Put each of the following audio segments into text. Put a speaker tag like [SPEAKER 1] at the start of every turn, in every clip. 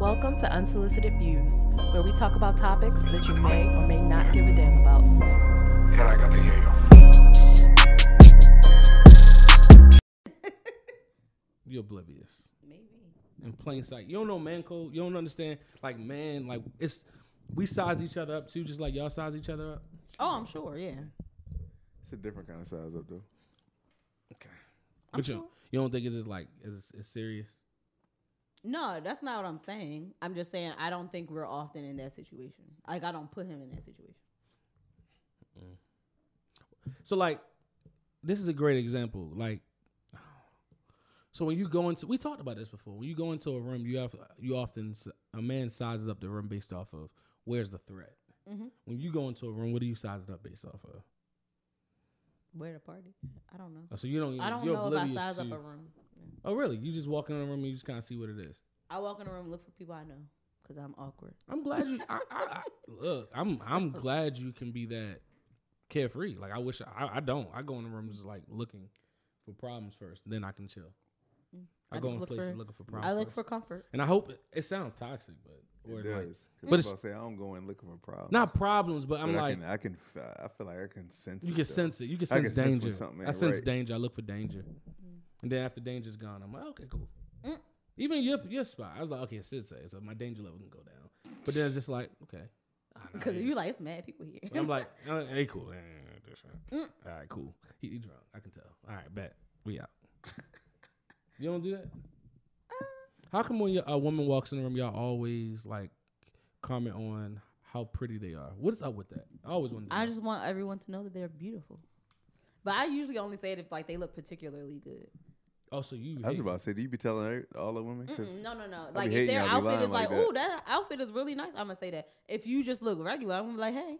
[SPEAKER 1] Welcome to Unsolicited Views, where we talk about topics that you may or may not give a damn about.
[SPEAKER 2] And I got to hear you.
[SPEAKER 3] You're oblivious.
[SPEAKER 4] Maybe.
[SPEAKER 3] In plain sight. You don't know man code. You don't understand like man, like it's we size each other up too, just like y'all size each other up.
[SPEAKER 4] Oh, I'm sure. Yeah.
[SPEAKER 5] It's a different kind of size up though.
[SPEAKER 3] Okay. But you, don't- you don't think it's just like it's, it's serious?
[SPEAKER 4] No, that's not what I'm saying. I'm just saying I don't think we're often in that situation. Like I don't put him in that situation.
[SPEAKER 3] So like, this is a great example. Like, so when you go into, we talked about this before. When you go into a room, you have you often s- a man sizes up the room based off of where's the threat.
[SPEAKER 4] Mhm.
[SPEAKER 3] When you go into a room, what do you size it up based off of?
[SPEAKER 4] Where the party? I don't know.
[SPEAKER 3] Oh, So you don't. Even,
[SPEAKER 4] I don't
[SPEAKER 3] you're
[SPEAKER 4] know if I
[SPEAKER 3] oblivious
[SPEAKER 4] size up
[SPEAKER 3] to-
[SPEAKER 4] a room. Yeah.
[SPEAKER 3] Oh really? You just walk in a room and you just kind of see what it is.
[SPEAKER 4] I walk in a room and look for people I know because I'm awkward.
[SPEAKER 3] I'm glad you. I, I, I, look, I'm I'm glad you can be that carefree. Like I wish I, I don't. I go in the room just like looking for problems first, then I can chill. I,
[SPEAKER 4] Mm. I
[SPEAKER 3] go
[SPEAKER 4] just
[SPEAKER 3] in
[SPEAKER 4] look
[SPEAKER 3] places
[SPEAKER 4] for-
[SPEAKER 3] looking for problems.
[SPEAKER 4] I look
[SPEAKER 3] first.
[SPEAKER 4] for comfort.
[SPEAKER 3] and I hope it, it sounds toxic, but or
[SPEAKER 5] It
[SPEAKER 3] like,
[SPEAKER 5] does.
[SPEAKER 3] But
[SPEAKER 5] But
[SPEAKER 3] it's-
[SPEAKER 5] say I don't go in looking for problems.
[SPEAKER 3] not problems, but I'm
[SPEAKER 5] But I
[SPEAKER 3] like
[SPEAKER 5] can, I can, f- I feel like I can sense.
[SPEAKER 3] you can
[SPEAKER 5] it, though.
[SPEAKER 3] sense it. You can
[SPEAKER 5] I
[SPEAKER 3] sense
[SPEAKER 5] can sense when
[SPEAKER 3] danger.
[SPEAKER 5] something
[SPEAKER 3] I
[SPEAKER 5] ain't
[SPEAKER 3] sense
[SPEAKER 5] right.
[SPEAKER 3] danger. I look for danger, and then after danger's gone, I'm like, okay, cool.
[SPEAKER 4] Mm.
[SPEAKER 3] Even your your spot, I was like, okay, Sid say so. My danger level can go down, but then it's just like, okay, I don't know.
[SPEAKER 4] Because you like it's mad people here.
[SPEAKER 3] And I'm like, uh, hey, cool. Eh, that's fine.
[SPEAKER 4] Mm.
[SPEAKER 3] All right, cool. He, he drunk. I can tell. All right, bet. We out. you don't do that?
[SPEAKER 4] Uh.
[SPEAKER 3] How come when y- a woman walks in the room, y'all always like comment on how pretty they are? What is up with that? I always wonder.
[SPEAKER 4] I just want everyone to know that they're beautiful. But I usually only say it if like they look particularly good.
[SPEAKER 3] oh, so you.
[SPEAKER 5] I was
[SPEAKER 3] hate-
[SPEAKER 5] about to say, do you be telling her- all the women?
[SPEAKER 4] Mm-mm,
[SPEAKER 5] 'Cause
[SPEAKER 4] no, no, no.
[SPEAKER 5] be
[SPEAKER 4] Like if
[SPEAKER 5] hating
[SPEAKER 4] their
[SPEAKER 5] y'all be
[SPEAKER 4] outfit
[SPEAKER 5] lying
[SPEAKER 4] is like,
[SPEAKER 5] like that.
[SPEAKER 4] oh, that outfit is really nice, I'm gonna say that. If you just look regular, I'm gonna be like, hey.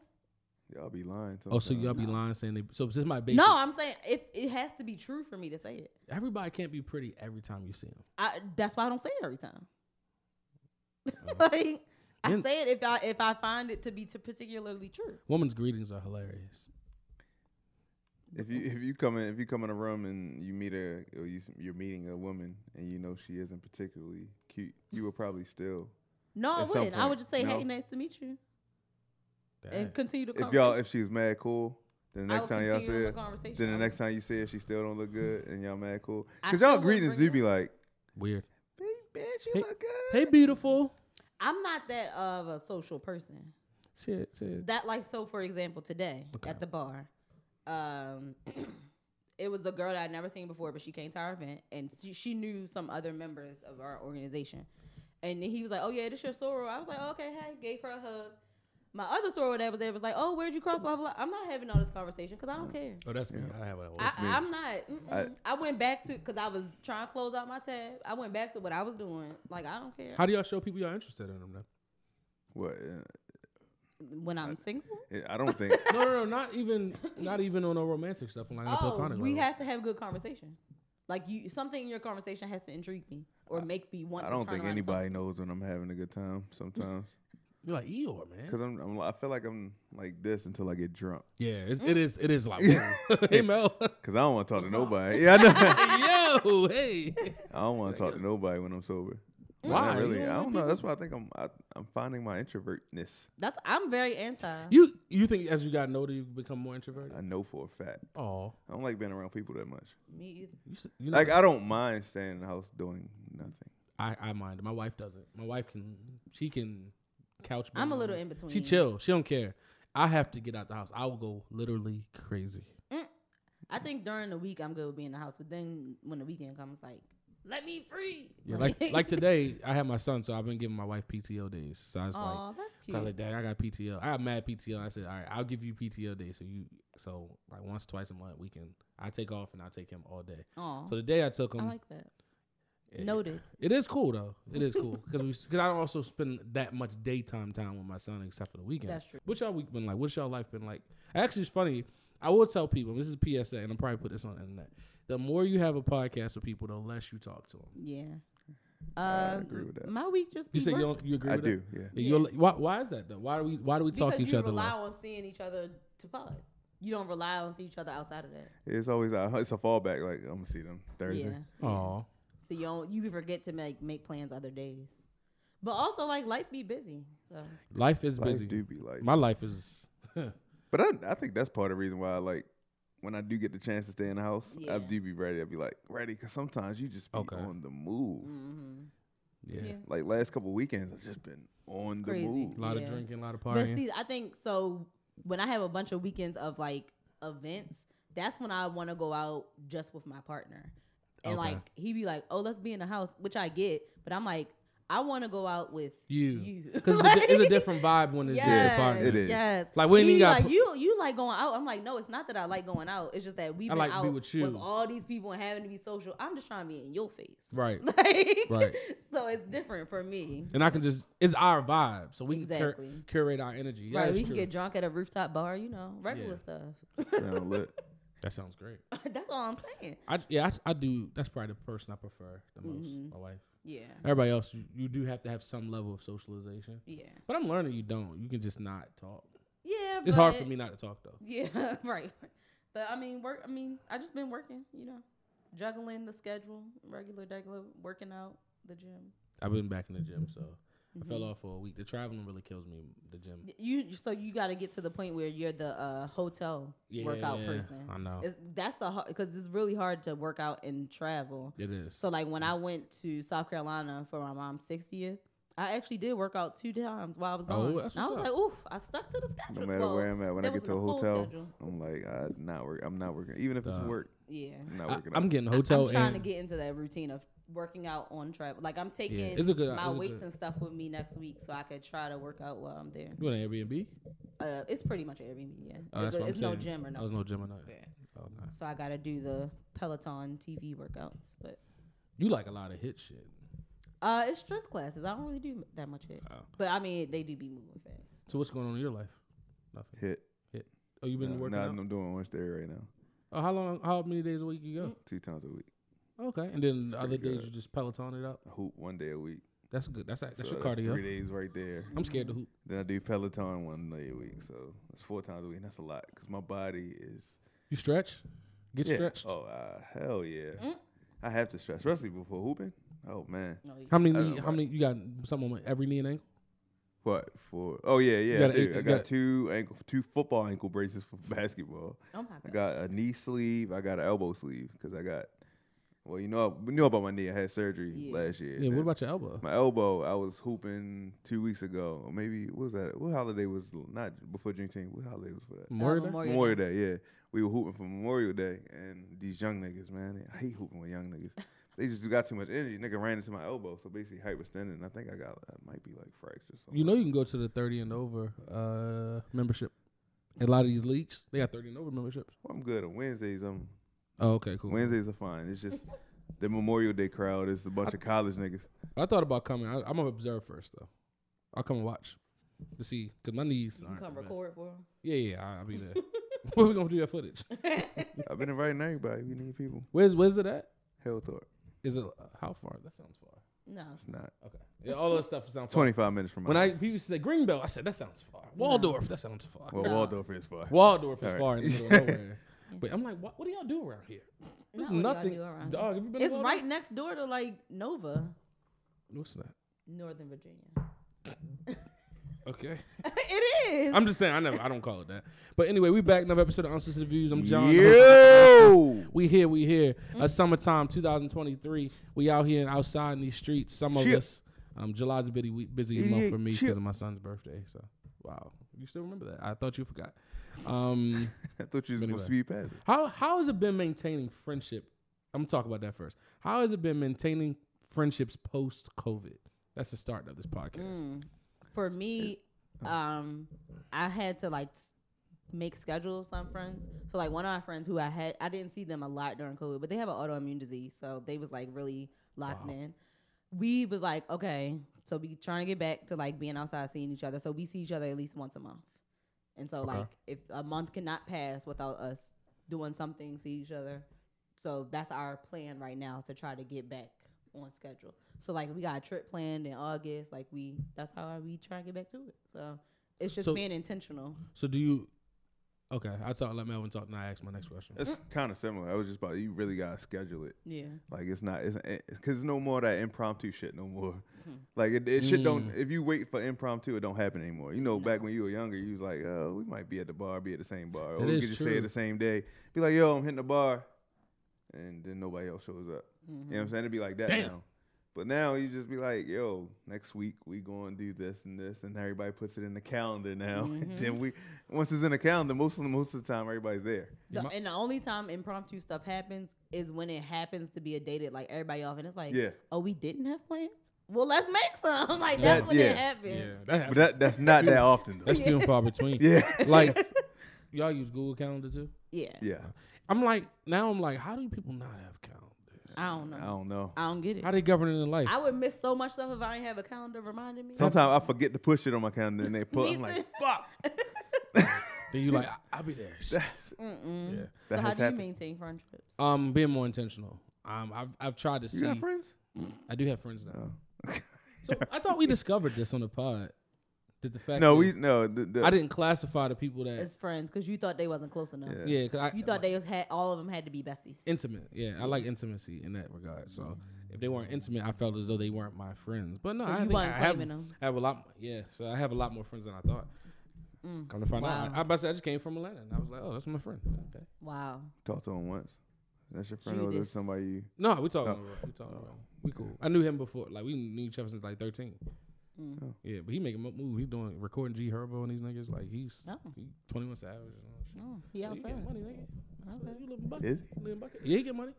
[SPEAKER 5] y'all be lying. Sometimes.
[SPEAKER 3] Oh, so y'all be lying saying they. So this is my basic.
[SPEAKER 4] No, I'm saying if it has to be true for me to say it.
[SPEAKER 3] Everybody can't be pretty every time you see them.
[SPEAKER 4] I that's why I don't say it every time.
[SPEAKER 5] Oh.
[SPEAKER 4] like I
[SPEAKER 3] And-
[SPEAKER 4] say it if I if I find it to be to particularly true.
[SPEAKER 3] Women's greetings are hilarious.
[SPEAKER 5] If you if you come in if you come in a room and you meet a or you, s- you're meeting a woman and you know she isn't particularly cute, you would probably still.
[SPEAKER 4] No, I
[SPEAKER 5] At some
[SPEAKER 4] wouldn't. I would
[SPEAKER 5] point,
[SPEAKER 4] just say, "Hey,
[SPEAKER 5] no.
[SPEAKER 4] nice to meet you,"
[SPEAKER 3] Dang.
[SPEAKER 4] and continue the
[SPEAKER 5] If
[SPEAKER 4] conversation.
[SPEAKER 5] y'all if she's mad cool, then the
[SPEAKER 4] I
[SPEAKER 5] next
[SPEAKER 4] would
[SPEAKER 5] time y'all
[SPEAKER 4] continue
[SPEAKER 5] say
[SPEAKER 4] the
[SPEAKER 5] it,
[SPEAKER 4] conversation.
[SPEAKER 5] then
[SPEAKER 4] I
[SPEAKER 5] the
[SPEAKER 4] would-
[SPEAKER 5] next time you say it, she still don't look good and y'all mad cool.
[SPEAKER 4] I
[SPEAKER 5] Cause
[SPEAKER 4] still
[SPEAKER 5] y'all
[SPEAKER 4] would
[SPEAKER 5] greetings
[SPEAKER 4] bring
[SPEAKER 5] do
[SPEAKER 4] it
[SPEAKER 5] be like,
[SPEAKER 3] Weird.
[SPEAKER 5] "Hey, bitch, you
[SPEAKER 3] Hey-
[SPEAKER 5] look good.
[SPEAKER 3] Hey, beautiful.
[SPEAKER 4] I'm not that of a social person.
[SPEAKER 3] Shit, shit.
[SPEAKER 4] That like so, for example, today
[SPEAKER 3] Okay.
[SPEAKER 4] at the bar, um, it was a girl that I'd never seen before, but she came to our event and she, she knew some other members of our organization, and then he was like, "Oh yeah, this your soror." I was like, oh, "Okay, hey," gave her a hug. My other soror that was there was like, "Oh, where'd you cross?" Blah blah. blah." I'm not having all this conversation because I don't care.
[SPEAKER 3] Oh, that's me. I have what I was.
[SPEAKER 4] I,
[SPEAKER 5] me.
[SPEAKER 4] I'm not. mm-mm.
[SPEAKER 5] I-
[SPEAKER 4] I, went back to because I was trying to close out my tab. I went back to what I was doing. Like I don't care
[SPEAKER 3] How do y'all show people y'all interested in them? Though?
[SPEAKER 5] What? uh,
[SPEAKER 4] when I'm single.
[SPEAKER 5] I I don't think.
[SPEAKER 3] No, no, no, not even, not even on a romantic stuff. Like on a
[SPEAKER 4] Oh,
[SPEAKER 3] platonic
[SPEAKER 4] we
[SPEAKER 3] level.
[SPEAKER 4] have to have good conversation. Like you, something in your conversation has to intrigue me or make me want.
[SPEAKER 5] I
[SPEAKER 4] to
[SPEAKER 5] don't
[SPEAKER 4] turn
[SPEAKER 5] think
[SPEAKER 4] around and talk
[SPEAKER 5] anybody knows when I'm having a good time sometimes.
[SPEAKER 3] You're like Eeyore, man.
[SPEAKER 5] Cause I'm, I'm I feel like I'm like this until I get drunk.
[SPEAKER 3] Yeah, it's,
[SPEAKER 4] Mm.
[SPEAKER 3] it is. It is like, whoa. hey Mel,
[SPEAKER 5] Cause I don't want to talk to nobody. Yeah, I know.
[SPEAKER 3] yo, hey.
[SPEAKER 5] I don't want to talk to nobody when I'm
[SPEAKER 3] uh,
[SPEAKER 5] sober. Like, I
[SPEAKER 4] Mm.
[SPEAKER 3] Why?
[SPEAKER 5] Really?
[SPEAKER 3] You don't
[SPEAKER 5] I
[SPEAKER 3] like
[SPEAKER 5] don't know. That's why I think I'm I, I'm finding my introvertness.
[SPEAKER 4] That's I'm very anti.
[SPEAKER 3] You you think as you got older you become more introverted?
[SPEAKER 5] I know for a fact.
[SPEAKER 3] Oh,
[SPEAKER 5] I don't like being around people that much.
[SPEAKER 4] me either.
[SPEAKER 3] you, s- you know,
[SPEAKER 5] Like I don't mind staying in the house doing nothing.
[SPEAKER 3] I, I mind. My wife doesn't. My wife can. She can couch.
[SPEAKER 4] I'm a
[SPEAKER 3] bang.
[SPEAKER 4] little in between.
[SPEAKER 3] She chill. She don't care. I have to get out the house. I will go literally crazy.
[SPEAKER 4] I think during the week I'm good with being in the house, but then when the weekend comes, like let me free.
[SPEAKER 3] Yeah, like like today, I had my son, so I've been giving my wife PTO days. So I was like,
[SPEAKER 4] Oh, that's
[SPEAKER 3] I was
[SPEAKER 4] cute.
[SPEAKER 3] like, Dad, I got PTO. I got mad PTO. I said, all right, I'll give you PTO day. So you, so like once, twice a month, we can. I take off and I take him all day.
[SPEAKER 4] Oh,
[SPEAKER 3] So the day I took
[SPEAKER 4] I
[SPEAKER 3] him,
[SPEAKER 4] like that.
[SPEAKER 3] it-
[SPEAKER 4] Noted.
[SPEAKER 3] It is cool though. It is cool because because I don't also spend that much daytime time with my son except for the weekend.
[SPEAKER 4] That's true.
[SPEAKER 3] What's y'all week been like? What's y'all life been like? Actually, it's funny. I will tell people this is a PSA, and I'll probably put this on the internet. The more you have a podcast with people, the less you talk to them.
[SPEAKER 4] Yeah.
[SPEAKER 5] I
[SPEAKER 4] Um,
[SPEAKER 5] agree with that.
[SPEAKER 4] My week just
[SPEAKER 3] You
[SPEAKER 4] be
[SPEAKER 3] say you
[SPEAKER 4] work.
[SPEAKER 3] don't, you agree
[SPEAKER 5] I
[SPEAKER 3] with
[SPEAKER 5] do.
[SPEAKER 3] that?
[SPEAKER 5] Yeah.
[SPEAKER 3] Yeah, you're- Why, why is that though? Why do we why do we talk to
[SPEAKER 4] because
[SPEAKER 3] each
[SPEAKER 4] you
[SPEAKER 3] other
[SPEAKER 4] rely
[SPEAKER 3] less?
[SPEAKER 4] on seeing each other to pod. You don't rely on seeing each other outside of that.
[SPEAKER 5] It's always a, it's a fallback. Like I'm gonna see them Thursday.
[SPEAKER 4] Yeah.
[SPEAKER 3] Aw.
[SPEAKER 4] So you don't you forget to make make plans other days. But also, like, life be busy. So
[SPEAKER 3] Life is
[SPEAKER 5] Life
[SPEAKER 3] busy.
[SPEAKER 5] do be like.
[SPEAKER 3] My life is.
[SPEAKER 5] But I, I think that's part of the reason why I like when I do get the chance to stay in the house,
[SPEAKER 4] Yeah.
[SPEAKER 5] I do be ready. I'll be like ready because sometimes you just be
[SPEAKER 3] Okay.
[SPEAKER 5] on the move.
[SPEAKER 4] Mm. Mm-hmm.
[SPEAKER 3] Yeah.
[SPEAKER 4] yeah.
[SPEAKER 5] Like last couple weekends, I've just been on
[SPEAKER 4] Crazy.
[SPEAKER 5] the move.
[SPEAKER 3] A lot
[SPEAKER 4] Yeah.
[SPEAKER 3] of drinking, a lot of
[SPEAKER 4] But
[SPEAKER 3] partying.
[SPEAKER 4] see, I think so. When I have a bunch of weekends of like events, that's when I want to go out just with my partner, and
[SPEAKER 3] Okay.
[SPEAKER 4] like he be like, "Oh, let's be in the house," which I get, but I'm like, I want to go out with
[SPEAKER 3] you.
[SPEAKER 4] you
[SPEAKER 3] Because it's, a- it's a different vibe when it's
[SPEAKER 4] Yes,
[SPEAKER 3] your partner.
[SPEAKER 5] It is.
[SPEAKER 4] Yes.
[SPEAKER 3] Like, we ain't
[SPEAKER 4] He
[SPEAKER 3] even
[SPEAKER 4] be
[SPEAKER 3] gotta
[SPEAKER 4] like
[SPEAKER 3] put-
[SPEAKER 4] you. You like going out. I'm like, no, it's not that I like going out. It's just that we've
[SPEAKER 3] I
[SPEAKER 4] been
[SPEAKER 3] like to
[SPEAKER 4] out
[SPEAKER 3] be
[SPEAKER 4] with,
[SPEAKER 3] with you.
[SPEAKER 4] all these people and having to be social. I'm just trying to be in your face.
[SPEAKER 3] Right.
[SPEAKER 4] Like,
[SPEAKER 3] Right.
[SPEAKER 4] So it's different for me.
[SPEAKER 3] And I can just, it's our vibe. So we can
[SPEAKER 4] Exactly.
[SPEAKER 3] cur- curate our energy. Yeah,
[SPEAKER 4] right.
[SPEAKER 3] that's
[SPEAKER 4] We can
[SPEAKER 3] true.
[SPEAKER 4] get drunk at a rooftop bar. You know, regular stuff.
[SPEAKER 5] Sound lit.
[SPEAKER 3] that sounds great.
[SPEAKER 4] That's all I'm saying.
[SPEAKER 3] I, yeah, I, I do. That's probably the person I prefer the most,
[SPEAKER 4] Mhm.
[SPEAKER 3] my wife.
[SPEAKER 4] Yeah.
[SPEAKER 3] Everybody else, you, you do have to have some level of socialization.
[SPEAKER 4] Yeah.
[SPEAKER 3] But I'm learning you don't. You can just not talk.
[SPEAKER 4] Yeah.
[SPEAKER 3] It's hard
[SPEAKER 4] but-
[SPEAKER 3] for me not to talk, though.
[SPEAKER 4] Yeah. Right. But I mean, work. I mean, I just been working. You know, juggling the schedule, regular, regular, working out, the gym.
[SPEAKER 3] I've been back in the gym, so I fell
[SPEAKER 4] Mhm.
[SPEAKER 3] off for a week. The traveling really kills me, the gym.
[SPEAKER 4] Y- You so you got to get to the point where you're the uh, hotel workout person.
[SPEAKER 3] I know.
[SPEAKER 4] It's, that's the because it's really hard to work out and travel.
[SPEAKER 3] It is.
[SPEAKER 4] So like when I went to South Carolina for my mom's 60th, I actually did work out two times while I was
[SPEAKER 3] Oh,
[SPEAKER 4] gone.
[SPEAKER 3] that's
[SPEAKER 4] and I was
[SPEAKER 3] what's
[SPEAKER 4] like, oof, I stuck to the schedule.
[SPEAKER 5] No matter
[SPEAKER 4] Well,
[SPEAKER 5] where I'm at, when I
[SPEAKER 4] that
[SPEAKER 5] get
[SPEAKER 4] wasn't
[SPEAKER 5] to a
[SPEAKER 4] full
[SPEAKER 5] hotel,
[SPEAKER 4] schedule.
[SPEAKER 5] I'm like, I not work. I'm not working, even if it's
[SPEAKER 3] Dog.
[SPEAKER 5] work.
[SPEAKER 4] yeah,
[SPEAKER 5] I'm not
[SPEAKER 3] I,
[SPEAKER 5] working.
[SPEAKER 3] am
[SPEAKER 5] out.
[SPEAKER 3] getting hotel.
[SPEAKER 4] I'm trying to
[SPEAKER 3] and-
[SPEAKER 4] get into that routine of working out on travel. Like I'm taking
[SPEAKER 3] it's a good-
[SPEAKER 4] my
[SPEAKER 3] it's a
[SPEAKER 4] weights
[SPEAKER 3] good-
[SPEAKER 4] and stuff with me next week, so I could try to work out while I'm there.
[SPEAKER 3] You want an Airbnb?
[SPEAKER 4] Uh, it's pretty much Airbnb, yeah.
[SPEAKER 3] Oh, that's
[SPEAKER 4] But
[SPEAKER 3] what I'm
[SPEAKER 4] it's no
[SPEAKER 3] saying.
[SPEAKER 4] gym or
[SPEAKER 3] Oh, there's
[SPEAKER 4] nothing.
[SPEAKER 3] no gym or nothing.
[SPEAKER 4] Yeah.
[SPEAKER 3] Oh, nah.
[SPEAKER 4] So I gotta do the Peloton TV workouts, but
[SPEAKER 3] You like a lot of hit shit.
[SPEAKER 4] uh, it's strength classes. I don't really do that much hit,
[SPEAKER 3] Oh.
[SPEAKER 4] but I mean they do be moving fast.
[SPEAKER 3] So what's going on in your life? Nothing.
[SPEAKER 5] hit.
[SPEAKER 3] Oh, you been
[SPEAKER 5] No,
[SPEAKER 3] working
[SPEAKER 5] no,
[SPEAKER 3] out?
[SPEAKER 5] I'm doing orange theory right now,
[SPEAKER 3] Oh, how long? How many days a week you
[SPEAKER 4] Mm.
[SPEAKER 3] go?
[SPEAKER 5] two times a week.
[SPEAKER 3] Okay, and then the other
[SPEAKER 5] Mm. Pretty
[SPEAKER 3] days
[SPEAKER 5] good.
[SPEAKER 3] you just peloton it up.
[SPEAKER 5] I hoop one day a week.
[SPEAKER 3] That's good. That's that's
[SPEAKER 5] so
[SPEAKER 3] your
[SPEAKER 5] that's Three
[SPEAKER 3] cardio.
[SPEAKER 5] days right there.
[SPEAKER 3] I'm scared to hoop.
[SPEAKER 5] Then I do Peloton one day a week, so it's four times a week, and that's a lot because my body is.
[SPEAKER 3] You stretch? Get
[SPEAKER 5] yeah.
[SPEAKER 3] stretched?
[SPEAKER 5] Oh uh, hell yeah! I have to stretch, especially before hooping. Oh man,
[SPEAKER 4] No, you
[SPEAKER 3] How many?
[SPEAKER 5] I
[SPEAKER 3] Knee,
[SPEAKER 5] don't
[SPEAKER 3] how
[SPEAKER 5] like-
[SPEAKER 3] many? You got something on every knee and ankle?
[SPEAKER 5] what for? Oh yeah, yeah.
[SPEAKER 3] got
[SPEAKER 5] I,
[SPEAKER 3] an
[SPEAKER 5] do.
[SPEAKER 3] ankle-
[SPEAKER 5] I
[SPEAKER 3] you
[SPEAKER 5] got
[SPEAKER 3] got-
[SPEAKER 5] two ankle, two football ankle braces for basketball.
[SPEAKER 4] oh my god.
[SPEAKER 5] I got a knee sleeve. I got an elbow sleeve because I got. Well, you know, we know about my knee. I had surgery
[SPEAKER 4] Yeah.
[SPEAKER 5] last year.
[SPEAKER 3] Yeah. What
[SPEAKER 5] That-
[SPEAKER 3] about your elbow?
[SPEAKER 5] my elbow? I was hooping two weeks ago. Or maybe what was that? What holiday was not before Juneteenth? What holiday was for that?
[SPEAKER 3] Memorial Day?
[SPEAKER 4] Memorial
[SPEAKER 5] Memorial Day, yeah. We were hooping for Memorial Day, and these young niggas, man, I hate hooping with young niggas. They just got too much energy. Nigga ran into my elbow, so basically hyperextended, and I think I got I might be like fractured. or
[SPEAKER 3] You know
[SPEAKER 5] something.
[SPEAKER 3] you can go to the 30 and over uh, membership. A lot of these leagues, they got 30 and over memberships.
[SPEAKER 5] Well, I'm good on Wednesdays. I'm
[SPEAKER 3] Oh, okay, cool.
[SPEAKER 5] Wednesdays are fine. It's just the Memorial Day crowd is a bunch of college niggas.
[SPEAKER 3] I thought about coming. I, I'm gonna observe first though. I'll come and watch to see because my knees.
[SPEAKER 4] You can
[SPEAKER 3] aren't
[SPEAKER 4] come
[SPEAKER 3] the best.
[SPEAKER 4] record for 'em.
[SPEAKER 3] Yeah, yeah, I- I'll be there. Where we gonna do that footage?
[SPEAKER 5] I've been inviting everybody. We need people.
[SPEAKER 3] Where's Where's it at?
[SPEAKER 5] Hell thought
[SPEAKER 3] Is it uh, how far? That sounds far.
[SPEAKER 4] No.
[SPEAKER 5] it's not.
[SPEAKER 3] Okay, yeah, all that stuff sounds far.
[SPEAKER 5] 25 minutes from my
[SPEAKER 3] When I
[SPEAKER 5] house.
[SPEAKER 3] people used to say Greenbelt, I said that sounds far. Waldorf, that sounds far.
[SPEAKER 5] well
[SPEAKER 4] No.
[SPEAKER 5] Waldorf is far.
[SPEAKER 3] Waldorf is
[SPEAKER 5] All right.
[SPEAKER 3] far in the middle of nowhere. But I'm like, what, what do y'all do around here? There's
[SPEAKER 4] Not what y'all
[SPEAKER 3] nothing.
[SPEAKER 4] do around
[SPEAKER 3] Dog, have you been
[SPEAKER 4] It's
[SPEAKER 3] to
[SPEAKER 4] right next door to like Nova,
[SPEAKER 3] Waldorf? What's that?
[SPEAKER 4] Northern Virginia.
[SPEAKER 3] Okay.
[SPEAKER 4] it is.
[SPEAKER 3] I'm just saying, I never, I don't call it that. But anyway, we back another episode of Unsolicited Views. I'm John. the host of Unsolicited
[SPEAKER 5] Yo!
[SPEAKER 3] Views. we here, we here.
[SPEAKER 5] Mm.
[SPEAKER 3] Uh, summertime 2023. We out here and outside in these streets. Some of
[SPEAKER 5] Shit.
[SPEAKER 3] us. Um, July's a busy week, busy month
[SPEAKER 5] Idiot.
[SPEAKER 3] for me
[SPEAKER 5] Shit.
[SPEAKER 3] because of my son's birthday. So, wow, you still remember that? I thought you forgot. Um,
[SPEAKER 5] I thought you was
[SPEAKER 3] Anyway.
[SPEAKER 5] gonna speed past it.
[SPEAKER 3] how how has it been maintaining friendship? I'm gonna talk about that first. How has it been maintaining friendships post COVID? That's the start of this podcast.
[SPEAKER 4] Mm. For me,
[SPEAKER 3] oh.
[SPEAKER 4] um, I had to like s- make schedules with some friends. So like one of my friends who I had, I didn't see them a lot during COVID, but they have an autoimmune disease, so they was like really locked
[SPEAKER 3] Wow.
[SPEAKER 4] in. We was like, okay, so we trying to get back to like being outside, seeing each other. So we see each other at least once a month, and so
[SPEAKER 3] Okay.
[SPEAKER 4] like if a month cannot pass without us doing something, see each other. So that's our plan right now to try to get back on schedule. So like we got a trip planned in August. Like we that's how we try to get back to it. So it's just
[SPEAKER 3] So-
[SPEAKER 4] being intentional.
[SPEAKER 3] So do you Okay, I talk. Let Melvin talk, and I ask my next question.
[SPEAKER 5] It's kind of similar. I was just about you really gotta schedule it.
[SPEAKER 4] Yeah.
[SPEAKER 5] Like it's not it's because no more that impromptu shit no more. Like it, it shit don't.
[SPEAKER 3] Mm.
[SPEAKER 5] If you wait for impromptu, it don't happen anymore. You know, back when you were younger, you was like, uh, we might be at the bar, be at the same bar, or
[SPEAKER 3] That
[SPEAKER 5] we
[SPEAKER 3] is
[SPEAKER 5] could just say
[SPEAKER 3] true.
[SPEAKER 5] it the same day. Be like, yo, I'm hitting the bar, and then nobody else shows up. You know what I'm saying? It'd be like that
[SPEAKER 3] Damn.
[SPEAKER 5] now. But now you just be like, yo, next week we going to do this and this, and everybody puts it in the calendar now. then we, once it's in the calendar, most of the most of the time everybody's there.
[SPEAKER 4] The,
[SPEAKER 3] mi-
[SPEAKER 4] and the only time impromptu stuff happens is when it happens to be a date that like everybody off, and it's like,
[SPEAKER 5] Yeah.
[SPEAKER 4] oh, we didn't have plans. Well, let's make some. like
[SPEAKER 5] That-
[SPEAKER 4] that's when
[SPEAKER 5] yeah.
[SPEAKER 4] it happens.
[SPEAKER 3] that
[SPEAKER 5] But that, that's not that often though.
[SPEAKER 3] that's few and far between.
[SPEAKER 5] yeah,
[SPEAKER 3] Like, y'all use Google Calendar too?
[SPEAKER 4] Yeah.
[SPEAKER 5] yeah.
[SPEAKER 3] I'm like, now I'm like, how do people not have calendars?
[SPEAKER 4] I don't know.
[SPEAKER 5] I don't know.
[SPEAKER 4] I don't get it.
[SPEAKER 3] How they govern it in life?
[SPEAKER 4] I would miss so much stuff if I didn't have a calendar reminding me.
[SPEAKER 5] Sometimes I forget to push it on my calendar and they pull. I'm like,
[SPEAKER 3] fuck. then you like, I- will be there. Shit.
[SPEAKER 4] Mm-mm.
[SPEAKER 3] Yeah.
[SPEAKER 4] So
[SPEAKER 5] that
[SPEAKER 4] how
[SPEAKER 5] has
[SPEAKER 4] do
[SPEAKER 5] happened.
[SPEAKER 4] you maintain friendships?
[SPEAKER 3] Um, being more intentional. Um, I've I've tried to
[SPEAKER 5] You
[SPEAKER 3] see.
[SPEAKER 5] got friends? Oh.
[SPEAKER 3] I do have friends now. so I thought we discovered this on the pod. That the fact
[SPEAKER 5] No,
[SPEAKER 3] that
[SPEAKER 5] we no. The, the,
[SPEAKER 3] I didn't classify the people that
[SPEAKER 4] As friends, because you thought they wasn't close enough.
[SPEAKER 5] Yeah.
[SPEAKER 3] yeah, 'cause I,
[SPEAKER 4] You thought they was had all of them had to be besties.
[SPEAKER 3] intimate. Yeah, I like intimacy in that regard. So if they weren't intimate, I felt as though they weren't my friends. But no,
[SPEAKER 4] So
[SPEAKER 3] I
[SPEAKER 4] you
[SPEAKER 3] think
[SPEAKER 4] wasn't
[SPEAKER 3] I have,
[SPEAKER 4] claiming them.
[SPEAKER 3] I have a lot. Yeah, so I have a lot more friends than I thought. Come to find out, I,
[SPEAKER 4] Mm. Wow.
[SPEAKER 3] I, about to say, I just came from Atlanta, and I was like, oh, that's my friend. Okay.
[SPEAKER 4] Wow.
[SPEAKER 5] talk to him once. That's your friend, or is
[SPEAKER 4] Judas.
[SPEAKER 5] that somebody? You,
[SPEAKER 3] No, we talking. about We talking. about We cool. I knew him before. Like we knew each other since like thirteen.
[SPEAKER 4] Mm.
[SPEAKER 5] Oh.
[SPEAKER 3] Yeah, but he making mo- move. He doing recording G Herbo and these niggas. Like he's
[SPEAKER 4] Oh.
[SPEAKER 3] he twenty one savage. And all that shit.
[SPEAKER 4] Oh, he
[SPEAKER 3] Yeah, he
[SPEAKER 4] outside.
[SPEAKER 3] getting money, nigga. I said, You living bucket.
[SPEAKER 5] Is
[SPEAKER 3] Living bucket. Yeah, he get money.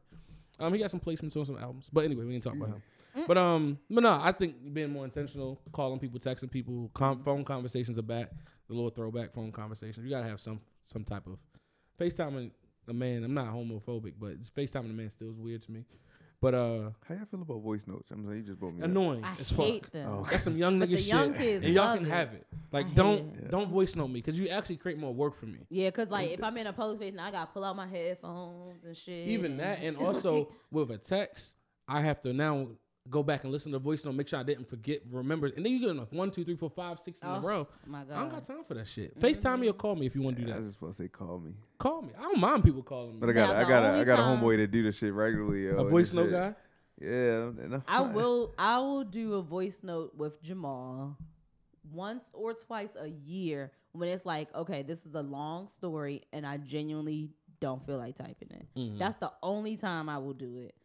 [SPEAKER 3] Um, he got some placements on some albums. But anyway, we ain't talk about him. But um, but no, I think being more intentional, calling people, texting people, com- phone conversations are back. The little throwback phone conversations. You gotta have some some type of FaceTiming a man. I'm not homophobic, but FaceTiming a man still is weird to me. But uh,
[SPEAKER 5] how y'all feel about voice notes? I'm saying you just brought me. up.
[SPEAKER 3] annoying
[SPEAKER 4] I
[SPEAKER 3] as
[SPEAKER 4] hate
[SPEAKER 3] fuck.
[SPEAKER 4] them.
[SPEAKER 5] Oh.
[SPEAKER 3] That's some young
[SPEAKER 4] But
[SPEAKER 3] nigga
[SPEAKER 4] the young
[SPEAKER 3] shit,
[SPEAKER 4] kids
[SPEAKER 3] and y'all
[SPEAKER 4] love
[SPEAKER 3] can
[SPEAKER 4] it.
[SPEAKER 3] have it.
[SPEAKER 4] I
[SPEAKER 3] Like,
[SPEAKER 4] hate
[SPEAKER 3] don't
[SPEAKER 4] it.
[SPEAKER 3] don't voice note me because you actually create more work for me.
[SPEAKER 4] Yeah, cause like if I'm in a post face and I gotta pull out my headphones and shit.
[SPEAKER 3] Even that, and also with a text, I have to now go back and listen to the voice note, make sure I didn't forget, remember, and then you get enough one, two, three, four, five, six in
[SPEAKER 4] Oh,
[SPEAKER 3] a row.
[SPEAKER 4] my
[SPEAKER 3] I don't
[SPEAKER 4] God. Mm-hmm.
[SPEAKER 3] got time for that shit. Facetime me or call me if you want to do
[SPEAKER 5] I
[SPEAKER 3] that.
[SPEAKER 5] was just supposed to say call me,
[SPEAKER 3] call me. I don't mind people calling
[SPEAKER 5] but I
[SPEAKER 3] me.
[SPEAKER 5] got
[SPEAKER 4] Now,
[SPEAKER 5] I
[SPEAKER 4] the
[SPEAKER 5] got a,
[SPEAKER 4] only
[SPEAKER 5] I got a
[SPEAKER 4] time-
[SPEAKER 5] homeboy that do this shit regularly. yo,
[SPEAKER 3] A
[SPEAKER 5] and
[SPEAKER 3] voice
[SPEAKER 5] this
[SPEAKER 3] note
[SPEAKER 5] shit-
[SPEAKER 3] guy.
[SPEAKER 5] Yeah, and I'm
[SPEAKER 4] I
[SPEAKER 5] fine.
[SPEAKER 4] will I will do a voice note with Jamal once or twice a year when it's like, okay, this is a long story and I genuinely don't feel like typing it. That's the only time I will do it.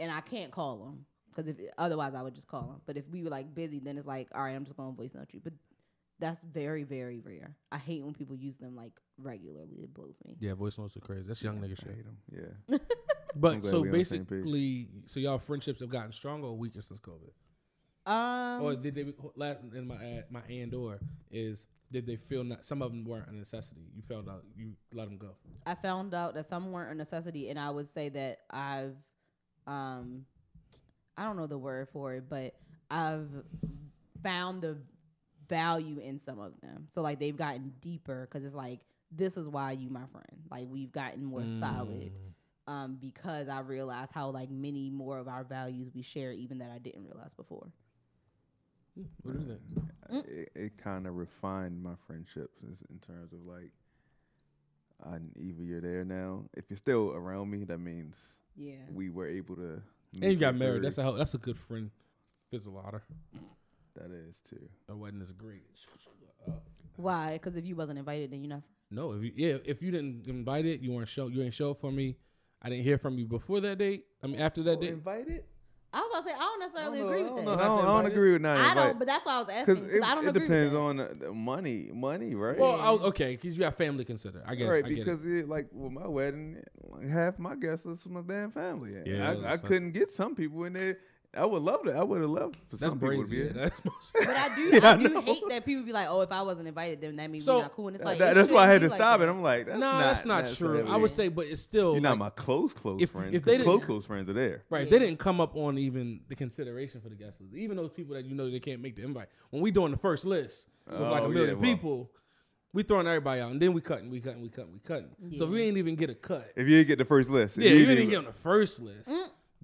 [SPEAKER 4] And I can't call him because if otherwise I would just call him. But if we were like busy, then it's like, all right, I'm just going to voice note you. But that's very very rare. I hate when people use them like regularly. It blows me.
[SPEAKER 3] Yeah, voice notes are crazy. That's young nigga
[SPEAKER 5] I
[SPEAKER 3] shit.
[SPEAKER 5] hate him. Yeah, I'm
[SPEAKER 3] But
[SPEAKER 5] glad
[SPEAKER 3] so
[SPEAKER 5] we on the same page.
[SPEAKER 3] basically, so y'all friendships have gotten stronger or weaker since COVID?
[SPEAKER 4] Um,
[SPEAKER 3] or did they last in my ad, my and or is did they feel not some of them weren't a necessity you felt out you let them go
[SPEAKER 4] I found out that some weren't a necessity, and I would say that I've, um, I don't know the word for it, but I've found the value in some of them. So like they've gotten deeper because it's like this is why you my friend. Like we've gotten more
[SPEAKER 3] Mm.
[SPEAKER 4] solid um, because I realized how like many more of our values we share, even that I didn't realize before.
[SPEAKER 3] what do you think
[SPEAKER 5] it, it kind of refined my friendships is- in terms of like, I either you're there now. If you're still around me, that means
[SPEAKER 4] Yeah.
[SPEAKER 5] we were able to.
[SPEAKER 3] and
[SPEAKER 5] meet
[SPEAKER 3] you got
[SPEAKER 5] in
[SPEAKER 3] married
[SPEAKER 5] third.
[SPEAKER 3] that's a hell- that's a good friend fizzle outer
[SPEAKER 5] that is too.
[SPEAKER 3] a wedding is great
[SPEAKER 4] Why? Because if you wasn't invited, then you're not.
[SPEAKER 3] no if you yeah if you didn't invite it you weren't show you ain't show up for me I didn't hear from you before that date I mean after that date
[SPEAKER 5] Invited?
[SPEAKER 4] I was about to say I don't
[SPEAKER 5] I don't
[SPEAKER 4] necessarily
[SPEAKER 5] know. I
[SPEAKER 4] agree
[SPEAKER 5] don't,
[SPEAKER 4] with
[SPEAKER 5] know.
[SPEAKER 4] that.
[SPEAKER 5] I don't, I
[SPEAKER 3] Not
[SPEAKER 5] don't
[SPEAKER 3] invited?
[SPEAKER 5] agree with not
[SPEAKER 4] I
[SPEAKER 5] invited.
[SPEAKER 4] don't, but that's why I was asking.
[SPEAKER 5] Because
[SPEAKER 4] 'cause
[SPEAKER 5] it,
[SPEAKER 4] I don't
[SPEAKER 5] it
[SPEAKER 4] agree with
[SPEAKER 5] depends
[SPEAKER 4] that.
[SPEAKER 5] on uh, the, the money, money, right?
[SPEAKER 3] well oh, okay because you have family considered I guess
[SPEAKER 5] right,
[SPEAKER 3] I get
[SPEAKER 5] because
[SPEAKER 3] it.
[SPEAKER 5] it. like with my wedding, like half my guests was from my damn family. and
[SPEAKER 3] Yeah, that's
[SPEAKER 5] I, I
[SPEAKER 3] fuck-
[SPEAKER 5] couldn't get some people in there. I would love that. I would have loved for
[SPEAKER 3] that's
[SPEAKER 5] some people to
[SPEAKER 3] crazy
[SPEAKER 5] be
[SPEAKER 3] yeah,
[SPEAKER 5] in.
[SPEAKER 3] that's
[SPEAKER 4] But I do,
[SPEAKER 5] Yeah, I
[SPEAKER 4] I do
[SPEAKER 5] know.
[SPEAKER 4] hate that people be like, "Oh, if I wasn't invited, then that means
[SPEAKER 3] So-
[SPEAKER 4] we're not cool." And it's
[SPEAKER 5] That-
[SPEAKER 4] like
[SPEAKER 5] that-
[SPEAKER 4] it
[SPEAKER 5] that's why I
[SPEAKER 4] shouldn't
[SPEAKER 5] had
[SPEAKER 4] be
[SPEAKER 5] to
[SPEAKER 4] like
[SPEAKER 5] stop
[SPEAKER 4] that.
[SPEAKER 5] it. I'm like, that's
[SPEAKER 3] no
[SPEAKER 5] not,
[SPEAKER 3] that's not true I
[SPEAKER 5] necessarily-
[SPEAKER 3] would say but it's still
[SPEAKER 5] you're
[SPEAKER 3] like-
[SPEAKER 5] not my close close
[SPEAKER 3] if-
[SPEAKER 5] friend.
[SPEAKER 3] if they
[SPEAKER 5] 'cause
[SPEAKER 3] didn't-
[SPEAKER 5] close close friends are there.
[SPEAKER 3] Right. They didn't come up on even the consideration for the guest list. Even those people that you know they can't make the invite. When we doing the first list with like
[SPEAKER 5] Oh,
[SPEAKER 3] a
[SPEAKER 5] yeah,
[SPEAKER 3] million
[SPEAKER 5] well.
[SPEAKER 3] people, we throwing everybody out and then we cutting, we cutting, we cutting, we cutting. So if we ain't even get a cut.
[SPEAKER 5] If you didn't get the first list, if
[SPEAKER 3] yeah, you
[SPEAKER 5] didn't
[SPEAKER 3] didn't
[SPEAKER 5] even-
[SPEAKER 3] get on the first list.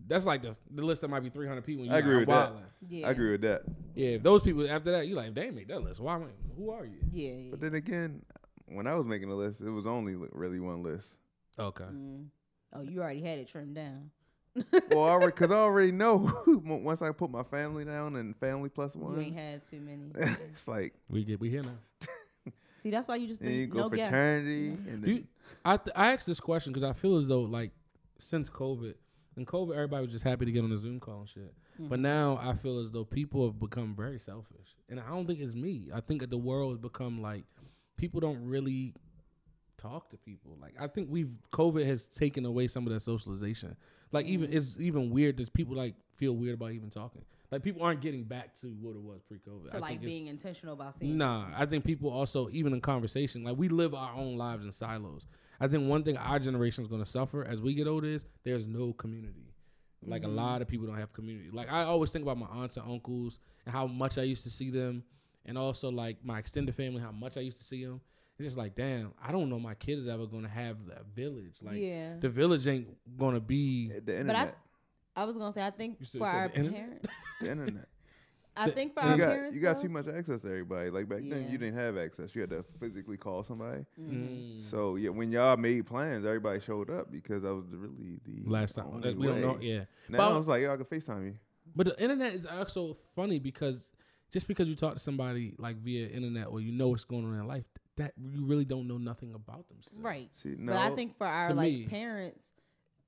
[SPEAKER 3] That's like the, the list that might be 300 people. and
[SPEAKER 5] I
[SPEAKER 3] you
[SPEAKER 5] agree
[SPEAKER 3] like,
[SPEAKER 5] with
[SPEAKER 3] I'm
[SPEAKER 5] that.
[SPEAKER 3] wildin'.
[SPEAKER 4] Yeah.
[SPEAKER 5] I agree with that.
[SPEAKER 3] Yeah, if those people after that, you like, they ain't make that list. Why? am I- Who are you?
[SPEAKER 4] Yeah, yeah.
[SPEAKER 5] But then again, when I was making the list, it was only li- really one list.
[SPEAKER 3] Okay.
[SPEAKER 4] Mm. Oh, you already had it trimmed down.
[SPEAKER 5] Well, already because I already know mo- once I put my family down and family plus
[SPEAKER 4] You ain't
[SPEAKER 5] one,
[SPEAKER 4] had too many.
[SPEAKER 5] it's like
[SPEAKER 3] We did. We here now.
[SPEAKER 4] See, that's why you just
[SPEAKER 5] then you
[SPEAKER 4] think
[SPEAKER 5] go
[SPEAKER 4] no guess.
[SPEAKER 5] fraternity and then,
[SPEAKER 3] You, I th- I asked this question because I feel as though like since COVID and COVID, everybody was just happy to get on a Zoom call and shit.
[SPEAKER 4] Mm-hmm.
[SPEAKER 3] But now I feel as though people have become very selfish, and I don't think it's me. I think that the world has become like people don't really talk to people. Like I think we've COVID has taken away some of that socialization. Like even
[SPEAKER 4] Mm.
[SPEAKER 3] it's even weird that people like feel weird about even talking. Like people aren't getting back to what it was pre-COVID.
[SPEAKER 4] To
[SPEAKER 3] I
[SPEAKER 4] like
[SPEAKER 3] think it's-
[SPEAKER 4] being intentional about seeing.
[SPEAKER 3] Nah, I think people also even in conversation, like we live our own lives in silos. I think one thing our generation is going to suffer as we get older is there's no community. Like a lot of people don't have community. Like I always think about my aunts and uncles and how much I used to see them, and also like my extended family, how much I used to see them. It's just like, damn, I don't know my kid is ever going to have that village. Like
[SPEAKER 4] Yeah.
[SPEAKER 3] the village ain't going to be.
[SPEAKER 5] the internet,
[SPEAKER 4] But I, I was gonna say, I think
[SPEAKER 3] You said-
[SPEAKER 4] for
[SPEAKER 3] said
[SPEAKER 4] our
[SPEAKER 3] the internet?
[SPEAKER 4] parents,
[SPEAKER 5] the internet.
[SPEAKER 4] I think for
[SPEAKER 5] you
[SPEAKER 4] our
[SPEAKER 5] got
[SPEAKER 4] parents,
[SPEAKER 5] you got
[SPEAKER 4] though,
[SPEAKER 5] too much access to everybody. Like back then,
[SPEAKER 4] Yeah.
[SPEAKER 5] you didn't have access. You had to physically call somebody.
[SPEAKER 3] Mm.
[SPEAKER 5] So yeah, when y'all made plans, everybody showed up because that was the- really the
[SPEAKER 3] Last time
[SPEAKER 5] only
[SPEAKER 3] we don't know,
[SPEAKER 5] way.
[SPEAKER 3] yeah.
[SPEAKER 5] Now
[SPEAKER 3] But-
[SPEAKER 5] I was like, yo, I can Facetime you.
[SPEAKER 3] But the internet is also funny because just because you talk to somebody like via internet or you know what's going on in life, that you really don't know nothing about them. Still.
[SPEAKER 4] right?
[SPEAKER 5] See,
[SPEAKER 4] But I
[SPEAKER 5] no,
[SPEAKER 4] think for our
[SPEAKER 3] to
[SPEAKER 4] like
[SPEAKER 3] me-
[SPEAKER 4] parents,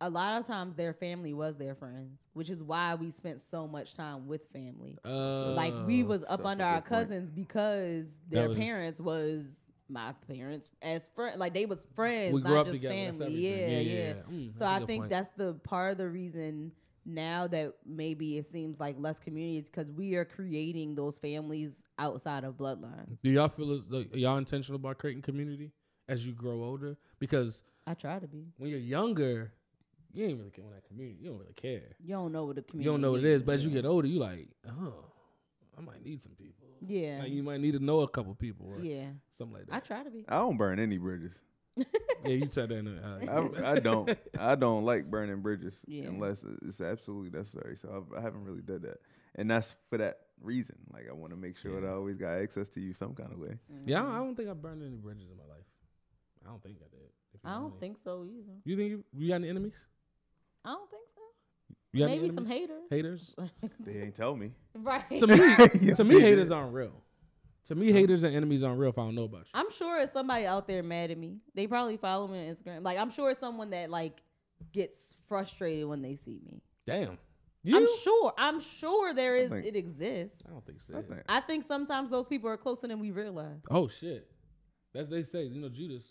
[SPEAKER 4] a lot of times their family was their friends, which is why we spent so much time with family.
[SPEAKER 3] Uh,
[SPEAKER 4] like we was
[SPEAKER 5] that's
[SPEAKER 4] up
[SPEAKER 5] a
[SPEAKER 4] under our
[SPEAKER 5] good point.
[SPEAKER 4] cousins because their
[SPEAKER 3] was-
[SPEAKER 4] parents was my parents as friend like they was friends,
[SPEAKER 3] We
[SPEAKER 4] not
[SPEAKER 3] grew up
[SPEAKER 4] just
[SPEAKER 3] together, that's
[SPEAKER 4] family. Yeah,
[SPEAKER 3] everything.
[SPEAKER 4] yeah.
[SPEAKER 3] Yeah, yeah, yeah. Mm,
[SPEAKER 4] so
[SPEAKER 3] that's a
[SPEAKER 4] I
[SPEAKER 3] good
[SPEAKER 4] think
[SPEAKER 3] point.
[SPEAKER 4] that's the part of the reason now that maybe it seems like less community is because we are creating those families outside of bloodlines.
[SPEAKER 3] do y'all feel as though are y'all intentional about creating community as you grow older? Because
[SPEAKER 4] I try to be.
[SPEAKER 3] when you're younger, you ain't really getting that community. You don't really care.
[SPEAKER 4] You don't know what the community.
[SPEAKER 3] You don't know what it is. But as you
[SPEAKER 4] yeah.
[SPEAKER 3] get older, you like, oh, I might need some people.
[SPEAKER 4] Yeah.
[SPEAKER 3] Like you might need to know a couple people or
[SPEAKER 4] yeah.
[SPEAKER 3] something like
[SPEAKER 4] I
[SPEAKER 3] that.
[SPEAKER 4] try to be.
[SPEAKER 5] I don't burn any bridges.
[SPEAKER 3] yeah, you said that. In the, uh,
[SPEAKER 5] I, I don't. I don't like burning bridges
[SPEAKER 4] Yeah.
[SPEAKER 5] unless it's absolutely necessary. So I've, I haven't really did that, and that's for that reason. Like I want to make sure that I always got access to you some kind of way.
[SPEAKER 3] yeah, I don't- I don't think I burned any bridges in my life. I don't think I did. if you
[SPEAKER 4] I
[SPEAKER 3] know
[SPEAKER 4] don't
[SPEAKER 3] me.
[SPEAKER 4] think so either.
[SPEAKER 3] You think you, you got any enemies?
[SPEAKER 4] I don't think so.
[SPEAKER 3] You got any
[SPEAKER 4] Maybe some
[SPEAKER 3] enemies?
[SPEAKER 4] haters.
[SPEAKER 3] Haters.
[SPEAKER 5] They ain't tell me.
[SPEAKER 4] right.
[SPEAKER 3] to me,
[SPEAKER 5] Yeah,
[SPEAKER 3] to me,
[SPEAKER 5] they
[SPEAKER 3] haters
[SPEAKER 5] did.
[SPEAKER 3] aren't real. To me, haters and enemies aren't real if I don't know about you.
[SPEAKER 4] I'm sure it's somebody out there mad at me. They probably follow me on Instagram. Like I'm sure it's someone that like gets frustrated when they see me.
[SPEAKER 3] Damn. You?
[SPEAKER 4] I'm sure. I'm sure there is.
[SPEAKER 5] think-
[SPEAKER 4] It exists.
[SPEAKER 3] I don't think so.
[SPEAKER 5] I think.
[SPEAKER 4] I think sometimes those people are closer than we realize.
[SPEAKER 3] Oh shit. That's they say. You know Judas.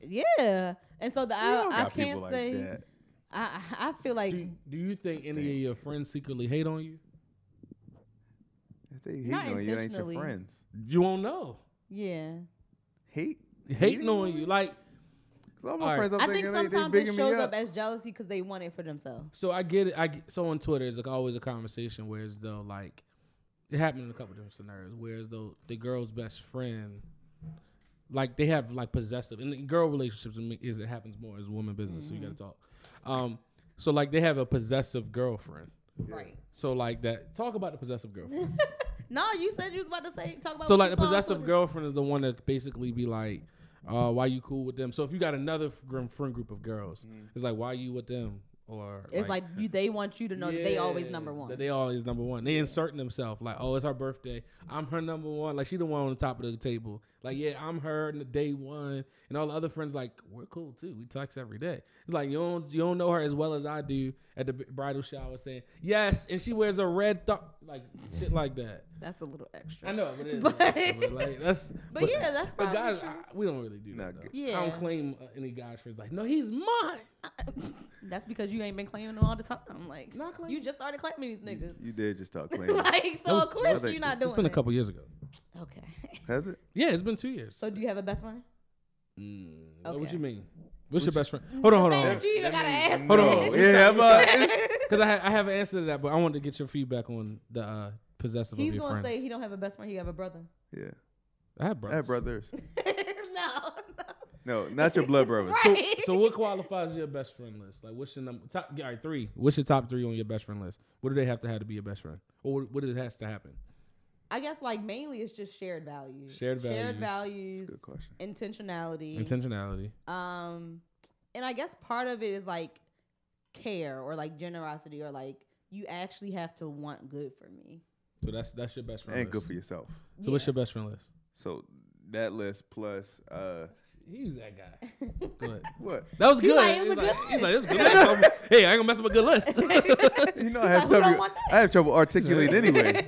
[SPEAKER 4] Yeah, and so the
[SPEAKER 5] We all
[SPEAKER 4] I, I
[SPEAKER 5] got people
[SPEAKER 4] can't
[SPEAKER 5] like
[SPEAKER 4] say.
[SPEAKER 5] that.
[SPEAKER 4] I I I feel like
[SPEAKER 3] Do, do you think any of your friends secretly hate on you?
[SPEAKER 5] If they hate
[SPEAKER 4] Not
[SPEAKER 5] on you, it ain't your
[SPEAKER 4] intentionally.
[SPEAKER 5] friends.
[SPEAKER 3] You won't know.
[SPEAKER 4] yeah.
[SPEAKER 5] Hate.
[SPEAKER 3] Hating on you, like
[SPEAKER 5] Cause all my
[SPEAKER 3] Alright.
[SPEAKER 5] friends, I'm
[SPEAKER 4] I think
[SPEAKER 5] thinking they, they
[SPEAKER 4] sometimes
[SPEAKER 5] bigging
[SPEAKER 4] it
[SPEAKER 5] me
[SPEAKER 4] shows
[SPEAKER 5] up.
[SPEAKER 4] up as jealousy because they want it for themselves.
[SPEAKER 3] so. I get it. I get, so on Twitter, it's like always a conversation where it's though like it happened in a couple different scenarios. Whereas though the girl's best friend like they have like possessive and in girl relationships in me- is it happens more as woman business so you
[SPEAKER 4] Mm-hmm.
[SPEAKER 3] gotta talk um so like they have a possessive girlfriend
[SPEAKER 4] Right.
[SPEAKER 3] so like that talk about the possessive girlfriend
[SPEAKER 4] No, you said you was about to say talk about.
[SPEAKER 3] so
[SPEAKER 4] what
[SPEAKER 3] like
[SPEAKER 4] you
[SPEAKER 3] the
[SPEAKER 4] saw on
[SPEAKER 3] possessive
[SPEAKER 4] Twitter.
[SPEAKER 3] girlfriend is the one that basically be like uh why you cool with them so if you got another f- gr- friend group of girls it's like why you with them or
[SPEAKER 4] Mm-hmm. It's like, you, they want you to know that they always
[SPEAKER 3] yeah,
[SPEAKER 4] number one.
[SPEAKER 3] That they always number one. They inserting themselves like, oh, it's her birthday. I'm her number one. Like she the one on the top of the table. Like yeah, I'm her in the day one, and all the other friends like we're cool too. We text every day. It's like you don't you don't know her as well as I do at the b- bridal shower saying yes, and she wears a red th- like shit like that.
[SPEAKER 4] That's a little extra.
[SPEAKER 3] I know, but, it is,
[SPEAKER 4] But-
[SPEAKER 3] but like that's
[SPEAKER 4] But yeah, that's
[SPEAKER 3] but
[SPEAKER 4] probably
[SPEAKER 3] guys,
[SPEAKER 4] true.
[SPEAKER 3] I, we don't really do that.
[SPEAKER 5] Nah,
[SPEAKER 3] though.
[SPEAKER 4] good.
[SPEAKER 3] I
[SPEAKER 4] Yeah.
[SPEAKER 3] don't claim uh, any guys friends. Like no, he's mine.
[SPEAKER 4] That's because you ain't been claiming them all the time. Like
[SPEAKER 3] Not claiming.
[SPEAKER 4] you just started claiming these niggas.
[SPEAKER 5] You did just talk clean.
[SPEAKER 4] like so,
[SPEAKER 3] was-
[SPEAKER 4] of course
[SPEAKER 5] that was-
[SPEAKER 4] you're not doing.
[SPEAKER 3] It's been a
[SPEAKER 4] it.
[SPEAKER 3] couple years ago.
[SPEAKER 4] Okay.
[SPEAKER 5] Has it?
[SPEAKER 3] Yeah, it's been two years.
[SPEAKER 4] So do you have a best friend?
[SPEAKER 3] Uh, What
[SPEAKER 4] Okay.
[SPEAKER 3] you mean? What's your best friend? Hold on, hold on.
[SPEAKER 4] That you even gotta ask.
[SPEAKER 3] Hold
[SPEAKER 5] Hold no.
[SPEAKER 3] on.
[SPEAKER 5] Yeah, but
[SPEAKER 3] Because I, ha- I have an answer to that, but I wanted to get your feedback on the uh, possessive
[SPEAKER 4] He's
[SPEAKER 3] of your
[SPEAKER 4] gonna
[SPEAKER 3] friends.
[SPEAKER 4] say he don't have a best friend. He have a brother.
[SPEAKER 5] yeah.
[SPEAKER 3] I have
[SPEAKER 5] I
[SPEAKER 3] brothers.
[SPEAKER 5] have brothers.
[SPEAKER 4] no.
[SPEAKER 5] No, not your blood brothers.
[SPEAKER 3] So, so what qualifies your best friend list? Like, what's your number? Top, all right, three. What's your top three on your best friend list? What do they have to have to be your best friend, or what, what it has to happen?
[SPEAKER 4] I guess like mainly it's just shared values.
[SPEAKER 3] Shared
[SPEAKER 4] Shared
[SPEAKER 5] That's
[SPEAKER 4] values.
[SPEAKER 5] a good question.
[SPEAKER 3] Mm.
[SPEAKER 4] intentionality.
[SPEAKER 3] Intentionality.
[SPEAKER 4] um, and I guess part of it is like care or like generosity or like you actually have to want good for me.
[SPEAKER 3] So that's that's your best friend.
[SPEAKER 5] And good
[SPEAKER 3] list.
[SPEAKER 5] for yourself.
[SPEAKER 3] So what's your best friend list?
[SPEAKER 5] So that list plus uh
[SPEAKER 3] He was that guy. Go ahead.
[SPEAKER 5] what?
[SPEAKER 3] That was
[SPEAKER 4] He's
[SPEAKER 3] good.
[SPEAKER 4] like, it was
[SPEAKER 3] He's
[SPEAKER 4] a
[SPEAKER 3] like,
[SPEAKER 4] good
[SPEAKER 3] he's like, it's good. list. hey, I ain't gonna mess up a good list.
[SPEAKER 5] You know I
[SPEAKER 4] like, who don't
[SPEAKER 5] have trouble
[SPEAKER 4] want that?
[SPEAKER 5] I have trouble articulating anyway.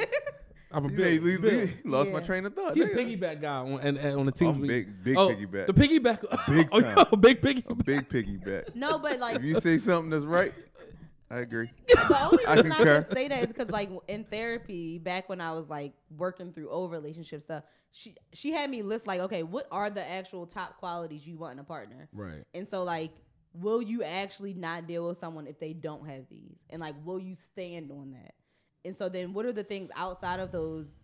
[SPEAKER 3] I'm a
[SPEAKER 5] You know,
[SPEAKER 3] big,
[SPEAKER 5] you- you-
[SPEAKER 3] big,
[SPEAKER 5] you lost my
[SPEAKER 4] Yeah.
[SPEAKER 5] train of thought.
[SPEAKER 3] he a
[SPEAKER 5] nigga.
[SPEAKER 3] piggyback guy on and, and on the team. Oh,
[SPEAKER 5] I'm big- big piggyback.
[SPEAKER 3] The piggyback.
[SPEAKER 5] Big
[SPEAKER 3] oh,
[SPEAKER 5] time. Um,
[SPEAKER 3] yeah, big
[SPEAKER 5] A
[SPEAKER 3] piggyback.
[SPEAKER 5] big piggyback.
[SPEAKER 4] No, but like
[SPEAKER 5] If you say something that's right, I agree.
[SPEAKER 4] the only
[SPEAKER 5] I
[SPEAKER 4] reason I,
[SPEAKER 5] concur.
[SPEAKER 4] can say that is because, like, in therapy, back when I was like working through old relationship stuff, she she had me list like, okay, what are the actual top qualities you want in a partner?
[SPEAKER 3] Right.
[SPEAKER 4] And so, like, will you actually not deal with someone if they don't have these? And like, will you stand on that? And so, then what are the things outside of those?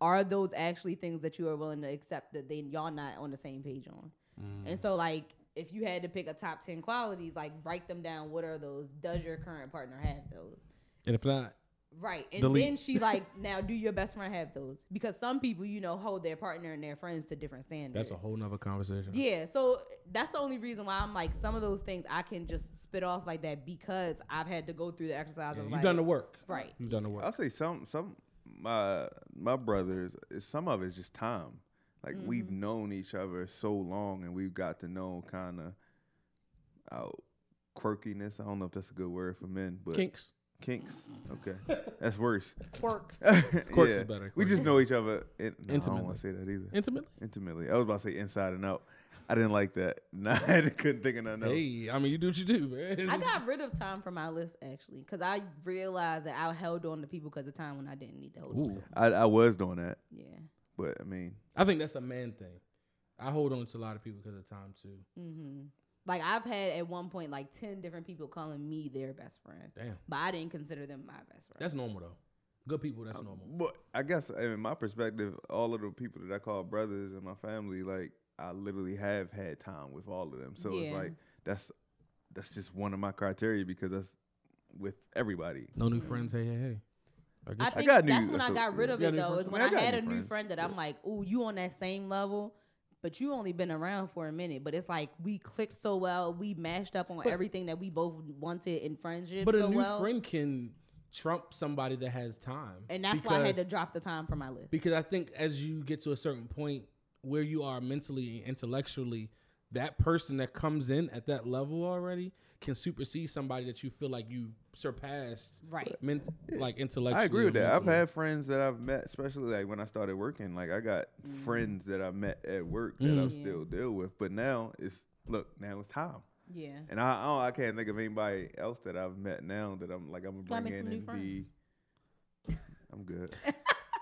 [SPEAKER 4] Are those actually things that you are willing to accept that then y'all not on the same page on?
[SPEAKER 3] Mm.
[SPEAKER 4] And so, like, if you had to pick a top 10 qualities, like, write them down. What are those? Does your current partner have those?
[SPEAKER 3] And if not,
[SPEAKER 4] Right. And
[SPEAKER 3] Delete.
[SPEAKER 4] then she like, now do your best friend have those? Because some people, you know, hold their partner and their friends to different standards.
[SPEAKER 3] that's a whole nother conversation.
[SPEAKER 4] Yeah. So that's the only reason why I'm like, some of those things I can just spit off like that because I've had to go through the exercise
[SPEAKER 3] Yeah,
[SPEAKER 4] of
[SPEAKER 3] you
[SPEAKER 4] like,
[SPEAKER 3] done the work.
[SPEAKER 4] Right.
[SPEAKER 3] You done the work.
[SPEAKER 5] I'll say some some my my brothers is some of it's just time. Like we've
[SPEAKER 4] Mm-hmm.
[SPEAKER 5] known each other so long and we've got to know kind of out quirkiness. I don't know if that's a good word for men, but
[SPEAKER 3] Kinks.
[SPEAKER 5] kinks. Okay. that's worse.
[SPEAKER 4] quirks.
[SPEAKER 5] Quirks
[SPEAKER 3] is better,
[SPEAKER 5] We just
[SPEAKER 3] quirks.
[SPEAKER 5] know each other in, no, I
[SPEAKER 3] Intimately.
[SPEAKER 5] don't want to say that either.
[SPEAKER 3] Intimately.
[SPEAKER 5] Intimately. I was about to say inside and out. I didn't like that. Nah, I couldn't think of nothing else.
[SPEAKER 3] Hey, I mean, you do what you do, man.
[SPEAKER 4] I got rid of time from my list actually because I realized that I held on to people because of time when I didn't need to hold on to.
[SPEAKER 3] Ooh.
[SPEAKER 4] them.
[SPEAKER 5] I, I was doing that,
[SPEAKER 4] Yeah.
[SPEAKER 5] but I mean,
[SPEAKER 3] I think that's a man thing. I hold on to a lot of people because of time too.
[SPEAKER 4] Mm-hmm. Like I've had at one point like ten different people calling me their best friend,
[SPEAKER 3] Damn,
[SPEAKER 4] but I didn't consider them my best friend.
[SPEAKER 3] that's normal though. Good people,
[SPEAKER 5] Oh.
[SPEAKER 3] that's normal.
[SPEAKER 5] But I guess uh, in my perspective, all of the people that I call brothers in my family, like I literally have had time with all of them. So it's
[SPEAKER 4] Yeah.
[SPEAKER 5] like that's that's just one of my criteria because that's with everybody.
[SPEAKER 3] No new friends. Hey, hey, hey.
[SPEAKER 4] I
[SPEAKER 5] I
[SPEAKER 4] think
[SPEAKER 5] got new-
[SPEAKER 4] that's when I
[SPEAKER 5] so-
[SPEAKER 4] got rid
[SPEAKER 5] you
[SPEAKER 4] of
[SPEAKER 3] got
[SPEAKER 4] it
[SPEAKER 3] new
[SPEAKER 4] though.
[SPEAKER 3] friends?
[SPEAKER 4] Is when
[SPEAKER 5] I
[SPEAKER 4] I,
[SPEAKER 5] mean, I got
[SPEAKER 4] had
[SPEAKER 5] new
[SPEAKER 4] a new
[SPEAKER 5] friends,
[SPEAKER 4] friend that I'm like, "Ooh, you on that same level, but you only been around for a minute." But it's like we clicked so well, we mashed up on everything that we both wanted in friendship
[SPEAKER 3] But
[SPEAKER 4] so
[SPEAKER 3] a new
[SPEAKER 4] well,
[SPEAKER 3] friend can trump somebody that has time.
[SPEAKER 4] and that's why I had to drop the time from my list.
[SPEAKER 3] because I think as you get to a certain point where you are mentally and intellectually, that person that comes in at that level already can supersede somebody that you feel like you've surpassed,
[SPEAKER 4] Right.
[SPEAKER 3] Men- like intellectually.
[SPEAKER 5] I agree with
[SPEAKER 3] or
[SPEAKER 5] that. I've
[SPEAKER 3] mentally.
[SPEAKER 5] had friends that I've met, especially like when I started working. Like I got friends that I met at work that I
[SPEAKER 3] Mhm.
[SPEAKER 4] Yeah.
[SPEAKER 5] still deal with. But now it's look, now it's time.
[SPEAKER 4] Yeah,
[SPEAKER 5] And I I, don't, I can't think of anybody else that I've met now that I'm like I'm
[SPEAKER 4] Gotta
[SPEAKER 5] gonna
[SPEAKER 4] make
[SPEAKER 5] bring in
[SPEAKER 4] some new
[SPEAKER 5] and be.
[SPEAKER 4] friends.
[SPEAKER 5] I'm good.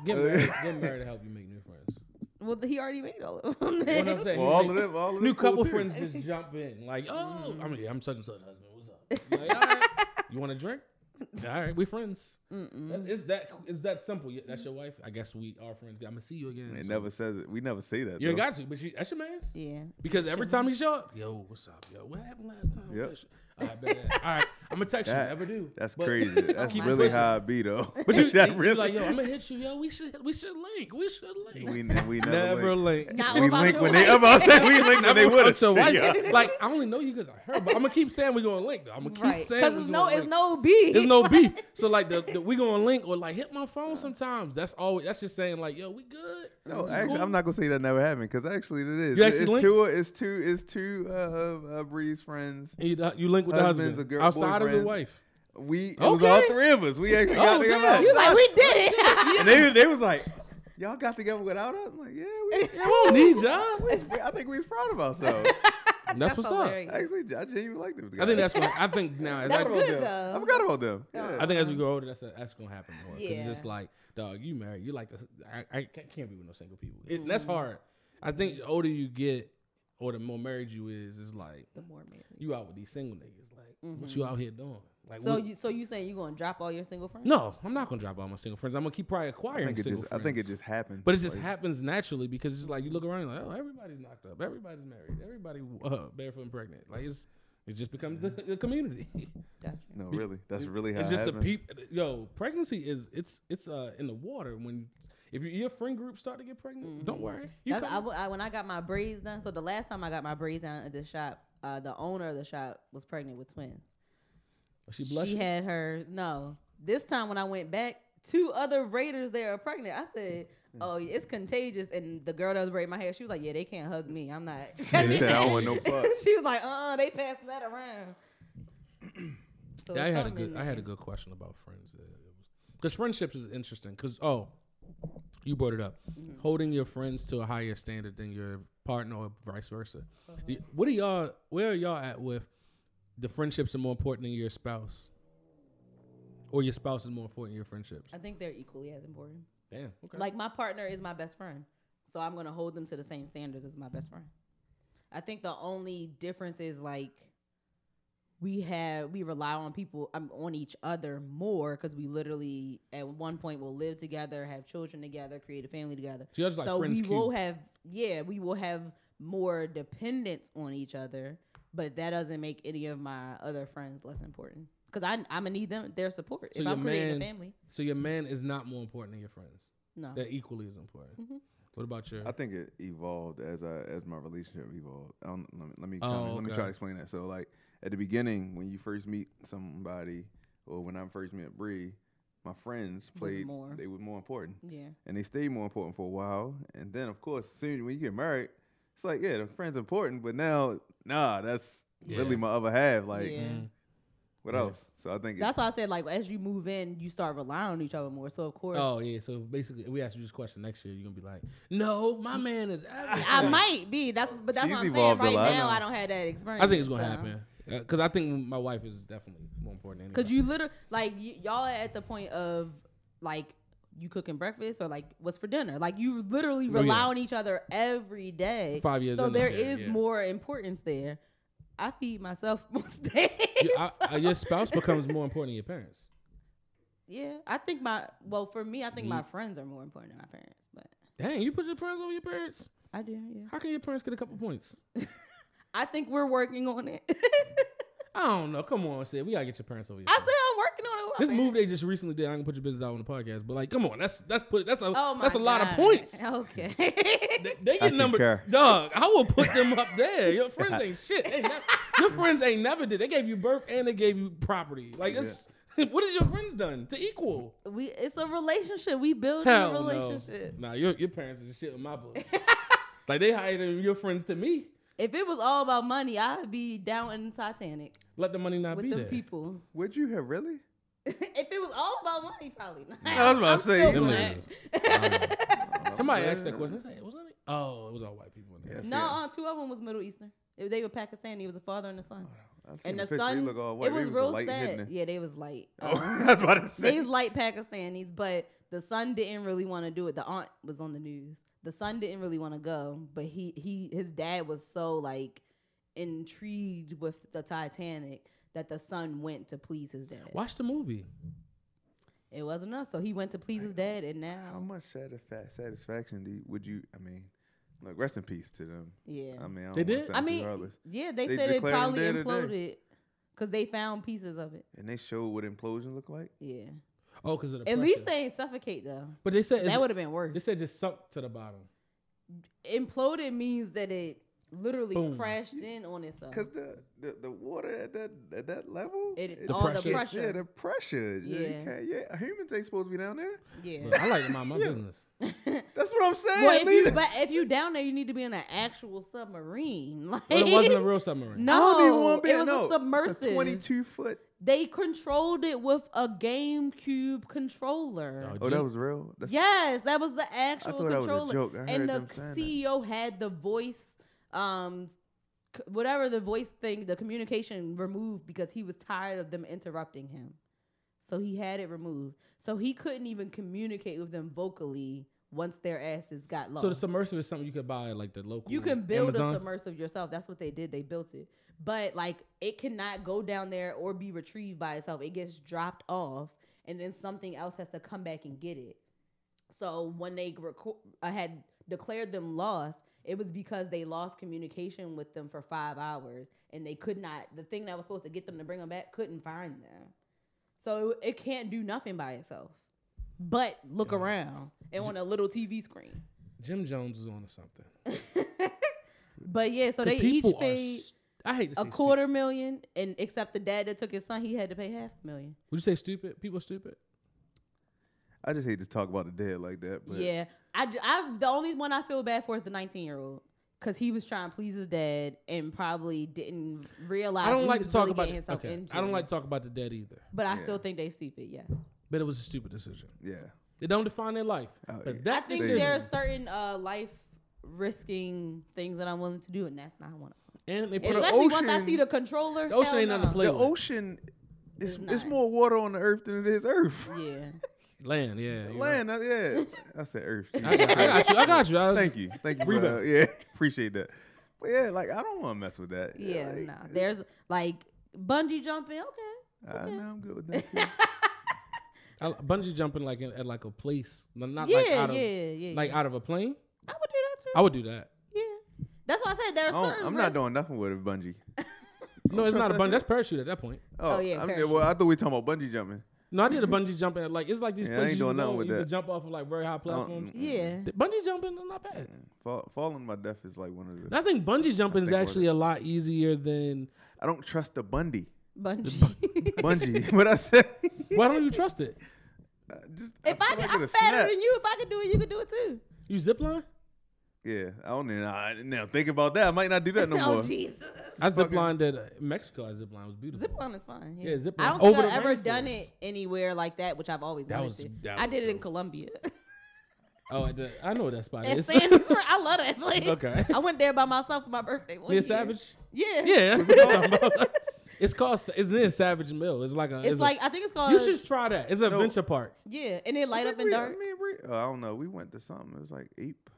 [SPEAKER 3] Get married, get married to help you make new friends.
[SPEAKER 4] well, he already made all of them.
[SPEAKER 3] You know what I'm saying?
[SPEAKER 5] well, all of them, all of them.
[SPEAKER 3] New
[SPEAKER 5] cool
[SPEAKER 3] couple
[SPEAKER 5] too.
[SPEAKER 3] friends just jump in, like, oh, I mean, yeah, I'm such and such husband. What's up? Like, all right, you want a drink? All right, we friends. That- It's that it's that simple. Yeah, That's your wife. I guess we are friends. I'm gonna see you again.
[SPEAKER 5] It
[SPEAKER 3] so-
[SPEAKER 5] never says it. We never say that.
[SPEAKER 3] You ain't
[SPEAKER 5] though.
[SPEAKER 3] got to, but you, that's your man's.
[SPEAKER 4] yeah,
[SPEAKER 3] Because every time he show up, yo, what's up, yo? What happened last time?
[SPEAKER 5] Yep.
[SPEAKER 3] All right, bet. all right, I'm gonna text
[SPEAKER 5] That-
[SPEAKER 3] you. Never do.
[SPEAKER 5] That's
[SPEAKER 3] But-
[SPEAKER 5] crazy.
[SPEAKER 4] Oh
[SPEAKER 5] That's
[SPEAKER 3] Keep it
[SPEAKER 5] really
[SPEAKER 3] pushing.
[SPEAKER 5] how I be though.
[SPEAKER 3] But you,
[SPEAKER 5] that
[SPEAKER 3] you
[SPEAKER 5] really.
[SPEAKER 3] like, yo, I'm gonna hit you, yo. We should, we should link. We should link.
[SPEAKER 5] we, ne- we never,
[SPEAKER 3] never
[SPEAKER 5] link.
[SPEAKER 3] link.
[SPEAKER 4] Not
[SPEAKER 5] We
[SPEAKER 4] without
[SPEAKER 5] link
[SPEAKER 4] your
[SPEAKER 5] when they.
[SPEAKER 4] wife.
[SPEAKER 5] I'm about to say we link when they
[SPEAKER 3] Never
[SPEAKER 5] would
[SPEAKER 3] fucked your wife.
[SPEAKER 5] have.
[SPEAKER 3] Like, I only know you because I heard, but I'm gonna keep saying we gonna link. though. I'm gonna keep
[SPEAKER 4] right.
[SPEAKER 3] saying
[SPEAKER 4] Because
[SPEAKER 3] we
[SPEAKER 4] it's
[SPEAKER 3] gonna
[SPEAKER 4] no, it's
[SPEAKER 3] link.
[SPEAKER 4] no beef.
[SPEAKER 3] There's no beef. So like the, the we gonna link or like hit my phone sometimes. That's always that's just saying like yo we good.
[SPEAKER 5] No, actually, I'm not gonna say that never happened because actually it is.
[SPEAKER 3] You actually
[SPEAKER 5] it's
[SPEAKER 3] linked?
[SPEAKER 5] two. It's two. It's two uh, of uh, Bree's friends.
[SPEAKER 3] And you, you link with the
[SPEAKER 5] Husbands
[SPEAKER 3] husband
[SPEAKER 5] or girl-
[SPEAKER 3] outside of the
[SPEAKER 5] boyfriends.
[SPEAKER 3] wife.
[SPEAKER 5] We it was all
[SPEAKER 3] Okay.
[SPEAKER 5] three of us. We actually
[SPEAKER 3] Oh,
[SPEAKER 5] got together.
[SPEAKER 3] damn.
[SPEAKER 4] You
[SPEAKER 5] outside.
[SPEAKER 4] like we did it.
[SPEAKER 5] and they, they was like, y'all got together without us. I'm like, yeah, we.
[SPEAKER 3] I don't need y'all.
[SPEAKER 5] we- we- I think we was proud of ourselves.
[SPEAKER 3] That's, what's
[SPEAKER 4] hilarious.
[SPEAKER 3] up.
[SPEAKER 5] Actually, I genuinely like them.
[SPEAKER 3] I think that's what I think now. as I-
[SPEAKER 5] I
[SPEAKER 4] That's
[SPEAKER 5] forgot about
[SPEAKER 4] good,
[SPEAKER 5] them. I
[SPEAKER 4] though.
[SPEAKER 5] forgot about them. Yeah.
[SPEAKER 3] I think as we grow older, that's that's gonna happen more. 'Cause
[SPEAKER 4] Yeah.
[SPEAKER 3] it's just like, dog, you married, you like the, I, I ca- can't be with no single people. It, That's
[SPEAKER 5] Mm-hmm.
[SPEAKER 3] hard. I think the older you get, or the more married you is, it's like
[SPEAKER 4] The more married.
[SPEAKER 3] you out with these single niggas. Like, what you
[SPEAKER 5] Mm-hmm.
[SPEAKER 3] out here doing? Like,
[SPEAKER 4] So
[SPEAKER 3] what-
[SPEAKER 4] you, so you saying you gonna drop all your single friends?
[SPEAKER 3] no, I'm not gonna drop all my single friends. I'm gonna keep probably acquiring
[SPEAKER 5] I think it
[SPEAKER 3] single
[SPEAKER 5] just. I
[SPEAKER 3] friends.
[SPEAKER 5] think it just happened.
[SPEAKER 3] But it just
[SPEAKER 5] Like,
[SPEAKER 3] happens naturally because it's like you look around, you're like, oh, everybody's knocked up, everybody's married, everybody uh, barefoot and pregnant. Like it's it just becomes the, the community.
[SPEAKER 4] Gotcha.
[SPEAKER 5] No, really. Mm-hmm. That's really how
[SPEAKER 3] It's
[SPEAKER 5] it
[SPEAKER 3] just the
[SPEAKER 5] happened.
[SPEAKER 3] peep. Yo, pregnancy is it's it's uh in the water when If you, your friend group start to get pregnant, don't
[SPEAKER 5] Mm-hmm.
[SPEAKER 3] worry. You
[SPEAKER 4] That's, I,
[SPEAKER 3] come,
[SPEAKER 4] w- I- when I got my braids done, so the last time I got my braids done at the shop, uh, the owner of the shop was pregnant with twins.
[SPEAKER 3] she blushed.
[SPEAKER 4] She had her no. This time when I went back, two other braiders there are pregnant. I said,
[SPEAKER 3] Mm.
[SPEAKER 4] "Oh, it's contagious." And the girl that was braiding my hair, she was like, "Yeah, they can't hug me. I'm not."
[SPEAKER 5] She said, "I don't want no fuck."
[SPEAKER 4] she was like, "Uh, uh they passing that around." so
[SPEAKER 3] Yeah, I had a
[SPEAKER 4] it's something
[SPEAKER 3] good.
[SPEAKER 4] in
[SPEAKER 3] I had a
[SPEAKER 4] there.
[SPEAKER 3] good question about friends. Because friendships is interesting. Because oh, you brought it up.
[SPEAKER 4] Mm-hmm.
[SPEAKER 3] Holding your friends to a higher standard than your partner, or vice versa.
[SPEAKER 4] Uh-huh.
[SPEAKER 3] Do y- what are y'all? Where are y'all at with the friendships are more important than your spouse, or your spouse is more important than your friendships?
[SPEAKER 4] I think they're equally as important.
[SPEAKER 3] Damn. Okay.
[SPEAKER 4] Like my partner is my best friend, so I'm gonna hold them to the same standards as my best friend. I think the only difference is like we have we rely on people um, on each other more because we literally at one point will live together, have children together, create a family together.
[SPEAKER 3] So y'all just like
[SPEAKER 4] so
[SPEAKER 3] friends
[SPEAKER 4] we will
[SPEAKER 3] cubed.
[SPEAKER 4] have yeah, we will have more dependence on each other, but that doesn't make any of my other friends less important because I I'm gonna need them their support
[SPEAKER 3] So
[SPEAKER 4] if
[SPEAKER 3] your
[SPEAKER 4] I'm creating
[SPEAKER 3] man-
[SPEAKER 4] a family.
[SPEAKER 3] so your man is not more important than your friends.
[SPEAKER 4] No,
[SPEAKER 3] They're equally as important.
[SPEAKER 4] Mm-hmm.
[SPEAKER 3] What about your?
[SPEAKER 5] I think it evolved as I as my relationship evolved. I don't, let me let me,
[SPEAKER 3] Oh,
[SPEAKER 5] kinda- let me try
[SPEAKER 3] okay.
[SPEAKER 5] to explain that. So like at the beginning, when you first meet somebody, or when I first met Bree, my friends played
[SPEAKER 4] more.
[SPEAKER 5] they were more important,
[SPEAKER 4] yeah.
[SPEAKER 5] and they stayed more important for a while. And then of course, as soon as when you get married, it's like yeah, the friends important, but now nah, that's
[SPEAKER 3] Yeah.
[SPEAKER 5] really my other half. Like
[SPEAKER 4] Yeah.
[SPEAKER 3] Mm.
[SPEAKER 5] what
[SPEAKER 3] Yeah.
[SPEAKER 5] else? So I think
[SPEAKER 4] That's why I said like as you move in, you start relying on each other more. So of course,
[SPEAKER 3] Oh yeah, so basically, we asked you this question next year. You're gonna be like, "No, my man is." everything."
[SPEAKER 4] I might be. That's but that's
[SPEAKER 5] She's
[SPEAKER 4] what I'm saying.
[SPEAKER 5] evolved a
[SPEAKER 4] Right
[SPEAKER 5] lot.
[SPEAKER 4] now, I don't have that experience.
[SPEAKER 3] I think it's gonna
[SPEAKER 4] so.
[SPEAKER 3] happen because I think my wife is definitely more important. Anyway.
[SPEAKER 4] Cause you literally like y- y'all are at the point of like you cooking breakfast or like what's for dinner. Like you literally
[SPEAKER 3] Oh, yeah.
[SPEAKER 4] rely on each other every day.
[SPEAKER 3] Five years
[SPEAKER 4] So
[SPEAKER 3] in, I
[SPEAKER 4] there
[SPEAKER 3] said,
[SPEAKER 4] is
[SPEAKER 3] yeah.
[SPEAKER 4] more importance there. I feed myself most days.
[SPEAKER 3] You- I- I- your spouse becomes more important than your parents.
[SPEAKER 4] yeah, I think my well for me, I think
[SPEAKER 3] Mm-hmm.
[SPEAKER 4] my friends are more important than my parents. But
[SPEAKER 3] Dang, you put your friends over your parents.
[SPEAKER 4] I do. Yeah,
[SPEAKER 3] How can your parents get a couple points?
[SPEAKER 4] I think we're working on it.
[SPEAKER 3] I don't know. Come on, Sid. We gotta get your parents over your.
[SPEAKER 4] I
[SPEAKER 3] parents.
[SPEAKER 4] said oh, I'm working on it. with my
[SPEAKER 3] this
[SPEAKER 4] parents.
[SPEAKER 3] move they just recently did. I can put your business out on the podcast, but like, come on, that's that's put that's a
[SPEAKER 4] Oh my
[SPEAKER 3] that's a lot of
[SPEAKER 4] God.
[SPEAKER 3] points.
[SPEAKER 4] Okay.
[SPEAKER 3] They, they get number
[SPEAKER 5] concur.
[SPEAKER 3] dog. I will put them up there. Your friends ain't shit. They nev- your friends ain't never did. They gave you birth and they gave you property. Like it's what has your friends done to equal?
[SPEAKER 4] we it's a relationship. We build a
[SPEAKER 3] Hell
[SPEAKER 4] relationship.
[SPEAKER 3] no. Nah, your your parents is shit in my books. like they hired them- your friends to me.
[SPEAKER 4] If it was all about money, I'd be down in the Titanic
[SPEAKER 3] Let the money not
[SPEAKER 4] with
[SPEAKER 3] be
[SPEAKER 4] them
[SPEAKER 3] there.
[SPEAKER 4] people.
[SPEAKER 5] would you have really?
[SPEAKER 4] if it was all about money, probably not.
[SPEAKER 5] I was about to say
[SPEAKER 3] Them
[SPEAKER 4] black.
[SPEAKER 5] niggas.
[SPEAKER 3] Somebody asked that question. It's like, wasn't it? Oh, it was all white people in there.
[SPEAKER 5] Yes.
[SPEAKER 4] No,
[SPEAKER 5] Yeah.
[SPEAKER 4] uh, two of them was Middle Eastern. They they were Pakistani. It was a father and a son.
[SPEAKER 5] Oh, I seen
[SPEAKER 4] And
[SPEAKER 5] the
[SPEAKER 4] the
[SPEAKER 5] picture, they
[SPEAKER 4] son,
[SPEAKER 5] look all white.
[SPEAKER 4] it
[SPEAKER 5] They
[SPEAKER 4] was
[SPEAKER 5] was a
[SPEAKER 4] real
[SPEAKER 5] light hitting
[SPEAKER 4] sad.
[SPEAKER 5] it.
[SPEAKER 4] Yeah, they was light. Um,
[SPEAKER 5] Oh, that's what I
[SPEAKER 4] they
[SPEAKER 5] said.
[SPEAKER 4] was light Pakistanis, but the son didn't really want to do it. The aunt was on the news. The son didn't really want to go, but he he his dad was so like intrigued with the Titanic that the son went to please his dad.
[SPEAKER 3] Watch the movie.
[SPEAKER 4] It wasn't enough, so he went to please his dad, and
[SPEAKER 5] How
[SPEAKER 4] now
[SPEAKER 5] much satisfa- satisfaction do you, would you? I mean, look, rest in peace to them.
[SPEAKER 4] yeah.
[SPEAKER 5] I mean, I don't
[SPEAKER 3] They
[SPEAKER 5] wanna
[SPEAKER 3] did?
[SPEAKER 5] sound
[SPEAKER 4] I mean,
[SPEAKER 5] regardless.
[SPEAKER 4] yeah, they,
[SPEAKER 5] They
[SPEAKER 4] said it
[SPEAKER 5] declared him
[SPEAKER 4] probably
[SPEAKER 5] dead
[SPEAKER 4] imploded
[SPEAKER 5] today.
[SPEAKER 4] because they found pieces of it.
[SPEAKER 5] and they showed what implosion looked like.
[SPEAKER 4] Yeah,
[SPEAKER 3] Oh, because of the
[SPEAKER 4] at
[SPEAKER 3] pressure.
[SPEAKER 4] least they ain't suffocate though.
[SPEAKER 3] But they said
[SPEAKER 4] That would
[SPEAKER 3] that
[SPEAKER 4] have been worse.
[SPEAKER 3] they said just sunk to the bottom.
[SPEAKER 4] imploded means that it literally
[SPEAKER 3] Boom.
[SPEAKER 4] crashed in on itself.
[SPEAKER 5] Cause the, the, the water at that at that level,
[SPEAKER 4] It-
[SPEAKER 5] it-
[SPEAKER 4] all
[SPEAKER 3] the
[SPEAKER 5] it-
[SPEAKER 4] pressure.
[SPEAKER 5] yeah, the pressure. Yeah, you
[SPEAKER 4] Yeah.
[SPEAKER 5] can't- yeah, humans ain't supposed to be down there.
[SPEAKER 4] Yeah.
[SPEAKER 3] Look, I like to mind my business.
[SPEAKER 5] That's what I'm saying.
[SPEAKER 4] well, if
[SPEAKER 5] leave
[SPEAKER 4] you,
[SPEAKER 5] it.
[SPEAKER 4] but if you down there, you need to be in an actual submarine. Like,
[SPEAKER 3] But it wasn't a real submarine.
[SPEAKER 5] I don't even
[SPEAKER 4] no,
[SPEAKER 5] wanna be-
[SPEAKER 4] it was
[SPEAKER 5] no,
[SPEAKER 4] a submersive.
[SPEAKER 5] It's a 22 foot.
[SPEAKER 4] They controlled it with a GameCube controller.
[SPEAKER 3] Oh,
[SPEAKER 5] Oh, that was real. That's,
[SPEAKER 4] yes, that was the actual
[SPEAKER 5] thought that was a
[SPEAKER 4] controller.
[SPEAKER 5] joke. I
[SPEAKER 4] and
[SPEAKER 5] heard
[SPEAKER 4] the
[SPEAKER 5] them saying that.
[SPEAKER 4] CEO had the voice, um, c- whatever the voice thing, the communication removed because he was tired of them interrupting him. So he had it removed. So he couldn't even communicate with them vocally once their asses got lost.
[SPEAKER 3] So the submersive is something you could buy at, like the local.
[SPEAKER 4] You can build
[SPEAKER 3] Amazon?
[SPEAKER 4] a submersive yourself. That's what they did. They built it. But like it cannot go down there or be retrieved by itself. It gets dropped off and then something else has to come back and get it. So when they reco- I had declared them lost, it was because they lost communication with them for 5 hours and they could not the thing that was supposed to get them to bring them back couldn't find them. So it, it can't do nothing by itself. But look around. and on a little TV screen.
[SPEAKER 3] Jim Jones was on to something.
[SPEAKER 4] But yeah, so
[SPEAKER 3] The
[SPEAKER 4] they each
[SPEAKER 3] people are
[SPEAKER 4] paid
[SPEAKER 3] st- I hate to
[SPEAKER 4] a
[SPEAKER 3] say
[SPEAKER 4] quarter million, and except the dad that took his son, he had to pay half a million.
[SPEAKER 3] Stupid. Would you say stupid? People are stupid.
[SPEAKER 5] I just hate to talk about the dead like that. But
[SPEAKER 4] yeah, I, d- I- the only one I feel bad for is the nineteen year old because he was trying to please his dad and probably didn't realize.
[SPEAKER 3] I don't
[SPEAKER 4] he
[SPEAKER 3] like to
[SPEAKER 4] was
[SPEAKER 3] talk
[SPEAKER 4] really
[SPEAKER 3] about.
[SPEAKER 4] getting himself
[SPEAKER 3] okay,
[SPEAKER 4] into
[SPEAKER 3] I don't
[SPEAKER 4] it.
[SPEAKER 3] like to talk about the dead either.
[SPEAKER 4] but I
[SPEAKER 5] Yeah.
[SPEAKER 4] still think they stupid. Yes,
[SPEAKER 3] But it was a stupid decision.
[SPEAKER 5] yeah,
[SPEAKER 3] They don't define their life.
[SPEAKER 5] Oh,
[SPEAKER 3] but
[SPEAKER 5] yeah.
[SPEAKER 4] I
[SPEAKER 3] that
[SPEAKER 4] think
[SPEAKER 5] They-
[SPEAKER 3] decision,
[SPEAKER 4] there are certain uh, life risking things that I'm willing to do, and that's not one of them.
[SPEAKER 3] and they put a,
[SPEAKER 4] Especially once I
[SPEAKER 5] ocean-
[SPEAKER 4] see the controller.
[SPEAKER 3] the ocean
[SPEAKER 4] hell
[SPEAKER 3] ain't nothing to
[SPEAKER 4] no.
[SPEAKER 3] play
[SPEAKER 5] the
[SPEAKER 3] with.
[SPEAKER 5] ocean is
[SPEAKER 4] It's
[SPEAKER 5] it's
[SPEAKER 4] not.
[SPEAKER 5] more water on the earth than it is earth.
[SPEAKER 4] Yeah,
[SPEAKER 3] Land, yeah, you're right.
[SPEAKER 5] Land, I, yeah, I said earth.
[SPEAKER 3] I got, I got you. I got you. I was-
[SPEAKER 5] Thank you, thank you,
[SPEAKER 3] Rebound.
[SPEAKER 5] brother. Yeah, appreciate that. But yeah, like I don't want to mess with that.
[SPEAKER 4] yeah,
[SPEAKER 5] like, uh,
[SPEAKER 4] no. There's like bungee jumping. Okay,
[SPEAKER 5] I, no, I'm good with that. too.
[SPEAKER 3] I, bungee jumping like in- at like a place, No, not
[SPEAKER 4] yeah,
[SPEAKER 3] like out of
[SPEAKER 4] yeah, yeah,
[SPEAKER 3] like
[SPEAKER 4] yeah.
[SPEAKER 3] out of a plane.
[SPEAKER 4] I would do that too.
[SPEAKER 3] I would Oh, do that.
[SPEAKER 4] Yeah. That's why I said there
[SPEAKER 5] I
[SPEAKER 4] are
[SPEAKER 5] don't-
[SPEAKER 4] certain.
[SPEAKER 5] I'm not
[SPEAKER 4] risks.
[SPEAKER 5] doing nothing with a bungee.
[SPEAKER 3] No, it's
[SPEAKER 5] trust
[SPEAKER 3] not a
[SPEAKER 5] that
[SPEAKER 3] bungee.
[SPEAKER 5] shit.
[SPEAKER 3] That's parachute at that point.
[SPEAKER 5] Oh,
[SPEAKER 4] Oh, yeah,
[SPEAKER 5] I'm-
[SPEAKER 4] parachute.
[SPEAKER 5] well, I thought we talking about bungee jumping.
[SPEAKER 3] No, I did a bungee jumping. At, like it's like these
[SPEAKER 5] Yeah, I ain't
[SPEAKER 3] places you, can
[SPEAKER 5] doing
[SPEAKER 3] go
[SPEAKER 5] nothing
[SPEAKER 3] and
[SPEAKER 5] with
[SPEAKER 3] you
[SPEAKER 5] that. Uh-uh.
[SPEAKER 3] can jump off of like very high platforms.
[SPEAKER 4] Yeah.
[SPEAKER 3] The Bungee jumping is not bad.
[SPEAKER 5] Uh, mm, Fall, falling by death is like one of
[SPEAKER 3] And
[SPEAKER 5] the.
[SPEAKER 3] I think bungee jumping is
[SPEAKER 5] think we're-
[SPEAKER 3] actually a lot easier than.
[SPEAKER 5] I don't trust the Bundy.
[SPEAKER 4] Bungee.
[SPEAKER 5] Bungee. what I said.
[SPEAKER 3] Why don't you trust it?
[SPEAKER 5] I just,
[SPEAKER 4] if I,
[SPEAKER 5] feel like
[SPEAKER 4] can, I'm
[SPEAKER 5] it'll
[SPEAKER 4] fatter
[SPEAKER 5] snap.
[SPEAKER 4] than you. If I can do it, you can do it too.
[SPEAKER 3] You zip line?
[SPEAKER 5] Yeah, I don't even. I, now think about that. I might not do that no
[SPEAKER 4] oh
[SPEAKER 5] more.
[SPEAKER 4] Jesus.
[SPEAKER 3] I zip
[SPEAKER 5] Fucking-
[SPEAKER 3] lined at uh, Mexico. I zip line was beautiful.
[SPEAKER 4] Zip line is fine.
[SPEAKER 3] Yeah, zip
[SPEAKER 4] I
[SPEAKER 3] line.
[SPEAKER 4] don't think
[SPEAKER 3] Over
[SPEAKER 4] I've
[SPEAKER 3] the
[SPEAKER 4] ever done
[SPEAKER 3] rainforest.
[SPEAKER 4] it anywhere like that, which I've always
[SPEAKER 3] That
[SPEAKER 4] wanted
[SPEAKER 3] was-
[SPEAKER 4] to.
[SPEAKER 3] that
[SPEAKER 4] I
[SPEAKER 3] was
[SPEAKER 4] did it in
[SPEAKER 3] dope.
[SPEAKER 4] Colombia.
[SPEAKER 3] Oh, at the, I know what that spot
[SPEAKER 4] At
[SPEAKER 3] is.
[SPEAKER 4] Sandy's Spring. I love that place.
[SPEAKER 3] Okay.
[SPEAKER 4] I went there by myself for my birthday. one
[SPEAKER 3] Near
[SPEAKER 4] year.
[SPEAKER 3] Savage.
[SPEAKER 4] Yeah.
[SPEAKER 3] Yeah. that's what I'm talking about. it's called. It's near Savage Mill. It's like a.
[SPEAKER 4] It's
[SPEAKER 3] a-
[SPEAKER 4] like uh, I think it's called.
[SPEAKER 3] you should try that. It's an
[SPEAKER 5] No.
[SPEAKER 3] adventure park.
[SPEAKER 4] Yeah, and it light
[SPEAKER 5] I
[SPEAKER 4] up in
[SPEAKER 5] think we-
[SPEAKER 4] dark.
[SPEAKER 5] I, mean, we- oh, I don't know. We went to something. It was like ape,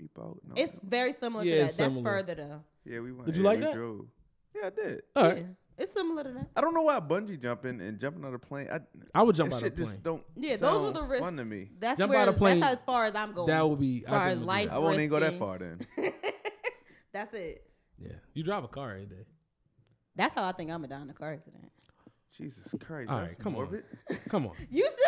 [SPEAKER 5] ape out. No,
[SPEAKER 4] It's very similar
[SPEAKER 3] Yeah,
[SPEAKER 4] to that.
[SPEAKER 3] it's
[SPEAKER 4] That's
[SPEAKER 3] similar.
[SPEAKER 4] further though.
[SPEAKER 5] yeah, we went.
[SPEAKER 3] Did you
[SPEAKER 5] yeah,
[SPEAKER 3] like
[SPEAKER 5] we
[SPEAKER 3] that?
[SPEAKER 5] drove. Yeah, I did.
[SPEAKER 3] All right.
[SPEAKER 4] Yeah. It's similar to that.
[SPEAKER 5] I don't know why bungee jumping and jumping out of plane. I,
[SPEAKER 3] I would jump
[SPEAKER 5] that
[SPEAKER 3] out of
[SPEAKER 5] shit
[SPEAKER 3] a plane.
[SPEAKER 5] just don't.
[SPEAKER 4] Yeah, those are
[SPEAKER 5] sound
[SPEAKER 4] the risks.
[SPEAKER 5] Fun to me.
[SPEAKER 4] That's
[SPEAKER 3] Jump
[SPEAKER 4] where
[SPEAKER 3] out of plane.
[SPEAKER 4] that's how as far as I'm going.
[SPEAKER 3] That would be.
[SPEAKER 4] as far
[SPEAKER 3] I
[SPEAKER 4] as
[SPEAKER 3] think it would be
[SPEAKER 4] life.
[SPEAKER 5] I won't even go that
[SPEAKER 4] risky.
[SPEAKER 5] far then.
[SPEAKER 4] that's it.
[SPEAKER 3] good. Yeah. You drive a car every day.
[SPEAKER 4] That's how I think I'm gonna die in a car accident.
[SPEAKER 5] Jesus Christ.
[SPEAKER 3] All
[SPEAKER 5] that's
[SPEAKER 3] right, come
[SPEAKER 5] morbid.
[SPEAKER 3] on. Come on.
[SPEAKER 4] You just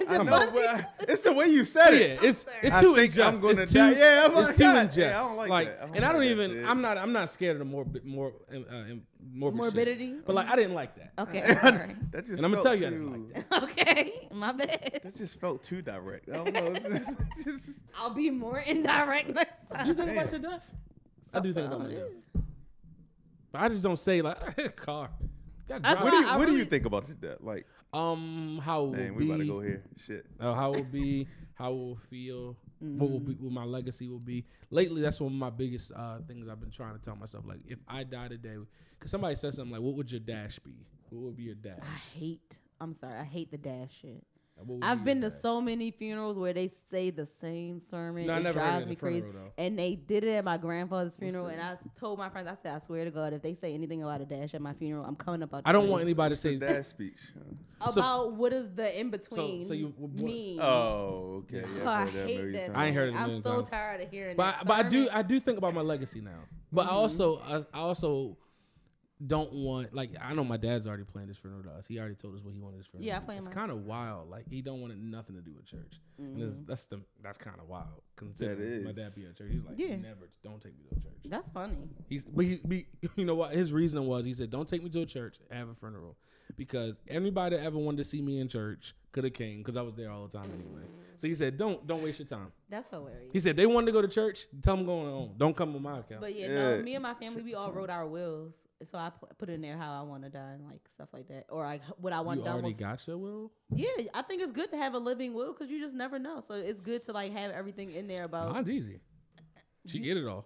[SPEAKER 4] said
[SPEAKER 5] I
[SPEAKER 4] the
[SPEAKER 5] know,
[SPEAKER 4] bungee-
[SPEAKER 5] but I- it's the way you said
[SPEAKER 3] Yeah,
[SPEAKER 5] it.
[SPEAKER 3] it's it's
[SPEAKER 5] I
[SPEAKER 3] too
[SPEAKER 5] think
[SPEAKER 3] ingest.
[SPEAKER 5] I'm gonna
[SPEAKER 3] it's too,
[SPEAKER 5] die. Yeah, I'm
[SPEAKER 3] it's
[SPEAKER 5] like,
[SPEAKER 3] too
[SPEAKER 5] God,
[SPEAKER 3] ingest.
[SPEAKER 5] yeah, I don't like that. I don't
[SPEAKER 3] and I
[SPEAKER 5] like
[SPEAKER 3] don't
[SPEAKER 5] that
[SPEAKER 3] even.
[SPEAKER 5] shit.
[SPEAKER 3] I'm not. I'm not scared of the morbid, more, um, uh, um, morbid shit.
[SPEAKER 4] Morbidity?
[SPEAKER 3] But like, I didn't like that.
[SPEAKER 4] Okay, I'm sorry.
[SPEAKER 5] That just
[SPEAKER 3] And I'ma
[SPEAKER 5] felt
[SPEAKER 3] tell you I
[SPEAKER 5] too,
[SPEAKER 3] didn't like
[SPEAKER 4] okay, my bad.
[SPEAKER 5] That just felt too direct. I don't know. It's just-
[SPEAKER 4] I'll be more indirect next
[SPEAKER 3] You
[SPEAKER 4] time.
[SPEAKER 3] think about your
[SPEAKER 5] Damn.
[SPEAKER 3] death? I do think about my
[SPEAKER 4] Sometimes,
[SPEAKER 3] death.
[SPEAKER 4] yeah.
[SPEAKER 3] But I just don't say like car. God,
[SPEAKER 4] That's
[SPEAKER 5] what
[SPEAKER 3] drive.
[SPEAKER 5] do
[SPEAKER 4] why
[SPEAKER 5] you,
[SPEAKER 4] I
[SPEAKER 5] what do you
[SPEAKER 4] really-
[SPEAKER 5] think about your death? Like,
[SPEAKER 3] um, how will
[SPEAKER 5] dang,
[SPEAKER 3] be,
[SPEAKER 5] we about to go here. Shit.
[SPEAKER 3] uh, how will be, how will feel, what will be,
[SPEAKER 4] Mm-hmm.
[SPEAKER 3] what my legacy will be. Lately, that's one of my biggest uh, things I've been trying to tell myself. Like, if I die today, because somebody said something like, "What would your dash be? What would be your dash?"
[SPEAKER 4] I hate. I'm sorry. I hate the dash shit.
[SPEAKER 3] What would
[SPEAKER 4] I've
[SPEAKER 3] be
[SPEAKER 4] been
[SPEAKER 3] your
[SPEAKER 4] to
[SPEAKER 3] dash?
[SPEAKER 4] so many funerals where they say the same sermon.
[SPEAKER 3] No, I
[SPEAKER 4] it
[SPEAKER 3] never heard it
[SPEAKER 4] drives
[SPEAKER 3] at
[SPEAKER 4] me
[SPEAKER 3] the
[SPEAKER 4] crazy.
[SPEAKER 3] funeral,
[SPEAKER 4] And they did it at my grandfather's funeral, and I s- told my friends, I said, I swear to God, if they say anything about a dash at my funeral, I'm coming up. out
[SPEAKER 3] I
[SPEAKER 4] the
[SPEAKER 3] don't want
[SPEAKER 4] grave."
[SPEAKER 3] anybody to
[SPEAKER 5] The
[SPEAKER 3] say
[SPEAKER 5] dad speech.
[SPEAKER 4] about what is the in between.
[SPEAKER 3] so you- what-
[SPEAKER 4] mean.
[SPEAKER 5] Oh, okay. Yeah, I've
[SPEAKER 4] I
[SPEAKER 5] heard that
[SPEAKER 4] hate
[SPEAKER 5] maybe
[SPEAKER 4] that.
[SPEAKER 5] time.
[SPEAKER 3] I ain't heard it a
[SPEAKER 4] I'm
[SPEAKER 3] million
[SPEAKER 4] so
[SPEAKER 3] times.
[SPEAKER 4] tired of hearing.
[SPEAKER 3] But
[SPEAKER 4] that
[SPEAKER 3] but I do
[SPEAKER 4] sermon.
[SPEAKER 3] I do think about my legacy now. But
[SPEAKER 4] Mm-hmm.
[SPEAKER 3] I also I, I also don't want like I know my dad's already planned his funeral to us. He already told us what he wanted his funeral.
[SPEAKER 4] Yeah, I
[SPEAKER 3] to be.
[SPEAKER 4] planned
[SPEAKER 3] It's
[SPEAKER 4] mine.
[SPEAKER 3] kind of wild. Like he don't want it nothing to do with church. And
[SPEAKER 4] Mm-hmm.
[SPEAKER 3] it's, that's the that's kind of wild. Considering my
[SPEAKER 5] is.
[SPEAKER 3] dad be at church, he's like
[SPEAKER 4] Yeah.
[SPEAKER 3] never don't take me to a church.
[SPEAKER 4] That's funny.
[SPEAKER 3] He's but he, he you know what his reasoning was. He said don't take me to a church and have a funeral because anybody that ever wanted to see me in church could have came because I was there all the time anyway. So he said don't don't waste your time.
[SPEAKER 4] That's hilarious.
[SPEAKER 3] He said they wanted to go to church. Tell them going on. Don't come on my account.
[SPEAKER 4] but yeah,
[SPEAKER 5] Yeah.
[SPEAKER 4] no, me and my family, we all wrote our wills, so I pl- put in there how I want to die and like stuff like that, or like what I want
[SPEAKER 3] you
[SPEAKER 4] done
[SPEAKER 3] already
[SPEAKER 4] with
[SPEAKER 3] got your will.
[SPEAKER 4] Yeah, I think it's good to have a living will because you just never know. So it's good to like have everything in there about.
[SPEAKER 3] Mine's easy. She get it all.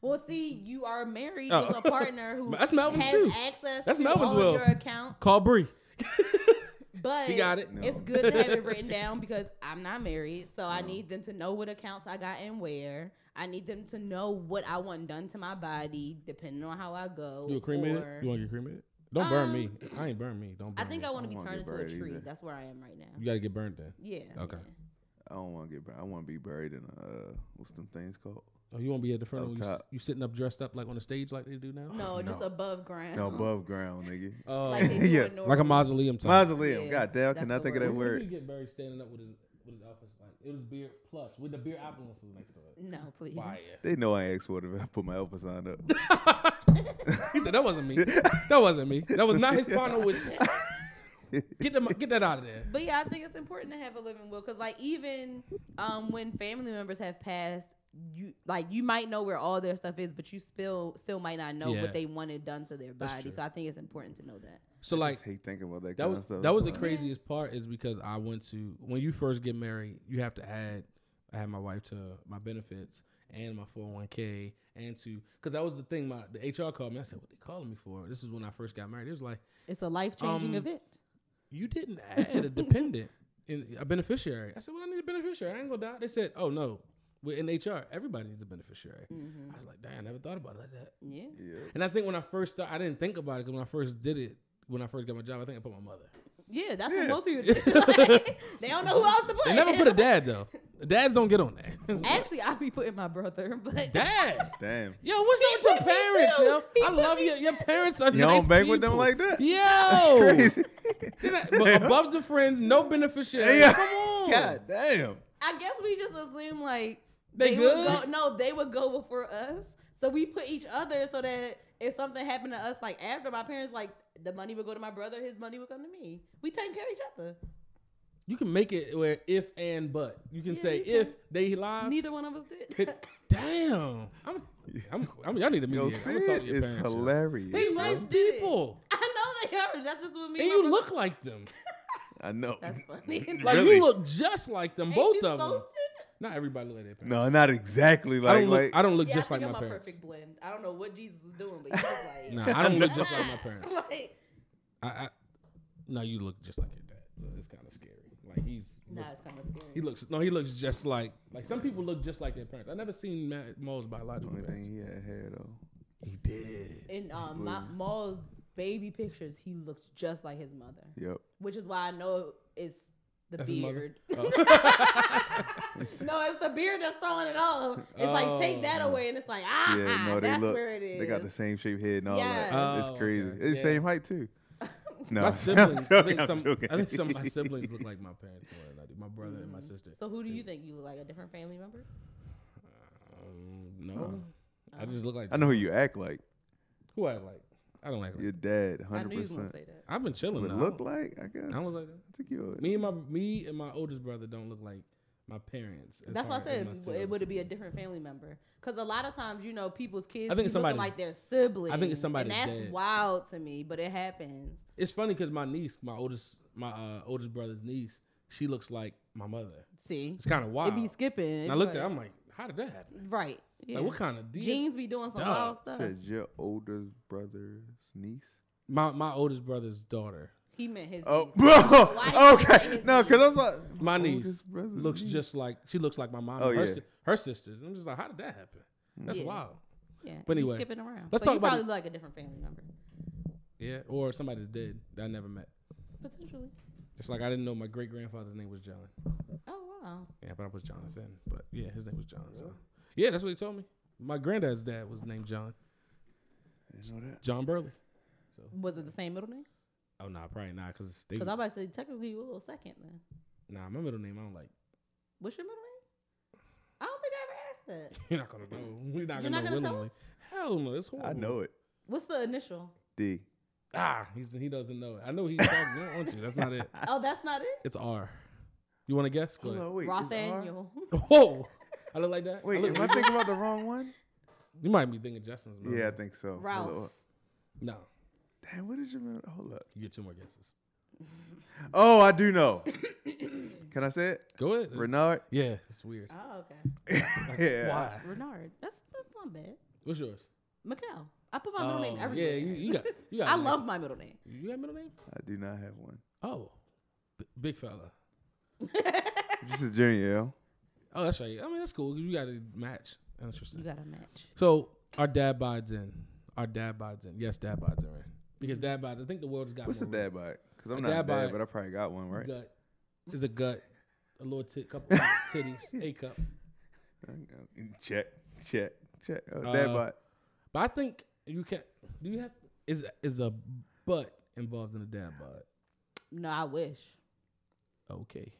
[SPEAKER 4] Well, see, you are married
[SPEAKER 3] Oh.
[SPEAKER 4] with a partner who
[SPEAKER 3] That's Melvin's
[SPEAKER 4] has
[SPEAKER 3] too.
[SPEAKER 4] access
[SPEAKER 3] That's
[SPEAKER 4] to
[SPEAKER 3] Melvin's
[SPEAKER 4] all
[SPEAKER 3] will.
[SPEAKER 4] of your account.
[SPEAKER 3] Call Bree.
[SPEAKER 4] But
[SPEAKER 3] She got it.
[SPEAKER 4] It's good to have it written down because I'm not married, so I need them to know what accounts I got and where. I need them to know what I want done to my body, depending on how I go.
[SPEAKER 3] You a cremated?
[SPEAKER 4] or-
[SPEAKER 3] You want to get cremated? Don't burn
[SPEAKER 4] Um,
[SPEAKER 3] me. I ain't burn me. Don't. Burn
[SPEAKER 4] I think
[SPEAKER 3] me.
[SPEAKER 4] I want to
[SPEAKER 5] I
[SPEAKER 4] be
[SPEAKER 5] don't wanna
[SPEAKER 4] turned into
[SPEAKER 5] get
[SPEAKER 4] a
[SPEAKER 5] buried
[SPEAKER 4] tree.
[SPEAKER 5] either.
[SPEAKER 4] That's where I am right now.
[SPEAKER 3] You gotta get burned then.
[SPEAKER 4] Yeah.
[SPEAKER 3] Okay.
[SPEAKER 4] yeah.
[SPEAKER 5] I don't want to get buried. I want to be buried in a, uh, what's them things called?
[SPEAKER 3] Oh, you want to be at the front?
[SPEAKER 5] Up
[SPEAKER 3] You, s-
[SPEAKER 5] top.
[SPEAKER 3] you sitting up dressed up like on the stage like they do now?
[SPEAKER 4] No, just
[SPEAKER 5] No.
[SPEAKER 4] above ground.
[SPEAKER 5] No, above ground, nigga.
[SPEAKER 3] Oh,
[SPEAKER 4] Like, they do
[SPEAKER 5] Yeah.
[SPEAKER 4] in
[SPEAKER 3] like a
[SPEAKER 4] Norway.
[SPEAKER 3] mausoleum type.
[SPEAKER 5] Mausoleum.
[SPEAKER 4] Yeah,
[SPEAKER 5] God damn,
[SPEAKER 4] that's
[SPEAKER 5] can I
[SPEAKER 4] the
[SPEAKER 5] think of
[SPEAKER 3] What
[SPEAKER 5] that
[SPEAKER 3] if
[SPEAKER 4] word.
[SPEAKER 5] word?
[SPEAKER 3] You get buried standing up with his with his outfit like. It was beer plus with the beer apple is next to it.
[SPEAKER 4] No, please.
[SPEAKER 3] Fire.
[SPEAKER 5] They know I asked for it if I put my Elvis sign up.
[SPEAKER 3] he said that wasn't me. That wasn't me. That was not his final wishes. Get them, get that out of there.
[SPEAKER 4] But yeah, I think it's important to have a living will because, like, even um, when family members have passed, you like you might know where all their stuff is, but you still still might not know
[SPEAKER 3] Yeah.
[SPEAKER 4] what they wanted done to their
[SPEAKER 3] That's
[SPEAKER 4] body.
[SPEAKER 3] true.
[SPEAKER 4] So I think it's important to know that.
[SPEAKER 3] So
[SPEAKER 5] I
[SPEAKER 3] like
[SPEAKER 5] just hate thinking about that.
[SPEAKER 3] that
[SPEAKER 5] kind
[SPEAKER 3] was
[SPEAKER 5] of stuff.
[SPEAKER 3] that was the
[SPEAKER 5] It's like,
[SPEAKER 3] craziest part is because I went to when you first get married, you have to add I had my wife to my benefits and my 401k and to because that was the thing. My the HR called me. I said, "What they calling me for?" This is when I first got married. It was like
[SPEAKER 4] It's a life changing
[SPEAKER 3] Um,
[SPEAKER 4] event.
[SPEAKER 3] you didn't add a dependent in a beneficiary. I said, "Well, I need a beneficiary. I ain't gonna die." They said, "Oh no, we're in HR. Everybody needs a beneficiary."
[SPEAKER 4] hmm
[SPEAKER 3] I was like, "Damn, I never thought about it like that."
[SPEAKER 4] Yeah.
[SPEAKER 5] Yeah.
[SPEAKER 3] And I think when I first started, I didn't think about it because when I first did it, when I first got my job, I think I put my mother.
[SPEAKER 4] Yeah, that's
[SPEAKER 5] Yeah.
[SPEAKER 4] what most people do. Like, they don't know who else to put.
[SPEAKER 3] They never put a dad though. Dads don't get on that.
[SPEAKER 4] Actually, I'd be putting my brother, but
[SPEAKER 3] dad.
[SPEAKER 5] Damn.
[SPEAKER 3] Yo, what's up with your
[SPEAKER 4] put me
[SPEAKER 3] parents,
[SPEAKER 4] too.
[SPEAKER 3] yo?
[SPEAKER 4] He
[SPEAKER 3] I
[SPEAKER 4] put
[SPEAKER 3] love
[SPEAKER 4] me
[SPEAKER 3] you. Your parents are
[SPEAKER 5] You
[SPEAKER 3] nice
[SPEAKER 5] don't bang with them
[SPEAKER 3] people.
[SPEAKER 5] like that?
[SPEAKER 3] Yo.
[SPEAKER 5] Crazy.
[SPEAKER 3] Oh. But above the friends, no beneficiary.
[SPEAKER 5] Yeah.
[SPEAKER 3] Come on.
[SPEAKER 5] God damn.
[SPEAKER 4] I guess we just assume like
[SPEAKER 3] They
[SPEAKER 4] would
[SPEAKER 3] good?
[SPEAKER 4] go no, they would go before us. So we put each other so that if something happened to us like after my parents like the money would go to my brother, his money would come to me. We take care of each other.
[SPEAKER 3] You can make it where if and but. You can
[SPEAKER 4] Yeah,
[SPEAKER 3] say
[SPEAKER 4] you can.
[SPEAKER 3] if they live.
[SPEAKER 4] Neither one of us did.
[SPEAKER 3] Hit- Damn. I'm, I'm, I'm, y'all need to meet
[SPEAKER 5] Yo,
[SPEAKER 3] me. I'm gonna talk
[SPEAKER 5] Sid
[SPEAKER 3] to your
[SPEAKER 5] is
[SPEAKER 3] parents. yo.
[SPEAKER 5] hilarious.
[SPEAKER 3] They
[SPEAKER 5] yo.
[SPEAKER 3] nice
[SPEAKER 4] did it.
[SPEAKER 3] people.
[SPEAKER 4] I know they are. That's just what me.
[SPEAKER 3] And
[SPEAKER 4] and my
[SPEAKER 3] you
[SPEAKER 4] brother-
[SPEAKER 3] look like them.
[SPEAKER 5] I know.
[SPEAKER 4] That's funny.
[SPEAKER 3] Like
[SPEAKER 5] Really?
[SPEAKER 3] you look just like them,
[SPEAKER 4] Ain't
[SPEAKER 3] both
[SPEAKER 4] you
[SPEAKER 3] of them.
[SPEAKER 4] supposed to?
[SPEAKER 3] Not everybody look like their parents.
[SPEAKER 5] No, not exactly like
[SPEAKER 3] I don't look,
[SPEAKER 5] like
[SPEAKER 3] I don't look
[SPEAKER 4] Yeah,
[SPEAKER 3] just
[SPEAKER 4] I
[SPEAKER 3] like
[SPEAKER 4] think
[SPEAKER 3] my
[SPEAKER 4] I'm a
[SPEAKER 3] parents.
[SPEAKER 4] perfect blend. I don't know what Jesus was doing, but he was like,
[SPEAKER 3] Nah, I don't look just like my parents.
[SPEAKER 4] like,
[SPEAKER 3] I, I no, you look just like your dad, so it's kind of scary. Like he's
[SPEAKER 4] nah, it's kind of scary.
[SPEAKER 3] he looks no, he looks just like like some people look just like their parents. I never seen Matt Mo's biological
[SPEAKER 5] Only thing
[SPEAKER 3] parents.
[SPEAKER 5] he had hair though.
[SPEAKER 3] He did.
[SPEAKER 4] In um, my Maul's baby pictures, he looks just like his mother,
[SPEAKER 5] Yep.
[SPEAKER 4] which is why I know it's the
[SPEAKER 3] That's his mother? Oh.
[SPEAKER 4] beard. no, it's the beard that's throwing it off. It's like
[SPEAKER 3] Oh.
[SPEAKER 4] take that away, and it's like ah,
[SPEAKER 5] Yeah, no, they
[SPEAKER 4] that's
[SPEAKER 5] look.
[SPEAKER 4] where it is.
[SPEAKER 5] They got the same shape head and all
[SPEAKER 4] Yes.
[SPEAKER 5] that.
[SPEAKER 3] Oh,
[SPEAKER 5] it's crazy.
[SPEAKER 3] okay.
[SPEAKER 5] It's
[SPEAKER 3] Yeah.
[SPEAKER 5] same height too. No,
[SPEAKER 3] My
[SPEAKER 5] I'm
[SPEAKER 3] siblings, I
[SPEAKER 5] joking,
[SPEAKER 3] think
[SPEAKER 5] I'm
[SPEAKER 3] some,
[SPEAKER 5] joking.
[SPEAKER 3] I think some of my siblings look like my parents more than I do. My brother and my sister.
[SPEAKER 4] Mm. So who do you think you look like? A different family member?
[SPEAKER 3] Um, no,
[SPEAKER 4] Oh.
[SPEAKER 3] I just look like
[SPEAKER 5] I know who you act like.
[SPEAKER 3] who I like. I don't like.
[SPEAKER 5] Your dad,
[SPEAKER 4] I
[SPEAKER 5] hundred
[SPEAKER 4] knew you was gonna
[SPEAKER 5] percent.
[SPEAKER 4] say that.
[SPEAKER 3] I've been chilling.
[SPEAKER 5] Would
[SPEAKER 3] though. I
[SPEAKER 5] look
[SPEAKER 3] don't-
[SPEAKER 5] like I guess.
[SPEAKER 3] I don't look like that.
[SPEAKER 5] I think you. would.
[SPEAKER 3] Me and my me and my oldest brother don't look like my parents. as
[SPEAKER 4] That's why I
[SPEAKER 3] far as
[SPEAKER 4] said
[SPEAKER 3] my
[SPEAKER 4] it- it
[SPEAKER 3] siblings.
[SPEAKER 4] would be a different family member. Because a lot of times, you know, people's kids
[SPEAKER 3] I think
[SPEAKER 4] be
[SPEAKER 3] it's
[SPEAKER 4] looking
[SPEAKER 3] somebody-
[SPEAKER 4] like their siblings.
[SPEAKER 3] somebody's
[SPEAKER 4] And that's
[SPEAKER 3] dad.
[SPEAKER 4] wild to me, but it happens.
[SPEAKER 3] It's funny because my niece, my oldest, my uh, oldest brother's niece, she looks like my mother.
[SPEAKER 4] See,
[SPEAKER 3] It's kind of wild.
[SPEAKER 4] it be skipping.
[SPEAKER 3] and I looked at, it, I'm like, how did that happen?
[SPEAKER 4] right. Yeah.
[SPEAKER 3] Like, what kind of deal?
[SPEAKER 4] Jeans be doing some
[SPEAKER 3] Dog.
[SPEAKER 4] wild stuff.
[SPEAKER 5] Said your oldest brother's niece.
[SPEAKER 3] My my oldest brother's daughter,
[SPEAKER 4] He meant his.
[SPEAKER 5] Oh,
[SPEAKER 4] niece. did you
[SPEAKER 5] bro.
[SPEAKER 4] say
[SPEAKER 5] Okay.
[SPEAKER 4] his
[SPEAKER 5] No, because
[SPEAKER 4] niece?
[SPEAKER 5] I'm like
[SPEAKER 3] my
[SPEAKER 5] oldest
[SPEAKER 3] niece,
[SPEAKER 5] brother's
[SPEAKER 3] looks
[SPEAKER 5] niece.
[SPEAKER 3] just like she looks like my mom.
[SPEAKER 5] Oh,
[SPEAKER 3] and her,
[SPEAKER 5] yeah.
[SPEAKER 3] si- her sisters. And I'm just like, how did that happen? That's
[SPEAKER 4] Yeah.
[SPEAKER 3] wild.
[SPEAKER 4] Yeah, it
[SPEAKER 3] But
[SPEAKER 4] be
[SPEAKER 3] anyway,
[SPEAKER 4] skipping around.
[SPEAKER 3] let's
[SPEAKER 4] so
[SPEAKER 3] talk
[SPEAKER 4] you
[SPEAKER 3] about
[SPEAKER 4] probably
[SPEAKER 3] it.
[SPEAKER 4] look like a different family member
[SPEAKER 3] Yeah, or somebody's dead that I never met.
[SPEAKER 4] potentially.
[SPEAKER 3] It's like I didn't know my great grandfather's name was John.
[SPEAKER 4] Oh wow.
[SPEAKER 3] Yeah, but I was
[SPEAKER 4] Mm-hmm.
[SPEAKER 3] Jonathan. But yeah, his name was John. So yeah, that's what he told me. My granddad's dad was named John.
[SPEAKER 5] You know that?
[SPEAKER 3] John Burley.
[SPEAKER 4] Was it the same middle name?
[SPEAKER 3] Oh no, probably not because they.
[SPEAKER 4] Because I about to say technically you a little second then.
[SPEAKER 3] Nah, my middle name I don't like.
[SPEAKER 4] What's your middle name? I don't think I ever asked that.
[SPEAKER 3] You're not gonna know. We're not
[SPEAKER 4] You're
[SPEAKER 3] gonna
[SPEAKER 4] not
[SPEAKER 3] know
[SPEAKER 4] gonna tell
[SPEAKER 3] willingly. Hell no, it's horrible.
[SPEAKER 5] I know it.
[SPEAKER 4] What's the initial?
[SPEAKER 5] D.
[SPEAKER 3] Ah, he's, he doesn't know it. I know he's talking. I don't want you. That's not it.
[SPEAKER 4] Oh, that's not it.
[SPEAKER 3] It's R. You want to guess? Go ahead.
[SPEAKER 5] Hello, wait. is R-
[SPEAKER 4] Rothaniel.
[SPEAKER 3] Whoa, I look like that. I
[SPEAKER 5] Wait,
[SPEAKER 3] look
[SPEAKER 5] am I
[SPEAKER 3] like-
[SPEAKER 5] thinking about the wrong one?
[SPEAKER 3] you might be thinking Justin's. middle
[SPEAKER 5] Yeah, I
[SPEAKER 3] name.
[SPEAKER 5] think so.
[SPEAKER 4] Ralph.
[SPEAKER 5] Hello.
[SPEAKER 3] No,
[SPEAKER 5] Damn, what is your middle? Hold up.
[SPEAKER 3] you get two more guesses.
[SPEAKER 5] Oh, I do know. Can I say it?
[SPEAKER 3] Go ahead. It's-
[SPEAKER 5] Renard.
[SPEAKER 3] Yeah, it's weird.
[SPEAKER 4] Oh, okay.
[SPEAKER 5] yeah.
[SPEAKER 3] Why?
[SPEAKER 4] Renard. That's that's not bad.
[SPEAKER 3] What's yours?
[SPEAKER 4] Mikkel. I put my middle name
[SPEAKER 3] Oh,
[SPEAKER 4] everywhere.
[SPEAKER 3] yeah, you, you got. You got.
[SPEAKER 4] I
[SPEAKER 3] a nice-
[SPEAKER 4] love my middle name.
[SPEAKER 3] You got middle name?
[SPEAKER 5] I do not have one.
[SPEAKER 3] Oh, B- big fella.
[SPEAKER 5] I'm just a junior. yo.
[SPEAKER 3] Oh, that's right. I mean, that's cool. 'cause You got to match. Interesting.
[SPEAKER 4] You got a match.
[SPEAKER 3] So our dad bides in. Our dad bides in. Yes, dad bides in. Right? Because dad bides. I think the world has got.
[SPEAKER 5] What's a
[SPEAKER 3] more
[SPEAKER 5] dad bod? Because I'm
[SPEAKER 3] A
[SPEAKER 5] not
[SPEAKER 3] dad
[SPEAKER 5] dad,
[SPEAKER 3] bod-
[SPEAKER 5] but I probably got one,
[SPEAKER 3] room.
[SPEAKER 5] right?
[SPEAKER 3] Gut. It's a gut. A little tit, couple titties, a cup.
[SPEAKER 5] Check, check, check. Oh, dad
[SPEAKER 3] Uh,
[SPEAKER 5] bod.
[SPEAKER 3] But I think you can. Do you have? Is is a butt involved in a dad bod?
[SPEAKER 4] No, I wish.
[SPEAKER 3] Okay.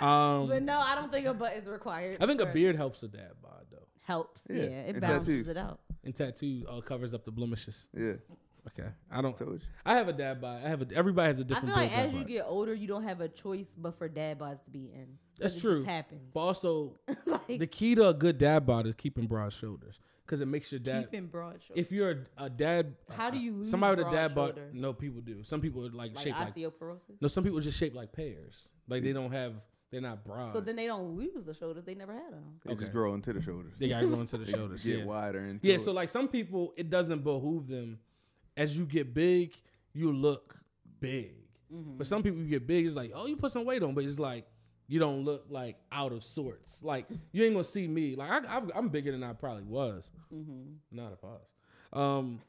[SPEAKER 3] Um,
[SPEAKER 6] But no, I don't think a butt is required.
[SPEAKER 3] I think a
[SPEAKER 6] for-
[SPEAKER 3] beard helps with that bod though,
[SPEAKER 4] helps.
[SPEAKER 5] Yeah,
[SPEAKER 4] Yeah,
[SPEAKER 5] and
[SPEAKER 4] it balances
[SPEAKER 5] tattoos.
[SPEAKER 4] it out.
[SPEAKER 3] and tattoo uh, covers up the blemishes.
[SPEAKER 5] Yeah,
[SPEAKER 3] Okay, I don't.
[SPEAKER 5] told you.
[SPEAKER 3] I have a dad bod. I have a. Everybody has a
[SPEAKER 4] I
[SPEAKER 3] different.
[SPEAKER 4] feel like
[SPEAKER 3] build dad
[SPEAKER 4] as you
[SPEAKER 3] bod.
[SPEAKER 4] get older, you don't have a choice but for dad bods to be in. 'Cause
[SPEAKER 3] That's
[SPEAKER 4] it
[SPEAKER 3] true.
[SPEAKER 4] Just happens.
[SPEAKER 3] but also
[SPEAKER 4] like
[SPEAKER 3] the key to a good dad bod is keeping broad shoulders because it makes your dad.
[SPEAKER 4] keeping broad shoulders.
[SPEAKER 3] If you're a, a dad,
[SPEAKER 4] How do you lose
[SPEAKER 3] somebody with a
[SPEAKER 4] broad
[SPEAKER 3] dad bod?
[SPEAKER 4] shoulders?
[SPEAKER 3] No, people do. Some people are like,
[SPEAKER 4] like
[SPEAKER 3] shaped like.
[SPEAKER 4] osteoporosis.
[SPEAKER 3] No, some people just shaped like pears. Like they don't have. They're not broad.
[SPEAKER 4] so then they don't lose the shoulders. They never had them.
[SPEAKER 5] They
[SPEAKER 3] Okay.
[SPEAKER 5] just grow into the shoulders.
[SPEAKER 3] they gotta go into the
[SPEAKER 5] They
[SPEAKER 3] shoulders.
[SPEAKER 5] Get
[SPEAKER 3] yeah.
[SPEAKER 5] wider and
[SPEAKER 3] Yeah, so like some people, it doesn't behoove them. As you get big, you look big. But some people, you get big, it's like, oh, you put some weight on, but it's like you don't look like out of sorts. Like you ain't gonna see me. Like I, I've, I'm bigger than I probably was. Not a pause. Um,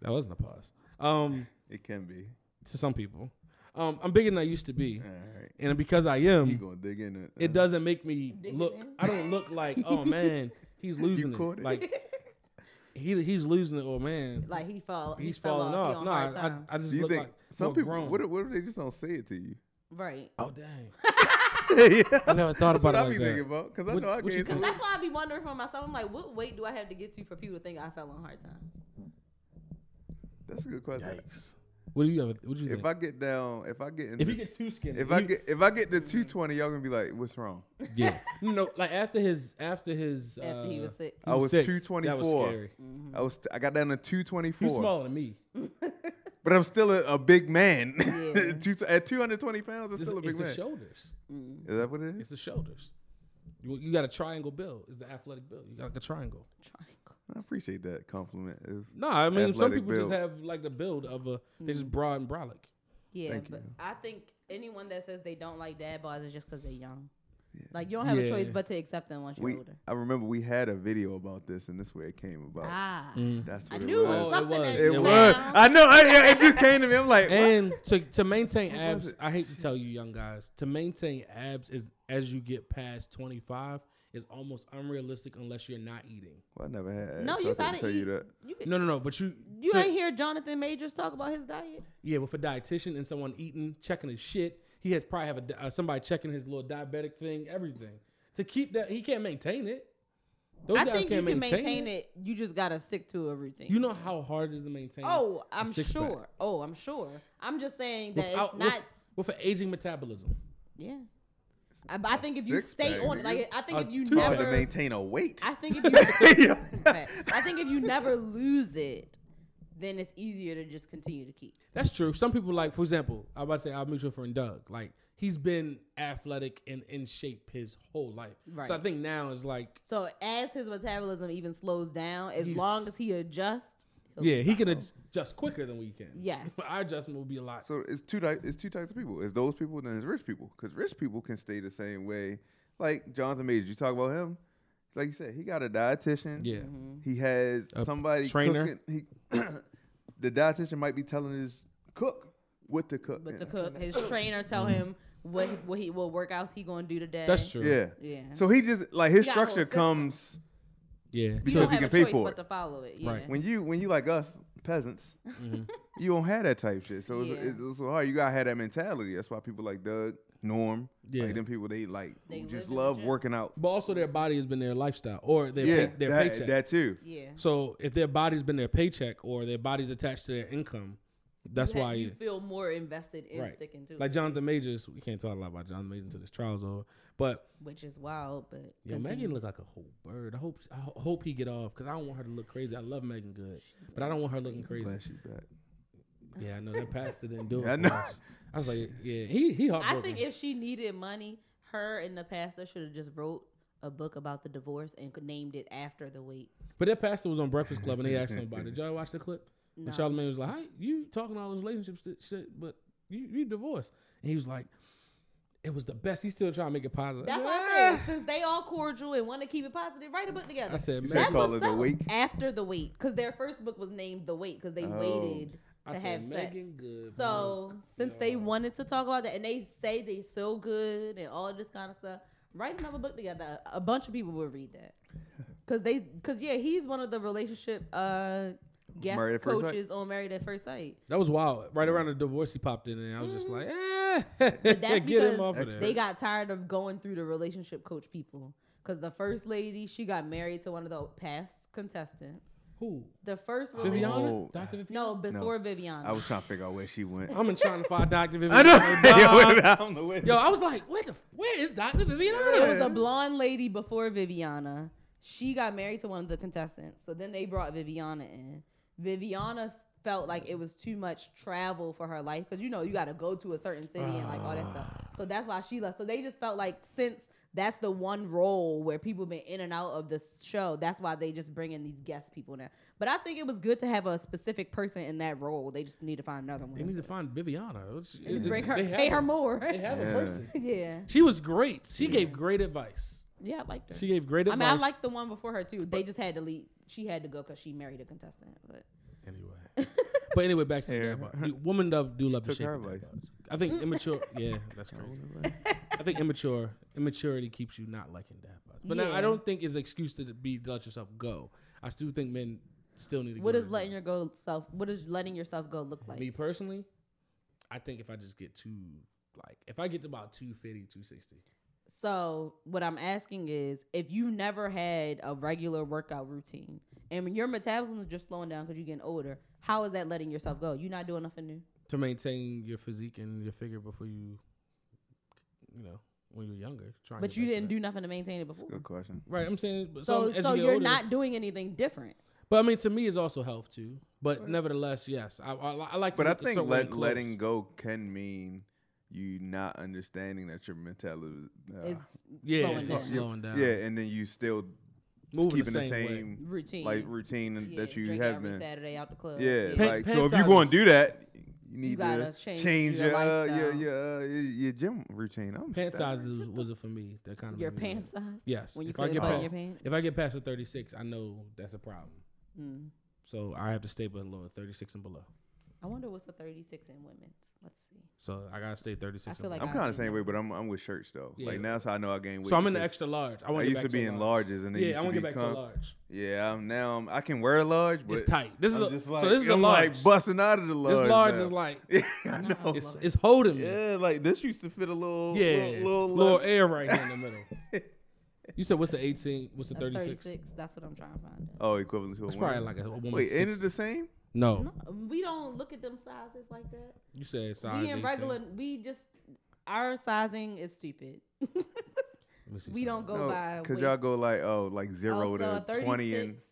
[SPEAKER 3] that wasn't a pause. Um,
[SPEAKER 5] it can be.
[SPEAKER 3] to some people, um, I'm bigger than I used to be,
[SPEAKER 5] All right,
[SPEAKER 3] and because I
[SPEAKER 5] you
[SPEAKER 3] am,
[SPEAKER 5] gonna dig in it?
[SPEAKER 3] Mm-hmm.
[SPEAKER 5] uh,
[SPEAKER 3] it doesn't make me
[SPEAKER 4] Digging
[SPEAKER 3] look.
[SPEAKER 4] in?
[SPEAKER 3] I don't look like, oh man, he's losing
[SPEAKER 5] caught
[SPEAKER 3] it.
[SPEAKER 5] it.
[SPEAKER 3] Like he he's losing it, or man,
[SPEAKER 4] Like he fall.
[SPEAKER 3] he's
[SPEAKER 4] he fell
[SPEAKER 3] falling
[SPEAKER 4] off. He
[SPEAKER 3] off.
[SPEAKER 4] on
[SPEAKER 3] No,
[SPEAKER 4] hard
[SPEAKER 3] I, I,
[SPEAKER 4] times.
[SPEAKER 3] I just
[SPEAKER 5] Do you
[SPEAKER 3] look
[SPEAKER 5] think
[SPEAKER 3] like
[SPEAKER 5] some
[SPEAKER 3] more
[SPEAKER 5] people?
[SPEAKER 3] Grown.
[SPEAKER 5] What, if- what if they just don't say it to you?
[SPEAKER 4] right.
[SPEAKER 3] oh dang!
[SPEAKER 5] yeah.
[SPEAKER 3] I never thought about
[SPEAKER 5] That's what
[SPEAKER 3] it
[SPEAKER 5] I
[SPEAKER 3] like
[SPEAKER 5] be thinking
[SPEAKER 3] that.
[SPEAKER 5] about. Cause I
[SPEAKER 3] What-
[SPEAKER 5] know I
[SPEAKER 3] what you
[SPEAKER 5] gained some
[SPEAKER 3] think?
[SPEAKER 5] weight.
[SPEAKER 4] That's why I be wondering for myself. I'm like, what weight do I have to get to for people to think I fell on hard times?
[SPEAKER 5] That's a good question.
[SPEAKER 3] Yikes! What do you ever? What do you
[SPEAKER 5] If
[SPEAKER 3] think?
[SPEAKER 5] I get down, if I get into,
[SPEAKER 3] if you get too skinny,
[SPEAKER 5] if I
[SPEAKER 3] you-
[SPEAKER 5] get if I get to two twenty, y'all gonna be like, what's wrong?
[SPEAKER 3] yeah, no, like after his after his
[SPEAKER 4] After he was
[SPEAKER 3] uh,
[SPEAKER 4] sick.
[SPEAKER 5] I was
[SPEAKER 3] sick, That was
[SPEAKER 5] 224.
[SPEAKER 3] scary.
[SPEAKER 5] I was I got down to two twenty
[SPEAKER 3] You
[SPEAKER 5] four,
[SPEAKER 3] smaller than me.
[SPEAKER 5] but I'm still a, a big man.
[SPEAKER 4] Yeah.
[SPEAKER 5] two, at two hundred twenty pounds, I'm
[SPEAKER 3] It's,
[SPEAKER 5] still a
[SPEAKER 3] it's
[SPEAKER 5] big
[SPEAKER 3] the
[SPEAKER 5] man.
[SPEAKER 3] shoulders.
[SPEAKER 5] Is that what it is?
[SPEAKER 3] It's the shoulders. You, you got a triangle build. It's the athletic build. You got like a triangle.
[SPEAKER 4] Triangle.
[SPEAKER 5] I appreciate that compliment. If-
[SPEAKER 3] No, I mean some
[SPEAKER 5] Athletic
[SPEAKER 3] people just
[SPEAKER 5] build.
[SPEAKER 3] have like the build of a. They
[SPEAKER 4] Hmm.
[SPEAKER 3] just broad and brolic.
[SPEAKER 4] Yeah,
[SPEAKER 5] Thank
[SPEAKER 4] but
[SPEAKER 5] you.
[SPEAKER 4] I think anyone that says they don't like dad bods is just because they're young. Like you don't have a choice
[SPEAKER 3] Yeah.
[SPEAKER 4] but to accept them once you're
[SPEAKER 5] We,
[SPEAKER 4] older.
[SPEAKER 5] I remember we had a video about this, and this is where it came about.
[SPEAKER 4] Ah,
[SPEAKER 5] That's
[SPEAKER 4] I
[SPEAKER 5] what
[SPEAKER 4] knew it was
[SPEAKER 3] Oh, it
[SPEAKER 4] something
[SPEAKER 3] was.
[SPEAKER 4] that
[SPEAKER 5] It
[SPEAKER 4] you
[SPEAKER 5] was.
[SPEAKER 4] found.
[SPEAKER 5] I know. I, I- it just came to me. I'm like, what?
[SPEAKER 3] And to, to maintain
[SPEAKER 5] was
[SPEAKER 3] abs,
[SPEAKER 5] it?
[SPEAKER 3] I hate to tell you, young guys, to maintain abs is as you get past twenty five is almost unrealistic unless you're not eating.
[SPEAKER 5] Well, I never had.
[SPEAKER 4] No,
[SPEAKER 5] so
[SPEAKER 4] you
[SPEAKER 5] I couldn't
[SPEAKER 4] gotta
[SPEAKER 5] tell you
[SPEAKER 4] eat.
[SPEAKER 5] that.
[SPEAKER 4] You,
[SPEAKER 3] No, no, no. But you,
[SPEAKER 4] you
[SPEAKER 3] so-
[SPEAKER 4] ain't hear Jonathan Majors talk about his diet.
[SPEAKER 3] Yeah, with a dietitian and someone eating, checking his shit, he has probably have a, di- uh, somebody checking his little diabetic thing, everything to keep that. He can't maintain it. Those
[SPEAKER 4] I
[SPEAKER 3] guys
[SPEAKER 4] think you
[SPEAKER 3] can't
[SPEAKER 4] can maintain it. You just gotta stick to a routine.
[SPEAKER 3] You know how hard it is to maintain.
[SPEAKER 4] Oh,
[SPEAKER 3] a
[SPEAKER 4] I'm
[SPEAKER 3] six-pack?
[SPEAKER 4] sure. Oh, I'm sure. I'm just saying that
[SPEAKER 3] Without-
[SPEAKER 4] it's
[SPEAKER 3] with-
[SPEAKER 4] not.
[SPEAKER 3] with, an aging metabolism.
[SPEAKER 4] yeah. I, but I think if you
[SPEAKER 5] six
[SPEAKER 4] stay
[SPEAKER 5] pack,
[SPEAKER 4] on it, like
[SPEAKER 5] nigga.
[SPEAKER 4] I think
[SPEAKER 3] A
[SPEAKER 4] if you
[SPEAKER 3] two-
[SPEAKER 5] Hard to
[SPEAKER 4] never,
[SPEAKER 5] maintain a weight.
[SPEAKER 4] I think if you, I think if you never lose it, then it's easier to just continue to keep.
[SPEAKER 3] That's true. Some people like, for example, I am about to say our mutual friend Doug. Like he's been athletic and in shape his whole life.
[SPEAKER 4] Right.
[SPEAKER 3] So I think now it's like,
[SPEAKER 4] So as his metabolism even slows down, as
[SPEAKER 3] He's-
[SPEAKER 4] long as he adjusts, he'll
[SPEAKER 3] yeah, he
[SPEAKER 4] stop.
[SPEAKER 3] can adjust quicker than we can.
[SPEAKER 4] Yes.
[SPEAKER 3] but our adjustment will be a lot.
[SPEAKER 5] So it's two di- it's two types of people. It's those people and then it's rich people. Because rich people can stay the same way. Like Jonathan Majors, you talk about him. Like you said, he got a dietitian.
[SPEAKER 3] Yeah.
[SPEAKER 4] Mm-hmm.
[SPEAKER 5] He has
[SPEAKER 3] A
[SPEAKER 5] somebody
[SPEAKER 3] trainer.
[SPEAKER 5] cooking. He, the dietitian might be telling his cook what to cook.
[SPEAKER 4] But to
[SPEAKER 5] Yeah.
[SPEAKER 4] cook, his trainer tell him what what he what workouts he gonna do today.
[SPEAKER 3] Mm-hmm. That's true.
[SPEAKER 5] Yeah.
[SPEAKER 4] Yeah.
[SPEAKER 5] So he just like his
[SPEAKER 4] He got a whole
[SPEAKER 5] structure
[SPEAKER 4] system.
[SPEAKER 5] comes
[SPEAKER 3] Yeah.
[SPEAKER 4] You
[SPEAKER 5] because
[SPEAKER 4] don't
[SPEAKER 5] he
[SPEAKER 4] have
[SPEAKER 5] can
[SPEAKER 4] a
[SPEAKER 5] pay
[SPEAKER 4] choice
[SPEAKER 5] for
[SPEAKER 4] but
[SPEAKER 5] it.
[SPEAKER 4] to follow it. Yeah.
[SPEAKER 3] Right.
[SPEAKER 5] when you when you like us peasants,
[SPEAKER 3] Mm-hmm.
[SPEAKER 5] you don't have that type shit. So
[SPEAKER 4] Yeah.
[SPEAKER 5] it's, it's, it's so hard. You gotta have that mentality. That's why people like Doug, Norm,
[SPEAKER 3] Yeah.
[SPEAKER 5] like them people they like
[SPEAKER 4] They live
[SPEAKER 5] just
[SPEAKER 4] in the
[SPEAKER 5] love
[SPEAKER 4] gym.
[SPEAKER 5] working out.
[SPEAKER 3] But also their body has been their lifestyle or their
[SPEAKER 5] yeah,
[SPEAKER 3] pay, their
[SPEAKER 5] that,
[SPEAKER 3] paycheck.
[SPEAKER 5] that too.
[SPEAKER 4] yeah.
[SPEAKER 3] so if their body's been their paycheck or their body's attached to their income, that's
[SPEAKER 4] ha-
[SPEAKER 3] why
[SPEAKER 4] you
[SPEAKER 3] you-
[SPEAKER 4] feel more invested in
[SPEAKER 3] right.
[SPEAKER 4] sticking to
[SPEAKER 3] Like
[SPEAKER 4] it,
[SPEAKER 3] Jonathan Majors, we can't talk a lot about Jonathan Majors until this trial's over. But
[SPEAKER 4] which is wild. But
[SPEAKER 3] yo, Megan look like a whole bird. I hope I ho- hope he get off because I don't want her to look crazy. I love Megan Good, but I don't want her looking crazy.
[SPEAKER 5] Glad she back.
[SPEAKER 3] Yeah, I know that pastor didn't do it.
[SPEAKER 5] I
[SPEAKER 3] for
[SPEAKER 5] know.
[SPEAKER 3] us. I was like, yeah, he he
[SPEAKER 4] I
[SPEAKER 3] heartbroken.
[SPEAKER 4] think if she needed money, her and the pastor should have just wrote a book about the divorce and could- named it after the wait.
[SPEAKER 3] but that pastor was on Breakfast Club and they asked somebody, did y'all watch the clip?
[SPEAKER 4] No.
[SPEAKER 3] And Charlamagne was like, "How "You talking all this relationship st- shit, but you you divorced." And he was like, "It was the best." He's still trying to make it positive.
[SPEAKER 4] That's why I said since they all cordial and want to keep it positive, write a book together.
[SPEAKER 3] I said,
[SPEAKER 5] You
[SPEAKER 3] "Man,
[SPEAKER 5] said call
[SPEAKER 4] was
[SPEAKER 5] it the
[SPEAKER 4] something.
[SPEAKER 5] wake.
[SPEAKER 4] after the wait because their first book was named The Wait because they
[SPEAKER 5] Oh.
[SPEAKER 4] waited to
[SPEAKER 3] I said,
[SPEAKER 4] have sex.
[SPEAKER 3] Megan Good."
[SPEAKER 4] So
[SPEAKER 3] man.
[SPEAKER 4] since they
[SPEAKER 3] Yo.
[SPEAKER 4] wanted to talk about that and they say they so good and all this kind of stuff, write another book together. A bunch of people will read that because they because yeah, he's one of the relationship uh guest
[SPEAKER 5] Married at First Sight?
[SPEAKER 4] coaches on Married at First Sight.
[SPEAKER 3] That was wild. Right around the divorce, he popped in, and I was just like, eh.
[SPEAKER 4] Mm-hmm. But that's
[SPEAKER 3] get him
[SPEAKER 4] because
[SPEAKER 3] off of
[SPEAKER 5] Expert.
[SPEAKER 3] there.
[SPEAKER 4] They got tired of going through the relationship coach people because the first lady she got married to one of the past contestants.
[SPEAKER 3] who?
[SPEAKER 4] The first
[SPEAKER 3] Viviana?
[SPEAKER 4] relationship.
[SPEAKER 5] Oh.
[SPEAKER 3] Dr. Viviana?
[SPEAKER 4] No, before Viviana.
[SPEAKER 5] I was trying to figure out where she went.
[SPEAKER 3] I'm trying to find Dr. Viviana.
[SPEAKER 5] I know.
[SPEAKER 3] dog.
[SPEAKER 5] I don't know where.
[SPEAKER 3] Yo, I was like, where the where is Dr.
[SPEAKER 4] It was
[SPEAKER 3] Viviana?
[SPEAKER 4] a blonde lady before Viviana. She got married to one of the contestants. So then they brought Viviana in. Viviana felt like it was too much travel for her life because you know you got to go to a certain city and like all that stuff.
[SPEAKER 3] Ah.
[SPEAKER 4] So that's why she left. So they just felt like since that's the one role where people been in and out of this show, that's why they just bring in these guest people now. But I think it was good to have a specific person in that role. They just need to find another one.
[SPEAKER 3] They need to find Viviana. It's- it-
[SPEAKER 4] bring her,
[SPEAKER 3] they have
[SPEAKER 4] pay
[SPEAKER 3] a-
[SPEAKER 4] her more.
[SPEAKER 3] They have a
[SPEAKER 5] Yeah.
[SPEAKER 3] person.
[SPEAKER 4] yeah,
[SPEAKER 3] She was great. She gave great advice.
[SPEAKER 4] yeah, I liked her.
[SPEAKER 3] She gave great
[SPEAKER 4] I
[SPEAKER 3] advice.
[SPEAKER 4] mean, I like the one before her too. They just had to leave. She had to go because she married a contestant. But
[SPEAKER 3] anyway. but anyway, back to the
[SPEAKER 5] Hair.
[SPEAKER 3] dad bod. Dude, Women love do love the
[SPEAKER 5] took
[SPEAKER 3] shape
[SPEAKER 5] her
[SPEAKER 3] of dad
[SPEAKER 5] advice.
[SPEAKER 3] bods. I think immature. Yeah, that's crazy. I think immature immaturity keeps you not liking dad bods. But now, I
[SPEAKER 4] Yeah.
[SPEAKER 3] don't think it's an excuse to be to let yourself go. I still think men still need to.
[SPEAKER 4] what
[SPEAKER 3] give
[SPEAKER 4] is
[SPEAKER 3] it a
[SPEAKER 4] letting
[SPEAKER 3] go.
[SPEAKER 4] your go self? What is letting yourself go look
[SPEAKER 3] me
[SPEAKER 4] like?
[SPEAKER 3] personally? I think if I just get too like if I get to about 250, 260.
[SPEAKER 4] So what I'm asking is, if you never had a regular workout routine and when your metabolism is just slowing down because you're getting older, how is that letting yourself go? You're not doing nothing new.
[SPEAKER 3] to maintain your physique and your figure before you, you know, when you're younger. Trying
[SPEAKER 4] But you didn't do nothing to maintain it before.
[SPEAKER 5] Good question.
[SPEAKER 3] right. I'm saying but
[SPEAKER 4] So,
[SPEAKER 3] some- as
[SPEAKER 4] so
[SPEAKER 3] you
[SPEAKER 4] you are
[SPEAKER 3] older-
[SPEAKER 4] not doing anything different.
[SPEAKER 3] But I mean, to me, it's also health too. But nevertheless, yes, I, I, I like.
[SPEAKER 5] But
[SPEAKER 3] to
[SPEAKER 5] I
[SPEAKER 3] look a
[SPEAKER 5] think
[SPEAKER 3] certain way
[SPEAKER 5] let,
[SPEAKER 3] close.
[SPEAKER 5] letting go can mean you not understanding that your mentality. Uh,
[SPEAKER 4] Is
[SPEAKER 3] yeah,
[SPEAKER 4] slowing down.
[SPEAKER 3] it's slowing down.
[SPEAKER 5] yeah, and then you still
[SPEAKER 3] moving
[SPEAKER 5] keeping
[SPEAKER 3] the
[SPEAKER 5] the
[SPEAKER 3] same. way.
[SPEAKER 5] same,
[SPEAKER 4] routine
[SPEAKER 5] like routine
[SPEAKER 4] Yeah,
[SPEAKER 5] that you
[SPEAKER 4] drink
[SPEAKER 5] have
[SPEAKER 4] every
[SPEAKER 5] been.
[SPEAKER 4] Saturday out the club.
[SPEAKER 5] Yeah,
[SPEAKER 3] Pan-
[SPEAKER 5] like so. If
[SPEAKER 3] pan
[SPEAKER 5] you're going
[SPEAKER 3] size.
[SPEAKER 5] to do that, you need
[SPEAKER 4] gotta
[SPEAKER 5] to
[SPEAKER 4] change
[SPEAKER 5] change,
[SPEAKER 4] your
[SPEAKER 5] your uh, your,
[SPEAKER 4] lifestyle.
[SPEAKER 5] your, uh, your your gym routine. I'm
[SPEAKER 3] Pant size
[SPEAKER 5] stuck.
[SPEAKER 3] is, was it for me? That kind of
[SPEAKER 4] your
[SPEAKER 3] made me
[SPEAKER 4] pants size.
[SPEAKER 3] Yes.
[SPEAKER 4] When you
[SPEAKER 3] if I
[SPEAKER 4] put
[SPEAKER 3] get
[SPEAKER 5] button
[SPEAKER 3] past,
[SPEAKER 5] in
[SPEAKER 4] your pants?
[SPEAKER 3] if I get past the 36, I know that's a problem.
[SPEAKER 4] Mm.
[SPEAKER 3] So I have to stay below 36 and below.
[SPEAKER 4] I wonder what's a 36 in women's. Let's see.
[SPEAKER 3] So I gotta stay 36.
[SPEAKER 4] I
[SPEAKER 3] and
[SPEAKER 4] feel
[SPEAKER 3] below.
[SPEAKER 4] like
[SPEAKER 5] I'm
[SPEAKER 4] I
[SPEAKER 5] kind
[SPEAKER 4] don't
[SPEAKER 5] of same
[SPEAKER 4] know.
[SPEAKER 5] way, but I'm I'm with shirts though.
[SPEAKER 3] Yeah.
[SPEAKER 5] Like now, that's how I know I gained weight.
[SPEAKER 3] so I'm in the
[SPEAKER 5] because
[SPEAKER 3] extra large. I
[SPEAKER 5] I
[SPEAKER 3] want.
[SPEAKER 5] used to be in larges, and then
[SPEAKER 3] Yeah, I
[SPEAKER 5] want to
[SPEAKER 3] get back
[SPEAKER 5] com-
[SPEAKER 3] to a large.
[SPEAKER 5] Yeah, I'm now I'm, I can wear a large, but
[SPEAKER 3] It's tight. This
[SPEAKER 5] I'm
[SPEAKER 3] is a,
[SPEAKER 5] just like,
[SPEAKER 3] so this is a
[SPEAKER 5] I'm
[SPEAKER 3] large.
[SPEAKER 5] like busting out of the large.
[SPEAKER 3] this large
[SPEAKER 5] now.
[SPEAKER 3] is like
[SPEAKER 5] I
[SPEAKER 4] Nah, I
[SPEAKER 5] know.
[SPEAKER 3] it's
[SPEAKER 4] love it.
[SPEAKER 3] it's holding me.
[SPEAKER 5] Yeah, like this used to fit a little,
[SPEAKER 3] Yeah,
[SPEAKER 5] little, little,
[SPEAKER 3] little e-
[SPEAKER 5] less-
[SPEAKER 3] air right here in the middle. You said what's the 18? What's the
[SPEAKER 4] A
[SPEAKER 3] 36?
[SPEAKER 4] 36. That's what I'm trying to find. out.
[SPEAKER 5] Oh, equivalent to a
[SPEAKER 3] It's
[SPEAKER 5] woman.
[SPEAKER 3] probably like a, a woman's
[SPEAKER 5] Wait, ain't it
[SPEAKER 3] six.
[SPEAKER 5] the same?
[SPEAKER 3] no.
[SPEAKER 4] No, we don't look at them sizes like that.
[SPEAKER 3] You said size.
[SPEAKER 4] we in
[SPEAKER 3] 18.
[SPEAKER 4] regular, we just, our sizing is stupid.
[SPEAKER 3] Let me see something.
[SPEAKER 4] we don't go by.
[SPEAKER 5] No, because y'all go like oh, like zero
[SPEAKER 4] also,
[SPEAKER 5] to twenty and
[SPEAKER 4] 36.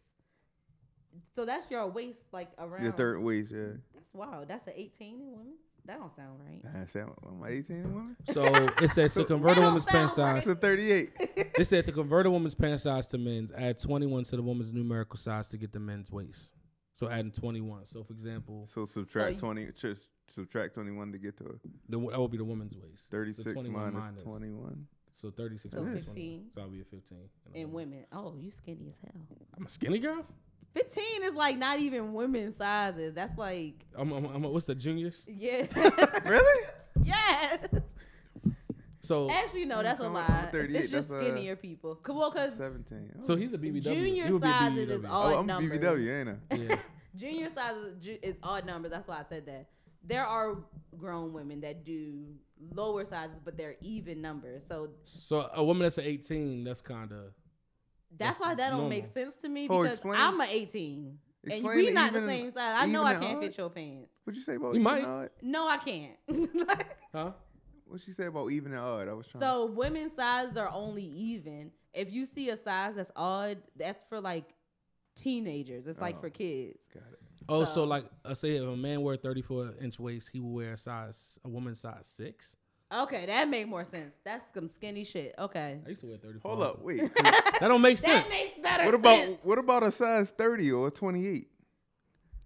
[SPEAKER 4] So that's your waist, like around.
[SPEAKER 5] your third waist. Yeah,
[SPEAKER 4] That's wild. That's an 18 in women. That don't sound right.
[SPEAKER 5] Nah, say I'm- I'm eighteen and woman.
[SPEAKER 3] So it says to convert a
[SPEAKER 4] don't
[SPEAKER 3] woman's pant
[SPEAKER 4] sound
[SPEAKER 3] size.
[SPEAKER 5] That's a thirty-eight.
[SPEAKER 3] They said to convert a woman's pant size to men's, add 21 to the woman's numerical size to get the men's waist. So adding 21. So for example,
[SPEAKER 5] So subtract
[SPEAKER 4] you-
[SPEAKER 5] twenty, just subtract twenty-one to get to a
[SPEAKER 3] the, wo- that would be the woman's waist. So
[SPEAKER 5] thirty-six
[SPEAKER 3] 21
[SPEAKER 5] minus, twenty-one.
[SPEAKER 3] So 36.
[SPEAKER 4] So
[SPEAKER 3] minus
[SPEAKER 4] 15.
[SPEAKER 3] 21. So I'll be a 15.
[SPEAKER 4] In women. Oh, you skinny as hell.
[SPEAKER 3] I'm a skinny girl.
[SPEAKER 4] 15 is like not even women's sizes. That's like,
[SPEAKER 3] I'm, I'm, I'm a, what's the juniors?
[SPEAKER 4] yeah.
[SPEAKER 5] Really?
[SPEAKER 4] yes.
[SPEAKER 5] Oh,
[SPEAKER 3] So
[SPEAKER 4] Actually, no, that's a
[SPEAKER 5] I'm- I'm
[SPEAKER 4] lie. It's,
[SPEAKER 5] 38,
[SPEAKER 4] it's just
[SPEAKER 5] that's, uh,
[SPEAKER 4] skinnier people. 'Cause- Well, because
[SPEAKER 5] Seventeen.
[SPEAKER 3] so he's a BBW.
[SPEAKER 4] Junior
[SPEAKER 3] You a
[SPEAKER 4] sizes is
[SPEAKER 3] BBW.
[SPEAKER 5] Oh,
[SPEAKER 4] odd
[SPEAKER 5] I'm
[SPEAKER 4] numbers.
[SPEAKER 5] BBW, ain't I?
[SPEAKER 3] Yeah.
[SPEAKER 4] junior sizes ju- is odd numbers. That's why I said that. There are grown women that do lower sizes, but they're even numbers. So
[SPEAKER 3] So a woman that's an 18, that's kind of
[SPEAKER 4] that's
[SPEAKER 3] That's
[SPEAKER 4] why that don't
[SPEAKER 3] normal.
[SPEAKER 4] make sense to me
[SPEAKER 5] Oh,
[SPEAKER 4] because
[SPEAKER 5] explain-
[SPEAKER 4] I'm an 18
[SPEAKER 5] Explain
[SPEAKER 4] and we
[SPEAKER 5] the
[SPEAKER 4] not the
[SPEAKER 5] even and-
[SPEAKER 4] same size. I know
[SPEAKER 5] even
[SPEAKER 4] I
[SPEAKER 5] and
[SPEAKER 4] can't
[SPEAKER 5] odd?
[SPEAKER 4] fit your pants.
[SPEAKER 5] What'd you say about
[SPEAKER 3] You
[SPEAKER 5] even
[SPEAKER 3] might.
[SPEAKER 5] and odd?
[SPEAKER 4] No, I can't. Like-
[SPEAKER 3] huh?
[SPEAKER 5] What'd you say about even and odd? I was trying.
[SPEAKER 4] So women's sizes are only even. If you see a size that's odd, that's for like teenagers. It's like
[SPEAKER 5] Oh.
[SPEAKER 4] for kids.
[SPEAKER 5] Got it.
[SPEAKER 3] Oh, so,
[SPEAKER 4] So-
[SPEAKER 3] like uh, say if a man wear 34 inch waist, he will wear a size a woman's size six.
[SPEAKER 4] Okay, that make more sense. That's some skinny shit. Okay,
[SPEAKER 3] I used to wear 34.
[SPEAKER 5] Hold up, wait.
[SPEAKER 3] that don't make sense.
[SPEAKER 4] that makes better.
[SPEAKER 5] what
[SPEAKER 4] sense.
[SPEAKER 5] about what about a size thirty or a twenty-eight?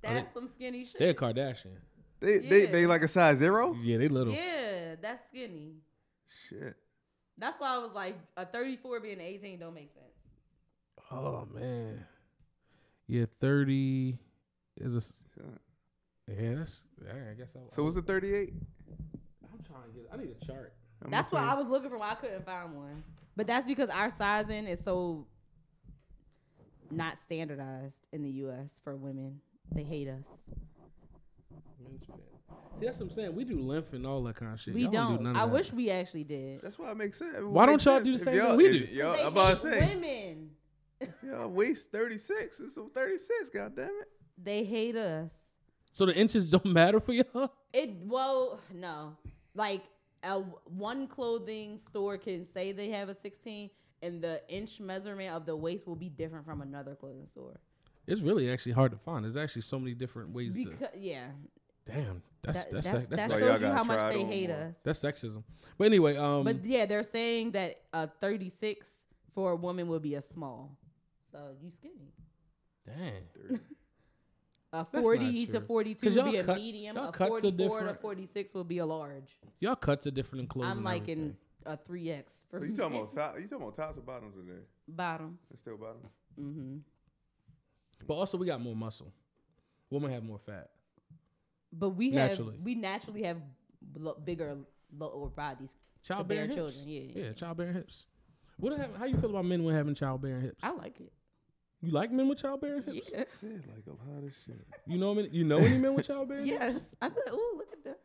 [SPEAKER 4] That's some skinny shit.
[SPEAKER 3] They're a Kardashian.
[SPEAKER 5] They they
[SPEAKER 4] Yeah.
[SPEAKER 5] they like a size zero?
[SPEAKER 3] Yeah, they little.
[SPEAKER 4] Yeah, that's skinny.
[SPEAKER 5] Shit.
[SPEAKER 4] That's why I was like, a 34 being 18 don't make sense.
[SPEAKER 3] Oh man. Yeah, 30 is a s-
[SPEAKER 5] Shit.
[SPEAKER 3] yeah. That's yeah, I guess I,
[SPEAKER 5] So was it thirty-eight?
[SPEAKER 3] I'm trying to get. I need a chart.
[SPEAKER 5] I'm
[SPEAKER 4] That's
[SPEAKER 5] gonna
[SPEAKER 4] what I
[SPEAKER 5] say-
[SPEAKER 4] was looking for. Why I couldn't find one. But that's because our sizing is so not standardized in the U.S. for women They hate us.
[SPEAKER 3] See, that's what I'm saying. We do lymph and all that kind of shit.
[SPEAKER 4] We
[SPEAKER 3] Y'all
[SPEAKER 4] don't.
[SPEAKER 3] do none of
[SPEAKER 4] I
[SPEAKER 3] that.
[SPEAKER 4] wish we actually did.
[SPEAKER 5] That's why it makes sense. It
[SPEAKER 3] Why
[SPEAKER 5] would
[SPEAKER 3] don't
[SPEAKER 5] make
[SPEAKER 3] y'all do the
[SPEAKER 5] sense
[SPEAKER 3] same
[SPEAKER 5] if
[SPEAKER 3] thing
[SPEAKER 5] y'all-
[SPEAKER 3] we
[SPEAKER 5] if
[SPEAKER 3] do?
[SPEAKER 5] Y'all,
[SPEAKER 6] They
[SPEAKER 5] I'm about to
[SPEAKER 6] hate
[SPEAKER 5] say,
[SPEAKER 6] women.
[SPEAKER 5] y'all waist 36. It's some 36, God damn it.
[SPEAKER 4] They hate us.
[SPEAKER 3] So the inches don't matter for y'all.
[SPEAKER 4] It well, no. Like a, one clothing store can say they have a 16 and the inch measurement of the waist will be different from another clothing store.
[SPEAKER 3] It's really actually hard to find. There's actually so many different ways. to,
[SPEAKER 4] Because yeah,
[SPEAKER 3] damn, that's
[SPEAKER 4] that,
[SPEAKER 3] that's
[SPEAKER 4] that's,
[SPEAKER 3] that's, that's,
[SPEAKER 4] that
[SPEAKER 5] like-
[SPEAKER 4] shows
[SPEAKER 5] So y'all
[SPEAKER 4] you
[SPEAKER 5] gotta
[SPEAKER 4] how much
[SPEAKER 5] try it
[SPEAKER 4] they
[SPEAKER 5] on
[SPEAKER 4] hate
[SPEAKER 5] more.
[SPEAKER 4] us.
[SPEAKER 3] that's sexism. But anyway, um,
[SPEAKER 4] but yeah, they're saying that a 36 for a woman would be a small. So you skinny.
[SPEAKER 3] dang,
[SPEAKER 4] A
[SPEAKER 3] not
[SPEAKER 4] 40 to
[SPEAKER 3] true.
[SPEAKER 4] 42
[SPEAKER 3] y'all
[SPEAKER 4] would be a
[SPEAKER 3] cut-
[SPEAKER 4] medium.
[SPEAKER 3] y'all
[SPEAKER 4] A
[SPEAKER 3] cuts are
[SPEAKER 4] 44 to
[SPEAKER 3] different.
[SPEAKER 4] 46 will be a large.
[SPEAKER 3] y'all cuts are different in clothes.
[SPEAKER 4] I'm
[SPEAKER 3] and
[SPEAKER 4] like in
[SPEAKER 3] everything.
[SPEAKER 4] a 3X for
[SPEAKER 5] Are you talking
[SPEAKER 4] men.
[SPEAKER 5] about top? You talking about tops or bottoms in there?
[SPEAKER 4] bottoms.
[SPEAKER 5] It's still bottoms.
[SPEAKER 4] Mm-hmm.
[SPEAKER 3] but also we got more muscle. Women have more fat.
[SPEAKER 4] But we
[SPEAKER 3] Naturally.
[SPEAKER 4] have we naturally have lo- bigger lower bodies.
[SPEAKER 3] Childbearing
[SPEAKER 4] bear
[SPEAKER 3] hips.
[SPEAKER 4] children, yeah, yeah,
[SPEAKER 3] yeah,
[SPEAKER 4] yeah.
[SPEAKER 3] childbearing hips. What hap- how you feel about men with having childbearing hips?
[SPEAKER 4] I like it.
[SPEAKER 3] you like men with childbearing hips?
[SPEAKER 4] Yeah.
[SPEAKER 5] Said like a lot of shit.
[SPEAKER 3] You know me, you know any men with childbearing? hips?
[SPEAKER 4] Yes. I'm like, ooh, look at that.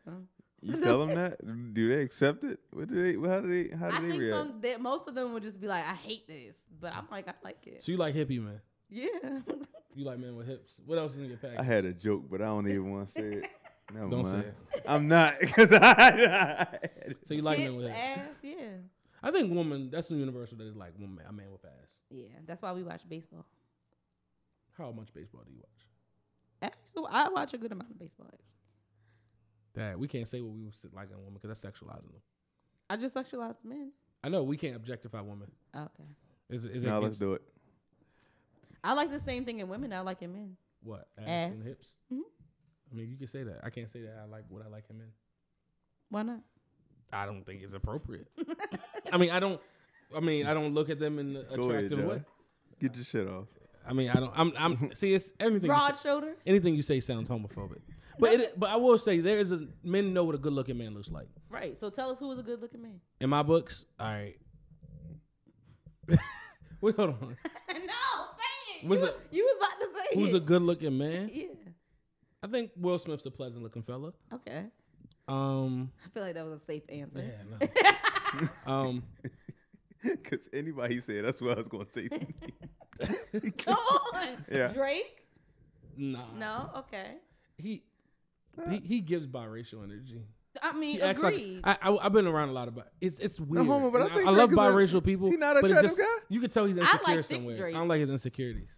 [SPEAKER 5] You tell them that? Do they accept it? What do they? How do they? How do
[SPEAKER 4] I
[SPEAKER 5] they
[SPEAKER 4] think
[SPEAKER 5] react?
[SPEAKER 4] some that most of them would just be like, I hate this, but I'm like, I like it.
[SPEAKER 3] So you like hippie men?
[SPEAKER 4] Yeah.
[SPEAKER 3] You like men with hips? What else is in your package?
[SPEAKER 5] I had a joke, but I don't even want to say it. Never
[SPEAKER 3] Don't
[SPEAKER 5] mind.
[SPEAKER 3] say it.
[SPEAKER 5] I'm not because I.
[SPEAKER 3] So you like men
[SPEAKER 4] Hips,
[SPEAKER 3] with hips?
[SPEAKER 4] ass, yeah.
[SPEAKER 3] I think woman. That's the universal. That is like woman, a man with ass.
[SPEAKER 4] Yeah. That's why we watch baseball.
[SPEAKER 3] How much baseball do you watch?
[SPEAKER 4] Actually, I watch a good amount of baseball. Actually.
[SPEAKER 3] That we can't say what we was like in a woman because that's sexualizing them.
[SPEAKER 4] I just sexualized men.
[SPEAKER 3] I know we can't objectify women.
[SPEAKER 4] Okay.
[SPEAKER 3] Is is
[SPEAKER 5] now let's do it.
[SPEAKER 4] I like the same thing in women. I like in men.
[SPEAKER 3] what ass, and
[SPEAKER 4] Ass.
[SPEAKER 3] hips?
[SPEAKER 4] Mhm.
[SPEAKER 3] I mean, you can say that. I can't say that. I like what I like him in.
[SPEAKER 4] Why not?
[SPEAKER 3] I don't think it's appropriate. I mean, I don't. I mean, I don't look at them in an
[SPEAKER 5] Go ahead,
[SPEAKER 3] attractive way.
[SPEAKER 5] John. Get your shit off.
[SPEAKER 3] I mean, I don't. I'm. I'm. See, it's everything. you
[SPEAKER 4] Broad
[SPEAKER 3] say-
[SPEAKER 4] shoulder.
[SPEAKER 3] anything you say sounds homophobic. But it, but I will say there is a men know what a good looking man looks like.
[SPEAKER 4] Right. So tell us who was a good looking man.
[SPEAKER 3] In my books, all right. Wait, hold on.
[SPEAKER 4] no, say it.
[SPEAKER 3] What's
[SPEAKER 4] you,
[SPEAKER 3] up?
[SPEAKER 4] you was about to say
[SPEAKER 3] Who's a
[SPEAKER 4] it.
[SPEAKER 3] good looking man?
[SPEAKER 4] yeah.
[SPEAKER 3] I think Will Smith's a pleasant looking fella.
[SPEAKER 4] Okay.
[SPEAKER 3] Um,
[SPEAKER 4] I feel like that was a safe answer.
[SPEAKER 3] yeah, no. um,
[SPEAKER 5] Because anybody said that's what I was going to say.
[SPEAKER 4] Come on.
[SPEAKER 5] Yeah.
[SPEAKER 4] Drake?
[SPEAKER 3] nah.
[SPEAKER 4] No. Okay.
[SPEAKER 3] He, he he gives biracial energy.
[SPEAKER 4] I mean,
[SPEAKER 3] He acts like-
[SPEAKER 4] agreed.
[SPEAKER 3] I, I I've been around a lot about it's it's weird.
[SPEAKER 5] homo, but
[SPEAKER 3] and
[SPEAKER 5] I think
[SPEAKER 3] love
[SPEAKER 5] Drake is a-
[SPEAKER 3] biracial people.
[SPEAKER 5] he not a
[SPEAKER 3] but it's
[SPEAKER 5] attractive guy?
[SPEAKER 3] You can tell he's
[SPEAKER 4] like
[SPEAKER 3] insecure
[SPEAKER 4] thick
[SPEAKER 3] somewhere.
[SPEAKER 4] Drake.
[SPEAKER 3] I don't like his insecurities.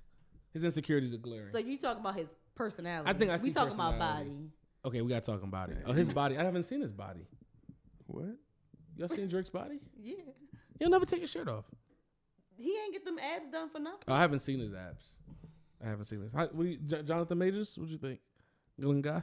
[SPEAKER 3] His insecurities are glaring.
[SPEAKER 4] so you talking about his personality?
[SPEAKER 3] I think I see
[SPEAKER 4] we talking about
[SPEAKER 3] personality.
[SPEAKER 4] body.
[SPEAKER 3] okay, we got to talk about it. Oh, his body. I haven't seen his body.
[SPEAKER 5] what?
[SPEAKER 3] Y'all seen Drake's body?
[SPEAKER 4] Yeah.
[SPEAKER 3] He'll never take his shirt off. Oh,
[SPEAKER 4] He ain't get them abs done for nothing.
[SPEAKER 3] I haven't seen his abs. I haven't seen his. How, what do you, Jo- Jonathan Majors? What do you think? Good guy.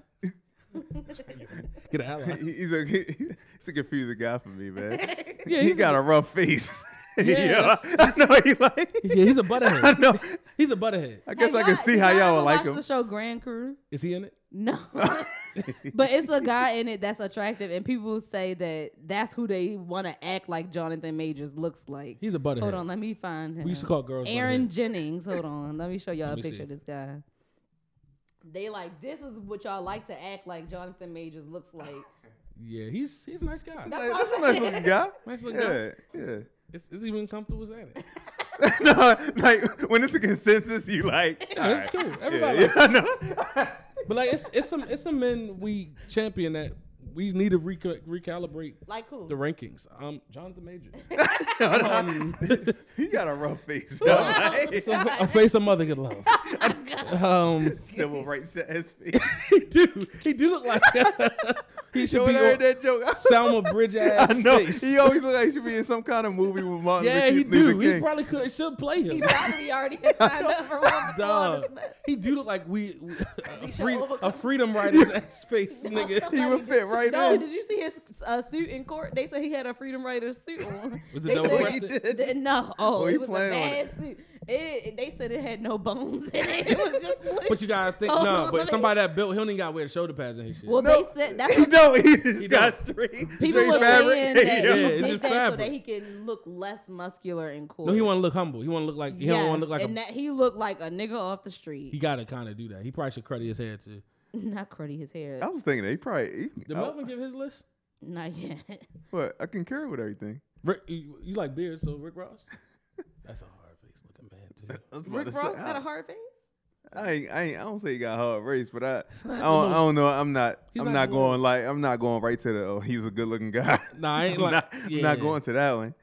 [SPEAKER 3] Get an ally.
[SPEAKER 5] He- He's a he's a confusing guy for me, man.
[SPEAKER 3] Yeah,
[SPEAKER 5] he
[SPEAKER 3] he's
[SPEAKER 5] got a, rough face. Yeah,
[SPEAKER 3] that's-
[SPEAKER 5] I know he like.
[SPEAKER 3] Yeah, he's a
[SPEAKER 5] I
[SPEAKER 3] butterhead.
[SPEAKER 5] know.
[SPEAKER 3] He's a butterhead.
[SPEAKER 5] I guess I can see how y'all would like him.
[SPEAKER 4] The show Grand Crew.
[SPEAKER 3] Is he in it?
[SPEAKER 4] No. but it's a guy in it that's attractive, and people say that that's who they want to act like Jonathan Majors looks like.
[SPEAKER 3] He's a butterhead.
[SPEAKER 4] Hold on, let me find him.
[SPEAKER 3] We used to call girls
[SPEAKER 4] Aaron
[SPEAKER 3] butterhead.
[SPEAKER 4] Jennings. Hold on, let me show y'all
[SPEAKER 3] Let
[SPEAKER 4] a
[SPEAKER 3] me
[SPEAKER 4] picture
[SPEAKER 3] see.
[SPEAKER 4] of this guy. They like this is what y'all like to act like Jonathan Majors looks like.
[SPEAKER 3] Yeah, he's he's a nice guy.
[SPEAKER 5] Like, that's a nice looking guy.
[SPEAKER 3] Nice looking
[SPEAKER 5] Yeah, yeah.
[SPEAKER 3] It's, it's even comfortable saying it.
[SPEAKER 5] no, like when it's a consensus, you like.
[SPEAKER 3] Yeah, it's
[SPEAKER 5] alright.
[SPEAKER 3] cool. Everybody
[SPEAKER 5] Yeah,
[SPEAKER 3] likes
[SPEAKER 5] yeah, I know.
[SPEAKER 3] But like, it's it's some it's some men we champion that we need to reca- recalibrate
[SPEAKER 4] Like who?
[SPEAKER 3] the rankings. Um, Jonathan Majors.
[SPEAKER 5] he got a rough face.
[SPEAKER 3] Well,
[SPEAKER 5] y'all, like.
[SPEAKER 3] It's a, a face a mother could love. um,
[SPEAKER 5] Civil rights ass face.
[SPEAKER 3] he do he do look like that. he should
[SPEAKER 5] Yo,
[SPEAKER 3] be
[SPEAKER 5] when I heard
[SPEAKER 3] on
[SPEAKER 5] that joke.
[SPEAKER 3] Salma Bridge ass
[SPEAKER 5] I know.
[SPEAKER 3] face.
[SPEAKER 5] He always look like he should be in some kind of movie with Martin
[SPEAKER 3] yeah,
[SPEAKER 5] Luther,
[SPEAKER 3] he do.
[SPEAKER 5] Luther King.
[SPEAKER 3] He probably could should play him.
[SPEAKER 4] Probably already signed up for one before
[SPEAKER 3] Dog.
[SPEAKER 4] this mess.
[SPEAKER 3] He do look like we a,
[SPEAKER 4] He should
[SPEAKER 3] free, a
[SPEAKER 4] overcome.
[SPEAKER 3] freedom rider's ass face nigga.
[SPEAKER 5] He would fit right
[SPEAKER 4] No,
[SPEAKER 5] in.
[SPEAKER 4] did you see his uh, suit in court? They said he had a Freedom Rider suit on.
[SPEAKER 3] Was it
[SPEAKER 4] They
[SPEAKER 3] double
[SPEAKER 4] said-
[SPEAKER 5] breasted?
[SPEAKER 4] Th- No, oh,
[SPEAKER 5] Oh, he
[SPEAKER 4] it was a
[SPEAKER 5] playing on
[SPEAKER 4] bad suit. It, they said it had no bones in it. It was just li-
[SPEAKER 3] But you gotta think,
[SPEAKER 4] Oh,
[SPEAKER 3] no.
[SPEAKER 4] let me-
[SPEAKER 3] But somebody that built Hilton got wear shoulder pads and his shit.
[SPEAKER 4] well,
[SPEAKER 5] No,
[SPEAKER 4] they said that's what
[SPEAKER 5] no, he just got
[SPEAKER 3] don't.
[SPEAKER 5] straight.
[SPEAKER 4] people
[SPEAKER 5] straight
[SPEAKER 4] were saying that
[SPEAKER 5] fabric.
[SPEAKER 3] Yeah,
[SPEAKER 4] they
[SPEAKER 3] it's
[SPEAKER 4] said
[SPEAKER 3] just
[SPEAKER 4] so
[SPEAKER 3] fabric.
[SPEAKER 4] that he can look less muscular and cool.
[SPEAKER 3] no, he want to look humble. He want to look like he
[SPEAKER 4] Yes,
[SPEAKER 3] don't want to look like
[SPEAKER 4] and
[SPEAKER 3] a,
[SPEAKER 4] that he looked like a nigga off the street.
[SPEAKER 3] he gotta kind of do that. He probably should credit his hair too.
[SPEAKER 4] Not cruddy his hair.
[SPEAKER 5] I was thinking they probably. He, oh,
[SPEAKER 3] Did
[SPEAKER 5] I,
[SPEAKER 3] Melvin give his list?
[SPEAKER 4] Not yet.
[SPEAKER 5] but I can carry with everything.
[SPEAKER 3] Rick, you, you like beard, so Rick Ross. That's a hard face looking man too.
[SPEAKER 5] I was about to
[SPEAKER 4] Rick
[SPEAKER 5] say,
[SPEAKER 4] Ross
[SPEAKER 5] I-
[SPEAKER 4] got a hard face.
[SPEAKER 5] I ain't, I ain't, I don't say he got hard race, but I, I
[SPEAKER 3] not
[SPEAKER 5] don't,
[SPEAKER 3] the
[SPEAKER 5] I don't
[SPEAKER 3] most-
[SPEAKER 5] know. I'm not,
[SPEAKER 3] he's
[SPEAKER 5] I'm
[SPEAKER 3] not
[SPEAKER 5] not,
[SPEAKER 3] the
[SPEAKER 5] going like, I'm not going right to the. Oh, he's a good looking guy.
[SPEAKER 3] Nah, I ain't
[SPEAKER 5] I'm
[SPEAKER 3] like-
[SPEAKER 5] not, I'm not
[SPEAKER 3] yeah.
[SPEAKER 5] going to that one.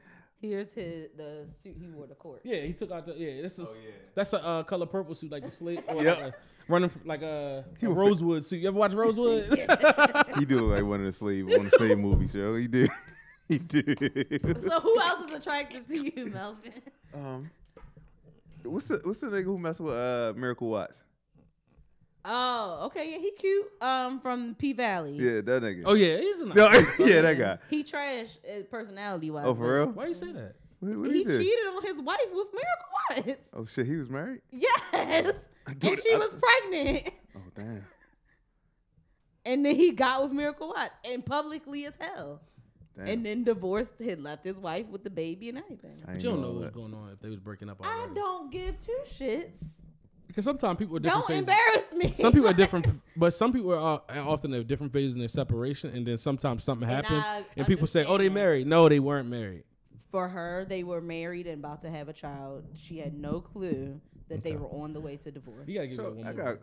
[SPEAKER 4] Here's his the suit he wore to court.
[SPEAKER 3] Yeah, he took out the yeah. This is that's a uh, color purple suit, like the slit or
[SPEAKER 5] Yep.
[SPEAKER 3] like a, running fr- like a, a
[SPEAKER 5] was-
[SPEAKER 3] rosewood suit. You ever watch Rosewood?
[SPEAKER 5] He do look like one of the slave, one of the slave movies, yo. He do, he do.
[SPEAKER 4] So who else is attracted to you, Melvin?
[SPEAKER 5] Um, what's the, what's the nigga who messed with uh Miracle Watts?
[SPEAKER 4] Oh, okay, yeah, he cute. Um, from P Valley.
[SPEAKER 5] Yeah, that nigga.
[SPEAKER 3] oh yeah, he's a nice.
[SPEAKER 5] no, yeah, that guy.
[SPEAKER 4] He trash uh, personality wise.
[SPEAKER 5] Oh, for real?
[SPEAKER 3] Why you say that?
[SPEAKER 5] What, what
[SPEAKER 4] He
[SPEAKER 5] he did?
[SPEAKER 4] cheated on his wife with Miracle Watts.
[SPEAKER 5] Oh shit, he was married.
[SPEAKER 4] Yes, and
[SPEAKER 5] Dude,
[SPEAKER 4] she
[SPEAKER 5] I-
[SPEAKER 4] was pregnant.
[SPEAKER 5] Oh damn.
[SPEAKER 4] And then he got with Miracle Watts and publicly as hell.
[SPEAKER 5] damn.
[SPEAKER 4] And then divorced, had left his wife with the baby and everything.
[SPEAKER 5] I
[SPEAKER 3] But
[SPEAKER 5] ain't
[SPEAKER 3] you don't know
[SPEAKER 5] all
[SPEAKER 3] what's
[SPEAKER 5] that.
[SPEAKER 3] going on if they was breaking up.
[SPEAKER 4] I don't give two shits.
[SPEAKER 3] Because sometimes people are different
[SPEAKER 4] Don't
[SPEAKER 3] phases.
[SPEAKER 4] embarrass me.
[SPEAKER 3] Some people are different, but some people are uh, often at different phases in their separation, and then sometimes something
[SPEAKER 4] And
[SPEAKER 3] happens,
[SPEAKER 4] I
[SPEAKER 3] and people say, "Oh, they
[SPEAKER 4] understand.
[SPEAKER 3] married." No, they weren't married.
[SPEAKER 4] For her, they were married and about to have a child. She had no clue that they
[SPEAKER 3] Okay.
[SPEAKER 4] were on the way to divorce.
[SPEAKER 3] You gotta give
[SPEAKER 5] So
[SPEAKER 3] that
[SPEAKER 5] I
[SPEAKER 3] one.
[SPEAKER 5] got,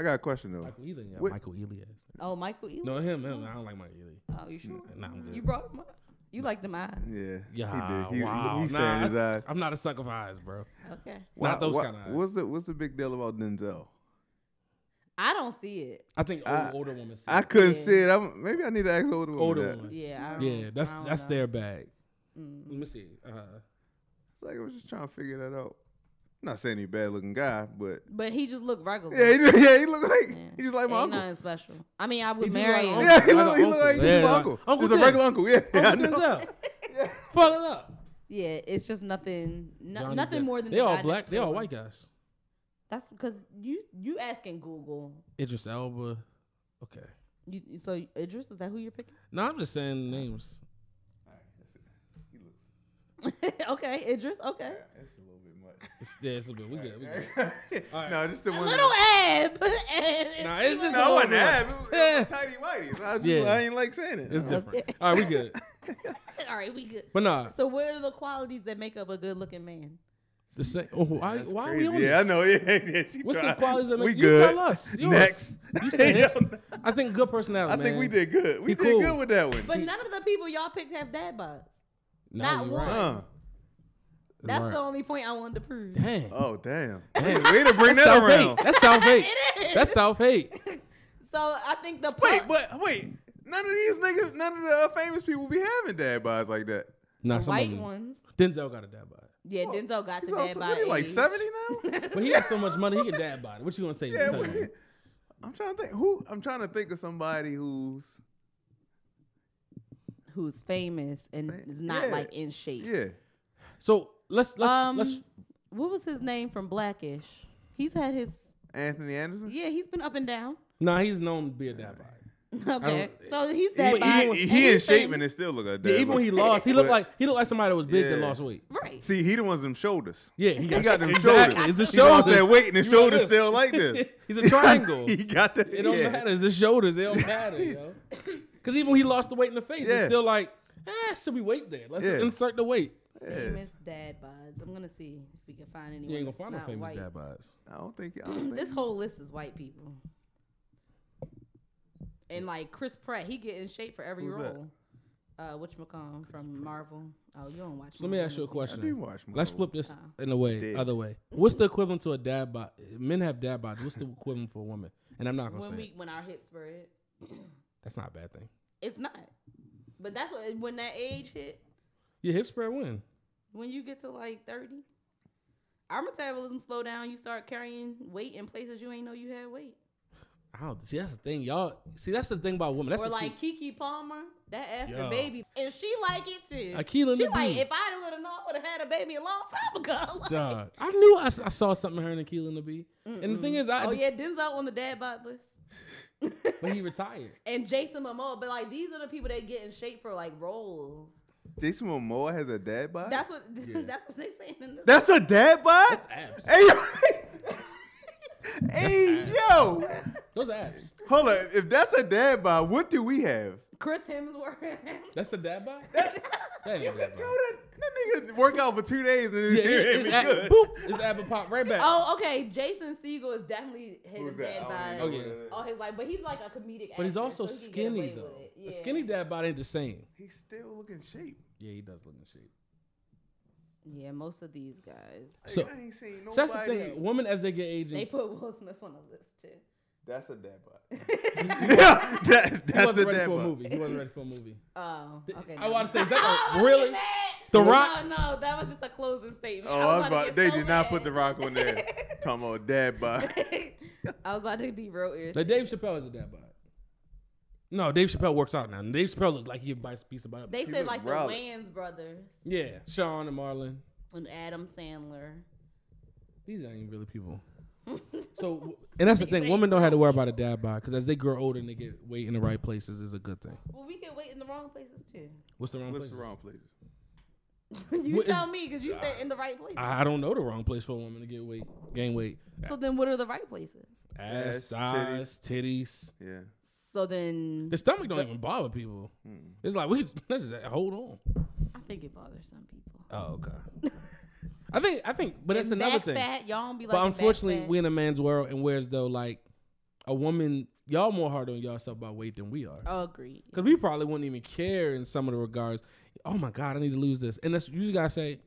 [SPEAKER 5] I got a question though.
[SPEAKER 3] Michael Elias.
[SPEAKER 5] What-
[SPEAKER 3] Michael Elias.
[SPEAKER 4] Oh, Michael, you?
[SPEAKER 3] No, him, him. I don't like Michael Elias.
[SPEAKER 4] Oh, you sure?
[SPEAKER 3] Nah, I'm good.
[SPEAKER 4] You brought him up. You like them eyes.
[SPEAKER 5] Yeah,
[SPEAKER 3] Yeah,
[SPEAKER 5] he did. He,
[SPEAKER 3] wow.
[SPEAKER 5] he, he
[SPEAKER 3] nah,
[SPEAKER 5] staring his eyes.
[SPEAKER 3] I'm not a sucker for eyes, bro.
[SPEAKER 4] Okay.
[SPEAKER 3] Not those kind of eyes.
[SPEAKER 5] What's the What's the big deal about Denzel?
[SPEAKER 4] I don't see it.
[SPEAKER 3] I think old,
[SPEAKER 5] I-
[SPEAKER 3] older women. See
[SPEAKER 5] I
[SPEAKER 3] it.
[SPEAKER 5] couldn't
[SPEAKER 4] Yeah.
[SPEAKER 5] see it. I'm, maybe I need to ask older woman
[SPEAKER 3] older
[SPEAKER 5] that.
[SPEAKER 3] women.
[SPEAKER 4] Yeah. I
[SPEAKER 3] Yeah,
[SPEAKER 4] don't-
[SPEAKER 3] that's
[SPEAKER 4] I don't
[SPEAKER 3] that's
[SPEAKER 4] know.
[SPEAKER 3] their bag.
[SPEAKER 4] Mm.
[SPEAKER 3] Let me see. Uh,
[SPEAKER 5] It's like I was just trying to figure that out. I'm not saying he's a bad looking guy, but
[SPEAKER 4] But he just looked regular.
[SPEAKER 5] yeah, he, yeah, he looked like
[SPEAKER 4] Yeah.
[SPEAKER 5] he just like my
[SPEAKER 4] Ain't
[SPEAKER 5] uncle.
[SPEAKER 4] nothing special. I mean, I
[SPEAKER 3] He
[SPEAKER 4] would
[SPEAKER 3] do
[SPEAKER 4] marry
[SPEAKER 3] like
[SPEAKER 4] him.
[SPEAKER 3] Uncle
[SPEAKER 5] Yeah, he
[SPEAKER 3] Like
[SPEAKER 5] looked
[SPEAKER 3] an
[SPEAKER 5] look like
[SPEAKER 3] uncle.
[SPEAKER 5] just my
[SPEAKER 3] Yeah,
[SPEAKER 5] uncle.
[SPEAKER 3] Uncle
[SPEAKER 5] Just a
[SPEAKER 3] Tim.
[SPEAKER 5] regular uncle. Yeah, I
[SPEAKER 3] Uncle
[SPEAKER 5] know.
[SPEAKER 3] Denzel. Fuck it up.
[SPEAKER 4] Yeah, it's just nothing, no,
[SPEAKER 3] Johnny
[SPEAKER 4] nothing
[SPEAKER 3] Depp.
[SPEAKER 4] more than
[SPEAKER 3] they
[SPEAKER 4] the guy
[SPEAKER 3] all
[SPEAKER 4] next
[SPEAKER 3] black. They all
[SPEAKER 4] door.
[SPEAKER 3] white guys.
[SPEAKER 4] That's because you you asking Google.
[SPEAKER 3] Idris Elba. Okay.
[SPEAKER 4] You, you- so Idris, is that who you're picking?
[SPEAKER 3] No, I'm just saying names.
[SPEAKER 4] okay, Idris. Okay,
[SPEAKER 5] That's a little bit much.
[SPEAKER 3] It's, yeah, it's a bit. We good. We good. right.
[SPEAKER 5] No, just the
[SPEAKER 4] a
[SPEAKER 5] one.
[SPEAKER 4] little ab. and-
[SPEAKER 3] Nah, it's just
[SPEAKER 5] no, I
[SPEAKER 3] a
[SPEAKER 5] wasn't
[SPEAKER 3] little
[SPEAKER 5] half.
[SPEAKER 3] bit.
[SPEAKER 5] It was,
[SPEAKER 3] Yeah.
[SPEAKER 5] tiny whitey. I, just,
[SPEAKER 3] Yeah.
[SPEAKER 5] I ain't like saying it.
[SPEAKER 3] It's
[SPEAKER 5] Uh,
[SPEAKER 3] different. All right, we good.
[SPEAKER 4] All right, we good.
[SPEAKER 3] But nah,
[SPEAKER 4] So what are the qualities that make up a good looking man?
[SPEAKER 3] the same. Oh, why?
[SPEAKER 5] That's
[SPEAKER 3] Why
[SPEAKER 5] crazy.
[SPEAKER 3] are we on
[SPEAKER 5] Yeah, I
[SPEAKER 3] this?
[SPEAKER 5] know. Yeah, yeah. She
[SPEAKER 3] What's the
[SPEAKER 5] tried.
[SPEAKER 3] qualities that make
[SPEAKER 5] we
[SPEAKER 3] you
[SPEAKER 5] good.
[SPEAKER 3] tell us? Yours.
[SPEAKER 5] Next.
[SPEAKER 3] You said
[SPEAKER 5] Yo,
[SPEAKER 3] him. I think good personality.
[SPEAKER 5] I think we
[SPEAKER 3] man.
[SPEAKER 5] did good. We
[SPEAKER 3] He
[SPEAKER 5] did
[SPEAKER 3] cool.
[SPEAKER 5] good with that one.
[SPEAKER 4] But none of the people y'all picked have dad bods.
[SPEAKER 3] Nah,
[SPEAKER 4] Not
[SPEAKER 3] you're
[SPEAKER 4] one.
[SPEAKER 3] right.
[SPEAKER 5] Uh,
[SPEAKER 4] That's
[SPEAKER 3] Right.
[SPEAKER 4] the only point I wanted to prove.
[SPEAKER 3] Dang.
[SPEAKER 5] oh damn.
[SPEAKER 3] Damn.
[SPEAKER 5] Way to bring
[SPEAKER 3] That's
[SPEAKER 5] that
[SPEAKER 3] self
[SPEAKER 5] around.
[SPEAKER 3] hate. That's self hate.
[SPEAKER 4] It is.
[SPEAKER 3] That's self hate.
[SPEAKER 4] so I think the
[SPEAKER 5] Wait,
[SPEAKER 4] pro-
[SPEAKER 5] but wait. None of these niggas, none of the uh, famous people be having dad bods like that.
[SPEAKER 3] Nah,
[SPEAKER 4] the
[SPEAKER 3] some of
[SPEAKER 4] white
[SPEAKER 3] them-
[SPEAKER 4] ones.
[SPEAKER 3] Denzel got a dad body.
[SPEAKER 4] Yeah, Denzel got
[SPEAKER 5] He's
[SPEAKER 4] to dad
[SPEAKER 5] also,
[SPEAKER 4] bod.
[SPEAKER 5] what, he like
[SPEAKER 4] age.
[SPEAKER 5] 70 now?
[SPEAKER 3] But he has so much money, he can dad body. What you gonna say?
[SPEAKER 5] yeah,
[SPEAKER 3] son?
[SPEAKER 5] what- I'm trying to think who I'm trying to think of somebody who's
[SPEAKER 4] Who's famous and
[SPEAKER 5] Fam-
[SPEAKER 4] is not
[SPEAKER 5] yeah.
[SPEAKER 4] like in shape.
[SPEAKER 5] yeah.
[SPEAKER 3] So let's let's
[SPEAKER 4] um,
[SPEAKER 3] let's
[SPEAKER 4] what was his name from Blackish? He's had his
[SPEAKER 5] Anthony Anderson.
[SPEAKER 4] yeah, he's been up and down.
[SPEAKER 3] Nah, he's known to be a dad body.
[SPEAKER 4] Okay,
[SPEAKER 3] don't-
[SPEAKER 4] so he's
[SPEAKER 5] He,
[SPEAKER 4] that
[SPEAKER 5] he,
[SPEAKER 4] body.
[SPEAKER 5] he,
[SPEAKER 4] And
[SPEAKER 5] in
[SPEAKER 4] he's
[SPEAKER 5] shape and
[SPEAKER 4] famous.
[SPEAKER 5] it still look like that.
[SPEAKER 3] Yeah, even when he lost, he looked
[SPEAKER 5] But-
[SPEAKER 3] like he looked like somebody that was big that
[SPEAKER 5] Yeah.
[SPEAKER 3] lost weight.
[SPEAKER 4] right.
[SPEAKER 5] See, he the ones them shoulders.
[SPEAKER 3] Yeah, he got,
[SPEAKER 5] got them
[SPEAKER 3] exactly.
[SPEAKER 5] shoulders.
[SPEAKER 3] It's the
[SPEAKER 5] He lost
[SPEAKER 3] shoulders.
[SPEAKER 5] that weight and his
[SPEAKER 3] You like
[SPEAKER 5] shoulders
[SPEAKER 3] this.
[SPEAKER 5] still like this.
[SPEAKER 3] He's a triangle.
[SPEAKER 5] he got that.
[SPEAKER 3] It don't
[SPEAKER 5] yeah.
[SPEAKER 3] matter. It's the shoulders. It don't matter, yo. Because even when he lost the weight in the face, it's
[SPEAKER 5] Yeah.
[SPEAKER 3] still like, eh, should we wait there? Let's
[SPEAKER 5] Yeah.
[SPEAKER 3] insert the weight.
[SPEAKER 5] Yes.
[SPEAKER 4] Famous dad bods. I'm gonna see if we can find anyone.
[SPEAKER 3] You ain't gonna
[SPEAKER 4] that's
[SPEAKER 3] find no
[SPEAKER 4] not
[SPEAKER 3] famous
[SPEAKER 4] white.
[SPEAKER 3] dad bods.
[SPEAKER 5] I don't think. I don't think
[SPEAKER 4] This whole list is white people. And like Chris Pratt, he get in shape for every
[SPEAKER 5] Who's that?
[SPEAKER 4] role. Uh, which from Marvel? Oh, you don't watch.
[SPEAKER 3] Let me
[SPEAKER 4] Marvel.
[SPEAKER 3] ask you a
[SPEAKER 5] I do
[SPEAKER 3] question.
[SPEAKER 5] watch
[SPEAKER 3] Let's
[SPEAKER 5] Marvel.
[SPEAKER 3] flip this
[SPEAKER 4] Uh-uh.
[SPEAKER 3] in a way,
[SPEAKER 5] Dick.
[SPEAKER 3] other way. What's the equivalent to a dad bod? Men have dad bods. What's the equivalent for a woman? And I'm not gonna
[SPEAKER 4] When
[SPEAKER 3] say
[SPEAKER 4] we
[SPEAKER 3] it.
[SPEAKER 4] when our hips spread,
[SPEAKER 3] that's not a bad thing.
[SPEAKER 4] it's not. But that's what when that age hit.
[SPEAKER 3] Your hip spread when?
[SPEAKER 4] when you get to like 30 our metabolism slow down you start carrying weight in places you ain't know you had weight
[SPEAKER 3] I don't see. That's the thing, y'all. See, that's the thing about women. That's the
[SPEAKER 4] or
[SPEAKER 3] key.
[SPEAKER 4] like Kiki Palmer, that after
[SPEAKER 3] Yo.
[SPEAKER 4] baby, and she like it too.
[SPEAKER 3] Akilah
[SPEAKER 4] she
[SPEAKER 3] Nadeem.
[SPEAKER 4] like if I would have known, would have had a baby a long time ago. Like,
[SPEAKER 3] Dog. I knew I, s- I saw something her and Keelan to be. And the thing is, I
[SPEAKER 4] oh yeah, Denzel on the dad bod list,
[SPEAKER 3] but he retired.
[SPEAKER 4] and Jason Momoa. But like these are the people that get in shape for like roles.
[SPEAKER 5] Jason Momoa has a dad bod.
[SPEAKER 4] That's what that's what they saying in this.
[SPEAKER 5] That's a dad bod.
[SPEAKER 3] That's abs.
[SPEAKER 5] Hey, yo. hey, yo.
[SPEAKER 3] Those abs.
[SPEAKER 5] Hold on. If that's a dad bod, what do we have?
[SPEAKER 4] Chris Hemsworth.
[SPEAKER 3] That's a dad bod. That ain't a dad bod.
[SPEAKER 5] that, that nigga work out for two days and his
[SPEAKER 3] Yeah,
[SPEAKER 5] yeah,
[SPEAKER 3] it-
[SPEAKER 5] ain't
[SPEAKER 3] it's
[SPEAKER 5] be
[SPEAKER 3] ab,
[SPEAKER 5] good.
[SPEAKER 3] boop. It's ab and pop right back.
[SPEAKER 4] oh, okay. Jason Siegel is definitely his
[SPEAKER 5] Who's
[SPEAKER 4] dad
[SPEAKER 5] that? I
[SPEAKER 4] bod.
[SPEAKER 5] don't even
[SPEAKER 3] Okay.
[SPEAKER 5] know who that is.
[SPEAKER 4] All his life, but he's like a comedic.
[SPEAKER 3] but he's
[SPEAKER 4] actor,
[SPEAKER 3] also
[SPEAKER 4] so he can get away
[SPEAKER 3] skinny
[SPEAKER 4] with
[SPEAKER 3] though.
[SPEAKER 4] it.
[SPEAKER 3] A
[SPEAKER 4] Yeah.
[SPEAKER 3] skinny dad bod ain't the same.
[SPEAKER 5] He still look in shape.
[SPEAKER 3] Yeah, he does look in shape.
[SPEAKER 4] Yeah, most of these guys.
[SPEAKER 5] Like,
[SPEAKER 3] So-
[SPEAKER 5] I ain't seen nobody.
[SPEAKER 3] So that's the thing. Women as they get aging,
[SPEAKER 4] They put Will Smith on the list too.
[SPEAKER 5] That's a dad bod. yeah, that,
[SPEAKER 3] he
[SPEAKER 5] that's a
[SPEAKER 3] wasn't ready
[SPEAKER 5] dad
[SPEAKER 3] for a
[SPEAKER 5] bod.
[SPEAKER 3] movie. He wasn't ready for a movie.
[SPEAKER 4] Oh, okay.
[SPEAKER 3] I
[SPEAKER 4] no.
[SPEAKER 3] want to say, is that a-
[SPEAKER 4] I was
[SPEAKER 3] really?
[SPEAKER 4] getting mad.
[SPEAKER 3] The Rock?
[SPEAKER 4] No, no, that was just a closing statement.
[SPEAKER 5] Oh, I was
[SPEAKER 4] about to
[SPEAKER 5] about,
[SPEAKER 4] get
[SPEAKER 5] they
[SPEAKER 4] so
[SPEAKER 5] did not
[SPEAKER 4] mad.
[SPEAKER 5] put The Rock on there. Talking about dad bod.
[SPEAKER 4] I was about to be real
[SPEAKER 3] Like
[SPEAKER 4] irritated.
[SPEAKER 3] Dave Chappelle is a dad bod. No, Dave Chappelle works out now. Dave Chappelle looked like he bites a piece of body.
[SPEAKER 4] They
[SPEAKER 5] He
[SPEAKER 4] said
[SPEAKER 5] looked
[SPEAKER 4] like the
[SPEAKER 5] rowdy.
[SPEAKER 4] Wayans brothers
[SPEAKER 3] Yeah, Sean and Marlon.
[SPEAKER 4] and Adam Sandler.
[SPEAKER 3] These ain't really people. So, and that's the thing. Women don't have to worry about a dad bod because as they grow older and they get weight in the right places is a good thing.
[SPEAKER 4] Well, we get wait in the wrong places too.
[SPEAKER 3] What's the wrong
[SPEAKER 5] What's
[SPEAKER 3] place?
[SPEAKER 5] the wrong place?
[SPEAKER 4] you
[SPEAKER 3] What is-
[SPEAKER 4] tell me because you said in the right places.
[SPEAKER 3] I I don't know the wrong place for a woman to get weight, gain weight.
[SPEAKER 4] so then, what are the right places?
[SPEAKER 3] Ass,
[SPEAKER 5] Ass,
[SPEAKER 3] thighs, titties.
[SPEAKER 5] Yeah.
[SPEAKER 4] So then,
[SPEAKER 3] The stomach don't even bother people. It's like we let's just hold on.
[SPEAKER 4] I think it bothers some people.
[SPEAKER 3] Oh, okay. I think I think, but that's
[SPEAKER 4] And
[SPEAKER 3] another
[SPEAKER 4] back
[SPEAKER 3] thing.
[SPEAKER 4] Fat, y'all don't be like.
[SPEAKER 3] but unfortunately, we in a man's world, and whereas though, like a woman, y'all more hard on y'allself about weight than we
[SPEAKER 4] Oh.
[SPEAKER 3] are.
[SPEAKER 4] agree.
[SPEAKER 3] Because we probably wouldn't even care in some of the regards. Oh my God, I need to lose this. And that's you just gotta say,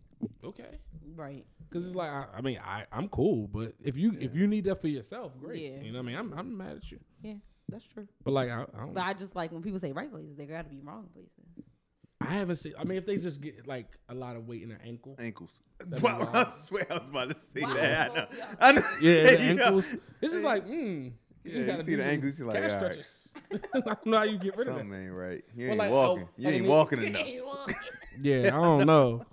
[SPEAKER 3] okay.
[SPEAKER 4] Right.
[SPEAKER 3] Because it's like, I, I mean, I, I'm cool, but if you if you need that for yourself, great.
[SPEAKER 4] Yeah.
[SPEAKER 3] You know what I mean? I'm, I'm mad at you.
[SPEAKER 4] Yeah, that's true.
[SPEAKER 3] But like, I, I don't
[SPEAKER 4] But I just like when people say right places, they gotta be wrong places.
[SPEAKER 3] I haven't seen, I mean, if they just get like a lot of weight in their ankle.
[SPEAKER 5] Ankles.
[SPEAKER 3] be
[SPEAKER 5] Wow, I
[SPEAKER 3] wild.
[SPEAKER 5] swear I was about to say
[SPEAKER 4] Wow.
[SPEAKER 5] that. I know.
[SPEAKER 4] Yeah.
[SPEAKER 5] I know.
[SPEAKER 3] Yeah, the
[SPEAKER 5] Yeah.
[SPEAKER 3] ankles. It's just like, mm.
[SPEAKER 5] Yeah, you see
[SPEAKER 3] do
[SPEAKER 5] the
[SPEAKER 3] some
[SPEAKER 5] ankles, you're like,
[SPEAKER 3] calf
[SPEAKER 5] all right.
[SPEAKER 3] stretches. I don't know how you get rid of that.
[SPEAKER 5] Something ain't right. You
[SPEAKER 3] Well,
[SPEAKER 5] ain't
[SPEAKER 3] like, oh,
[SPEAKER 5] walking. you
[SPEAKER 3] like,
[SPEAKER 5] ain't
[SPEAKER 3] nigga-
[SPEAKER 5] walking enough.
[SPEAKER 3] Yeah, I don't know.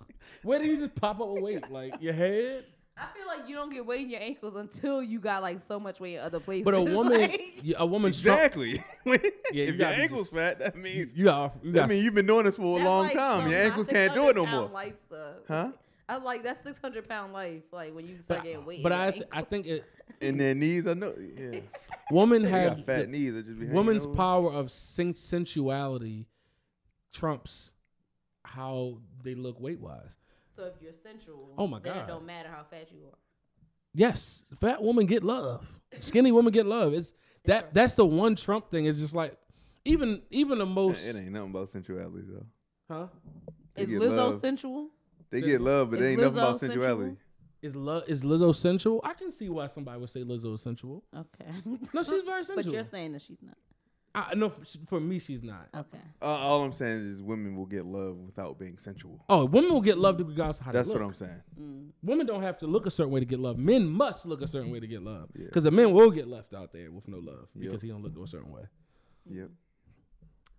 [SPEAKER 3] Where do you just pop up with weight? Like your head?
[SPEAKER 4] I feel like you don't get weight in your ankles until you got like so much weight in other places.
[SPEAKER 3] But a woman,
[SPEAKER 4] Like,
[SPEAKER 3] y- a woman, strong,
[SPEAKER 5] Exactly.
[SPEAKER 3] you
[SPEAKER 5] if your
[SPEAKER 3] gotta be
[SPEAKER 5] ankles
[SPEAKER 3] just-
[SPEAKER 5] fat, that means
[SPEAKER 3] you got, you got
[SPEAKER 5] that mean you've been doing this for a
[SPEAKER 4] that's
[SPEAKER 5] long
[SPEAKER 4] like
[SPEAKER 5] time.
[SPEAKER 4] some
[SPEAKER 5] Your
[SPEAKER 4] my
[SPEAKER 5] ankles can't do it
[SPEAKER 4] 600
[SPEAKER 5] no
[SPEAKER 4] pound
[SPEAKER 5] more.
[SPEAKER 4] Life stuff.
[SPEAKER 5] Huh?
[SPEAKER 4] I was like that's six hundred pound life. Like when you start
[SPEAKER 3] But,
[SPEAKER 4] getting weight.
[SPEAKER 3] but
[SPEAKER 4] in your
[SPEAKER 3] I, th-
[SPEAKER 4] ankle.
[SPEAKER 3] I think it,
[SPEAKER 5] And their knees, I know. Yeah.
[SPEAKER 3] women
[SPEAKER 5] They got
[SPEAKER 3] have
[SPEAKER 5] fat
[SPEAKER 3] the-
[SPEAKER 5] knees. That just be hanging
[SPEAKER 3] woman's
[SPEAKER 5] over.
[SPEAKER 3] power of sen- sensuality trumps how they look weight wise.
[SPEAKER 4] so if you're sensual,
[SPEAKER 3] Oh my
[SPEAKER 4] then
[SPEAKER 3] God.
[SPEAKER 4] it don't matter how fat you are.
[SPEAKER 3] Yes, fat women get love. Skinny women get love. It's that that's the one Trump thing. It's just like even even the most
[SPEAKER 5] It ain't nothing about sensuality though.
[SPEAKER 3] huh
[SPEAKER 5] They
[SPEAKER 4] Is
[SPEAKER 5] get
[SPEAKER 4] Lizzo
[SPEAKER 5] love.
[SPEAKER 4] sensual?
[SPEAKER 5] They get love, but
[SPEAKER 4] Is
[SPEAKER 5] they ain't nothing
[SPEAKER 4] Lizzo
[SPEAKER 5] about
[SPEAKER 4] sensual?
[SPEAKER 5] sensuality.
[SPEAKER 3] is love is Lizzo sensual? I can see why somebody would say Lizzo is sensual.
[SPEAKER 4] Okay.
[SPEAKER 3] No, she's very sensual.
[SPEAKER 4] but you're saying that she's not.
[SPEAKER 3] I, no, for- for me she's not.
[SPEAKER 4] Okay.
[SPEAKER 5] Uh, all I'm saying is women will get love without being sensual.
[SPEAKER 3] Oh, women will get love regardless of how
[SPEAKER 5] That's
[SPEAKER 3] they
[SPEAKER 5] what
[SPEAKER 3] look.
[SPEAKER 5] I'm saying.
[SPEAKER 3] Women don't have to look a certain way to get love. Men must look a certain way to get love because the men will get left out there with no love because he don't look a certain way. Mm-hmm.
[SPEAKER 5] Yep.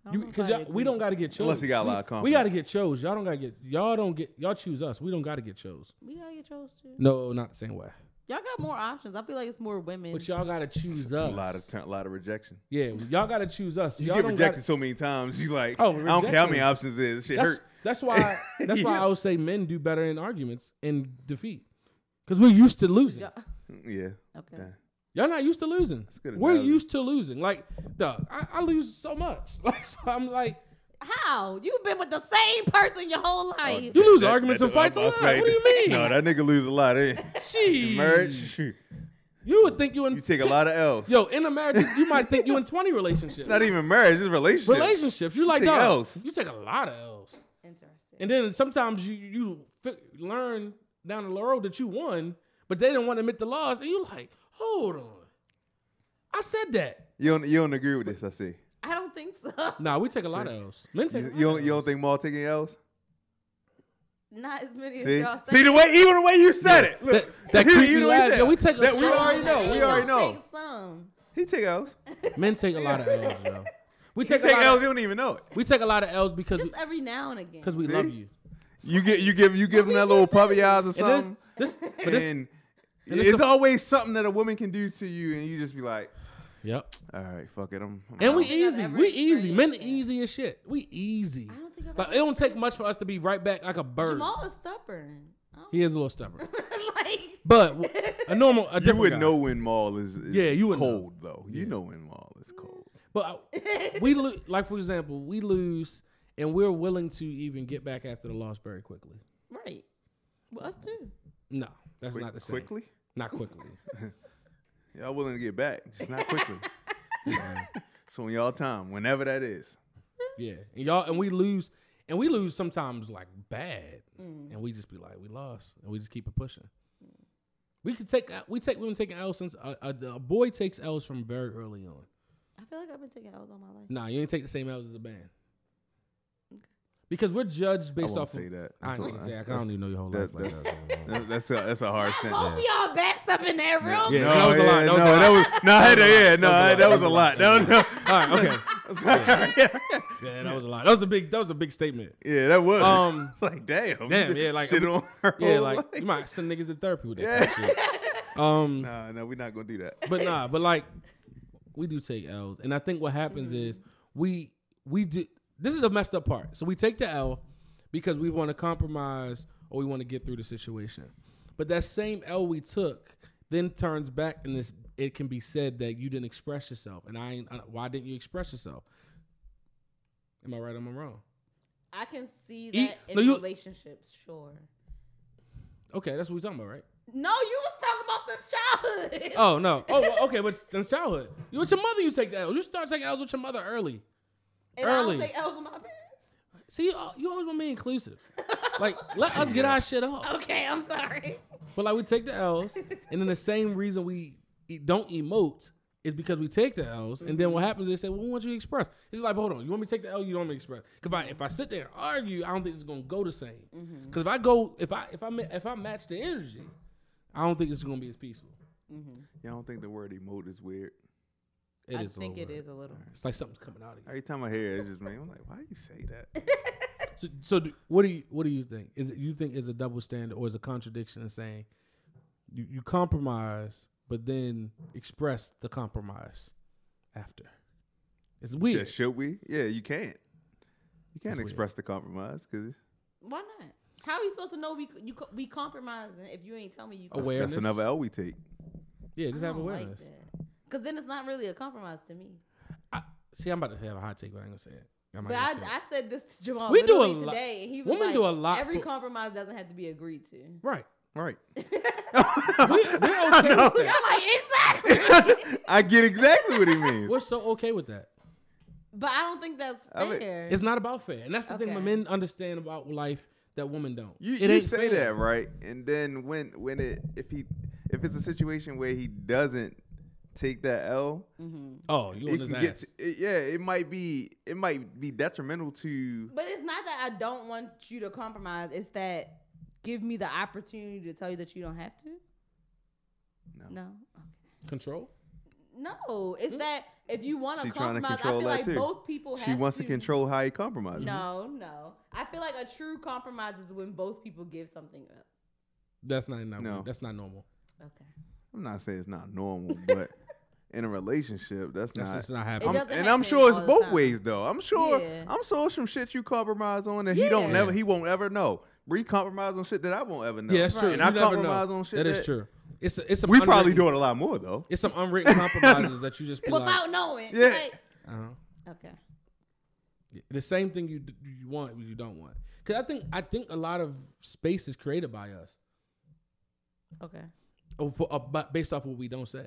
[SPEAKER 4] I don't know if I
[SPEAKER 3] Because we
[SPEAKER 4] agree.
[SPEAKER 3] don't got to get chose.
[SPEAKER 5] Unless he got a
[SPEAKER 3] we,
[SPEAKER 5] lot of
[SPEAKER 3] We got to
[SPEAKER 5] confidence.
[SPEAKER 3] get chose. Y'all don't got to get. Y'all don't get. Y'all choose us. We don't got to get chose.
[SPEAKER 4] We gotta get chose too.
[SPEAKER 3] No, not the same way.
[SPEAKER 4] Y'all got more options. I feel like it's more women.
[SPEAKER 3] But y'all got to choose
[SPEAKER 5] A
[SPEAKER 3] us.
[SPEAKER 5] lot of a lot of rejection.
[SPEAKER 3] yeah, y'all got to choose us.
[SPEAKER 5] You
[SPEAKER 3] y'all
[SPEAKER 5] get
[SPEAKER 3] don't
[SPEAKER 5] rejected
[SPEAKER 3] gotta-
[SPEAKER 5] so many times. You like,
[SPEAKER 3] Oh,
[SPEAKER 5] I don't care how
[SPEAKER 3] rejection.
[SPEAKER 5] many options it is. Shit
[SPEAKER 3] that's,
[SPEAKER 5] hurt.
[SPEAKER 3] that's why. That's why
[SPEAKER 5] Yeah.
[SPEAKER 3] I would say men do better in arguments and defeat because we're used to losing.
[SPEAKER 4] Y'all-
[SPEAKER 5] Yeah.
[SPEAKER 4] okay.
[SPEAKER 5] Yeah.
[SPEAKER 3] Y'all not used to losing.
[SPEAKER 5] good
[SPEAKER 3] We're
[SPEAKER 5] analogy.
[SPEAKER 3] used to losing. Like, duh, I, I lose so much. Like, so I'm like,
[SPEAKER 4] How? You've been with the same person your whole life.
[SPEAKER 3] you lose
[SPEAKER 5] That-
[SPEAKER 3] arguments
[SPEAKER 5] that-
[SPEAKER 3] and fights a
[SPEAKER 5] I'm
[SPEAKER 3] lot.
[SPEAKER 5] about to
[SPEAKER 3] What do
[SPEAKER 5] say,
[SPEAKER 3] you mean?
[SPEAKER 5] No, that nigga lose a lot. Eh?
[SPEAKER 3] Jeez.
[SPEAKER 5] Merch.
[SPEAKER 3] You would think you in
[SPEAKER 5] You take a lot of L's.
[SPEAKER 3] Yo, in a marriage, you might think you in 20 relationships.
[SPEAKER 5] Not even marriage, it's a relationship.
[SPEAKER 3] relationships. You like
[SPEAKER 5] take
[SPEAKER 3] dog,
[SPEAKER 5] L's.
[SPEAKER 3] You take a lot of L's.
[SPEAKER 4] Interesting.
[SPEAKER 3] And then sometimes you you fi- learn down the road that you won, but they didn't want to admit the loss, and you like, hold on. I said that.
[SPEAKER 5] You don't, you don't agree with this, I see.
[SPEAKER 4] I don't think so.
[SPEAKER 3] Nah, we take a lot of L's. Men take
[SPEAKER 5] You,
[SPEAKER 3] a lot
[SPEAKER 5] you, don't,
[SPEAKER 3] of
[SPEAKER 5] you don't
[SPEAKER 3] L's.
[SPEAKER 5] think Maul taking L's?
[SPEAKER 4] Not as many
[SPEAKER 5] See?
[SPEAKER 4] as y'all say.
[SPEAKER 5] See the way, even the way you said it.
[SPEAKER 3] That- that
[SPEAKER 5] He-
[SPEAKER 3] creepy
[SPEAKER 5] he the way he
[SPEAKER 3] laugh,
[SPEAKER 5] said
[SPEAKER 3] yo,
[SPEAKER 5] it.
[SPEAKER 3] we take a
[SPEAKER 5] that, We
[SPEAKER 3] shot.
[SPEAKER 5] already know.
[SPEAKER 4] They
[SPEAKER 5] We
[SPEAKER 4] gonna
[SPEAKER 5] already know.
[SPEAKER 4] take Some.
[SPEAKER 5] He take L's.
[SPEAKER 3] Men take a lot of L's, yo. We
[SPEAKER 5] He take
[SPEAKER 3] take, a lot
[SPEAKER 5] L's.
[SPEAKER 3] Of,
[SPEAKER 5] You don't even know it.
[SPEAKER 3] we take a lot of L's because
[SPEAKER 4] Just every now and again.
[SPEAKER 3] because we
[SPEAKER 5] See?
[SPEAKER 3] love you.
[SPEAKER 5] You get you give you give him that little puppy eyes or
[SPEAKER 3] And
[SPEAKER 5] something.
[SPEAKER 3] this, this, but
[SPEAKER 5] And,
[SPEAKER 3] this, this
[SPEAKER 5] it's
[SPEAKER 3] the-
[SPEAKER 5] always something that a woman can do to you, and you just be like,
[SPEAKER 3] yep.
[SPEAKER 5] "All right, fuck it, I'm." I'm
[SPEAKER 3] And we
[SPEAKER 5] out."
[SPEAKER 4] think I've
[SPEAKER 3] easy.
[SPEAKER 4] ever
[SPEAKER 3] We easy. Men
[SPEAKER 4] experienced that.
[SPEAKER 3] easy as shit. We easy.
[SPEAKER 4] I don't think I've
[SPEAKER 3] Like
[SPEAKER 4] ever
[SPEAKER 3] it don't take much for us to be right back like a bird.
[SPEAKER 4] Jamal is stubborn. I don't-
[SPEAKER 3] He is a little stubborn,
[SPEAKER 4] like
[SPEAKER 3] but w- a normal, a
[SPEAKER 5] you
[SPEAKER 3] different
[SPEAKER 5] would
[SPEAKER 3] guy.
[SPEAKER 5] know when Maul is, is
[SPEAKER 3] Yeah, you would know.
[SPEAKER 5] cold though. You know when Maul is cold.
[SPEAKER 3] But I- we lo- like for example, we lose and we're willing to even get back after the loss very quickly.
[SPEAKER 4] right. Well, us too.
[SPEAKER 3] No, that's
[SPEAKER 5] Quick-
[SPEAKER 3] not the same.
[SPEAKER 5] quickly.
[SPEAKER 3] Not quickly.
[SPEAKER 5] Y'all willing to get back, just not quickly. so in y'all time, whenever that is.
[SPEAKER 3] yeah, and y'all and we lose and we lose sometimes like bad, and we just be like we lost and we just keep it pushing. We could take we take women taking L's since a, a, a boy takes L's from very early on.
[SPEAKER 4] I feel like I've been taking L's all my life.
[SPEAKER 3] Nah, you ain't take the same L's as a band. Because we're judged based
[SPEAKER 5] won't
[SPEAKER 3] off
[SPEAKER 5] say
[SPEAKER 3] of
[SPEAKER 5] that.
[SPEAKER 3] I, ain't
[SPEAKER 5] That's-
[SPEAKER 3] gonna say that. I
[SPEAKER 5] that's-
[SPEAKER 3] don't even know your whole life
[SPEAKER 5] that-
[SPEAKER 3] like
[SPEAKER 5] that's-
[SPEAKER 3] that.
[SPEAKER 5] That- That's a that's a hard
[SPEAKER 4] I
[SPEAKER 5] sentence.
[SPEAKER 4] hope y'all back stuff in there
[SPEAKER 3] Yeah.
[SPEAKER 4] real yeah.
[SPEAKER 3] that was a lot,
[SPEAKER 5] yeah,
[SPEAKER 3] that was a
[SPEAKER 5] no,
[SPEAKER 3] lot.
[SPEAKER 5] that was no, I had to- yeah, no,
[SPEAKER 3] That was a lot,
[SPEAKER 5] that was a lot. That was
[SPEAKER 3] All right, okay.
[SPEAKER 5] yeah,
[SPEAKER 3] Yeah, that was a lot. That was a big. That was a big statement.
[SPEAKER 5] that was.
[SPEAKER 3] Um,
[SPEAKER 5] It's like damn,
[SPEAKER 3] damn, yeah, like-
[SPEAKER 5] shit on her
[SPEAKER 3] Yeah,
[SPEAKER 5] whole
[SPEAKER 3] like
[SPEAKER 5] life.
[SPEAKER 3] you might send niggas in therapy with that
[SPEAKER 5] Oh Yeah.
[SPEAKER 3] kind of shit. Um,
[SPEAKER 5] Nah, no, we're not gonna do that.
[SPEAKER 3] but nah, but like we do take L's, and I think what happens
[SPEAKER 5] Mm-hmm.
[SPEAKER 3] is we we do. This is the messed up part. So we take the L because we want to compromise or we want to get through the situation. But that same L we took then turns back, and this it can be said that you didn't express yourself, and I, ain't, I why didn't you express yourself? Am I right? or Am I wrong?
[SPEAKER 4] I can see that
[SPEAKER 3] E-
[SPEAKER 4] in
[SPEAKER 3] no, you-
[SPEAKER 4] relationships, sure.
[SPEAKER 3] Okay, that's what we're talking about, right?
[SPEAKER 4] No, you was talking about since childhood.
[SPEAKER 3] Oh no. Oh well, okay, but since childhood, you with your mother, you take the L's. You start taking L's with your mother early.
[SPEAKER 4] and
[SPEAKER 3] early.
[SPEAKER 4] I don't take L's with my parents.
[SPEAKER 3] See, you, al- you always want to be inclusive. Like, let us get our shit off.
[SPEAKER 4] Okay, I'm sorry.
[SPEAKER 3] But like, we take the L's, and then the same reason we e- don't emote is because we take the L's, and
[SPEAKER 4] Mm-hmm.
[SPEAKER 3] then what happens is they say, "Well, we want you to express." It's like, hold on, you want me to take the L? You don't want me to express? Because if I, if I sit there and argue, I don't think it's gonna go the same. Because
[SPEAKER 4] Mm-hmm.
[SPEAKER 3] if I go, if I if I ma- if I match the energy, I don't think it's gonna be as peaceful.
[SPEAKER 5] Y'all don't think the word emote is weird?
[SPEAKER 3] It
[SPEAKER 4] I
[SPEAKER 3] is a
[SPEAKER 4] think
[SPEAKER 3] little
[SPEAKER 4] it
[SPEAKER 3] weird.
[SPEAKER 4] is a little.
[SPEAKER 3] It's like something's coming out of you.
[SPEAKER 5] Every time I hear it, it's just me. I'm like, why do you say that?
[SPEAKER 3] So, so do, what do you what do you think? Is it you think is a double standard or is a contradiction in saying you, you compromise but then express the compromise after? It's
[SPEAKER 5] Yeah,
[SPEAKER 3] weird.
[SPEAKER 5] should we? Yeah, you can't. You
[SPEAKER 3] That's
[SPEAKER 5] can't
[SPEAKER 3] weird.
[SPEAKER 5] express the compromise because
[SPEAKER 4] Why not? How are you supposed to know we you co- we compromising if you ain't tell me you?
[SPEAKER 3] Oh,
[SPEAKER 4] compromising?
[SPEAKER 3] wait,
[SPEAKER 5] that's
[SPEAKER 3] Awareness.
[SPEAKER 5] another L we take.
[SPEAKER 3] yeah, just
[SPEAKER 4] I
[SPEAKER 3] have
[SPEAKER 4] don't
[SPEAKER 3] awareness.
[SPEAKER 4] like that. Cause then it's not really a compromise to me.
[SPEAKER 3] I, see, I'm about to have a hot take, but I ain't gonna say it. I might
[SPEAKER 4] But
[SPEAKER 3] get
[SPEAKER 4] I,
[SPEAKER 3] killed.
[SPEAKER 4] I said this to Jamal
[SPEAKER 3] We do a
[SPEAKER 4] literally
[SPEAKER 3] lot-
[SPEAKER 4] today, and he was
[SPEAKER 3] women
[SPEAKER 4] like,
[SPEAKER 3] do a lot
[SPEAKER 4] Every
[SPEAKER 3] for-
[SPEAKER 4] compromise doesn't have to be agreed to. You're
[SPEAKER 3] right.
[SPEAKER 5] Right.
[SPEAKER 3] We, we're okay with that.
[SPEAKER 4] like exactly,
[SPEAKER 5] I get exactly what he means.
[SPEAKER 3] We're so okay with that.
[SPEAKER 4] but I don't think that's
[SPEAKER 5] I mean,
[SPEAKER 4] fair.
[SPEAKER 3] It's not about fair, and that's the thing. When
[SPEAKER 4] Okay.
[SPEAKER 3] men understand about life that women don't.
[SPEAKER 5] You,
[SPEAKER 3] It
[SPEAKER 5] you
[SPEAKER 3] ain't
[SPEAKER 5] say
[SPEAKER 3] fair.
[SPEAKER 5] that right, and then when when it if he if it's a situation where he doesn't take that L,
[SPEAKER 3] Oh, you
[SPEAKER 5] it
[SPEAKER 3] on his
[SPEAKER 5] can
[SPEAKER 3] ass.
[SPEAKER 5] get to, it, yeah, it might be it might be detrimental to
[SPEAKER 4] but it's not that I don't want you to compromise. It's that give me the opportunity to tell you that you don't have to.
[SPEAKER 5] No.
[SPEAKER 4] No. Okay.
[SPEAKER 3] Control.
[SPEAKER 4] No, it's that if you want
[SPEAKER 5] She
[SPEAKER 4] to
[SPEAKER 5] trying to
[SPEAKER 4] compromise, I
[SPEAKER 5] control
[SPEAKER 4] feel
[SPEAKER 5] that
[SPEAKER 4] like
[SPEAKER 5] too.
[SPEAKER 4] both people have
[SPEAKER 5] she wants to
[SPEAKER 4] to
[SPEAKER 5] control how he compromises.
[SPEAKER 4] No, no. I feel like a true compromise is when both people give something up.
[SPEAKER 3] That's not, not
[SPEAKER 5] No.
[SPEAKER 3] That's not normal.
[SPEAKER 4] Okay.
[SPEAKER 5] I'm not saying it's not normal, but in a relationship, that's,
[SPEAKER 3] That's
[SPEAKER 5] not.
[SPEAKER 3] just not
[SPEAKER 5] I'm-
[SPEAKER 3] happening.
[SPEAKER 4] doesn't
[SPEAKER 5] and I'm
[SPEAKER 4] happen
[SPEAKER 5] sure it's
[SPEAKER 4] all the
[SPEAKER 5] both
[SPEAKER 4] time.
[SPEAKER 5] ways though. I'm sure
[SPEAKER 4] Yeah.
[SPEAKER 5] I'm sure it's some shit you compromise on that he don't
[SPEAKER 4] Yeah.
[SPEAKER 5] never he won't ever know. Bree compromise on shit that I won't ever know.
[SPEAKER 3] Yeah, that's true.
[SPEAKER 4] Right.
[SPEAKER 5] And
[SPEAKER 3] You
[SPEAKER 5] I
[SPEAKER 3] never
[SPEAKER 5] compromise
[SPEAKER 3] know.
[SPEAKER 5] on shit
[SPEAKER 3] That is
[SPEAKER 5] that-
[SPEAKER 3] true. It's a, it's some
[SPEAKER 5] We probably
[SPEAKER 3] unwritten-
[SPEAKER 5] doing a lot more though.
[SPEAKER 3] It's some unwritten compromises that you just be like,
[SPEAKER 4] Without knowing.
[SPEAKER 5] Yeah.
[SPEAKER 4] like-
[SPEAKER 3] uh-huh.
[SPEAKER 4] okay.
[SPEAKER 3] Yeah, the same thing you d- you want you don't want. Cause I think I think a lot of space is created by us,
[SPEAKER 4] Okay.
[SPEAKER 3] oh, for, uh, but based off what we don't say.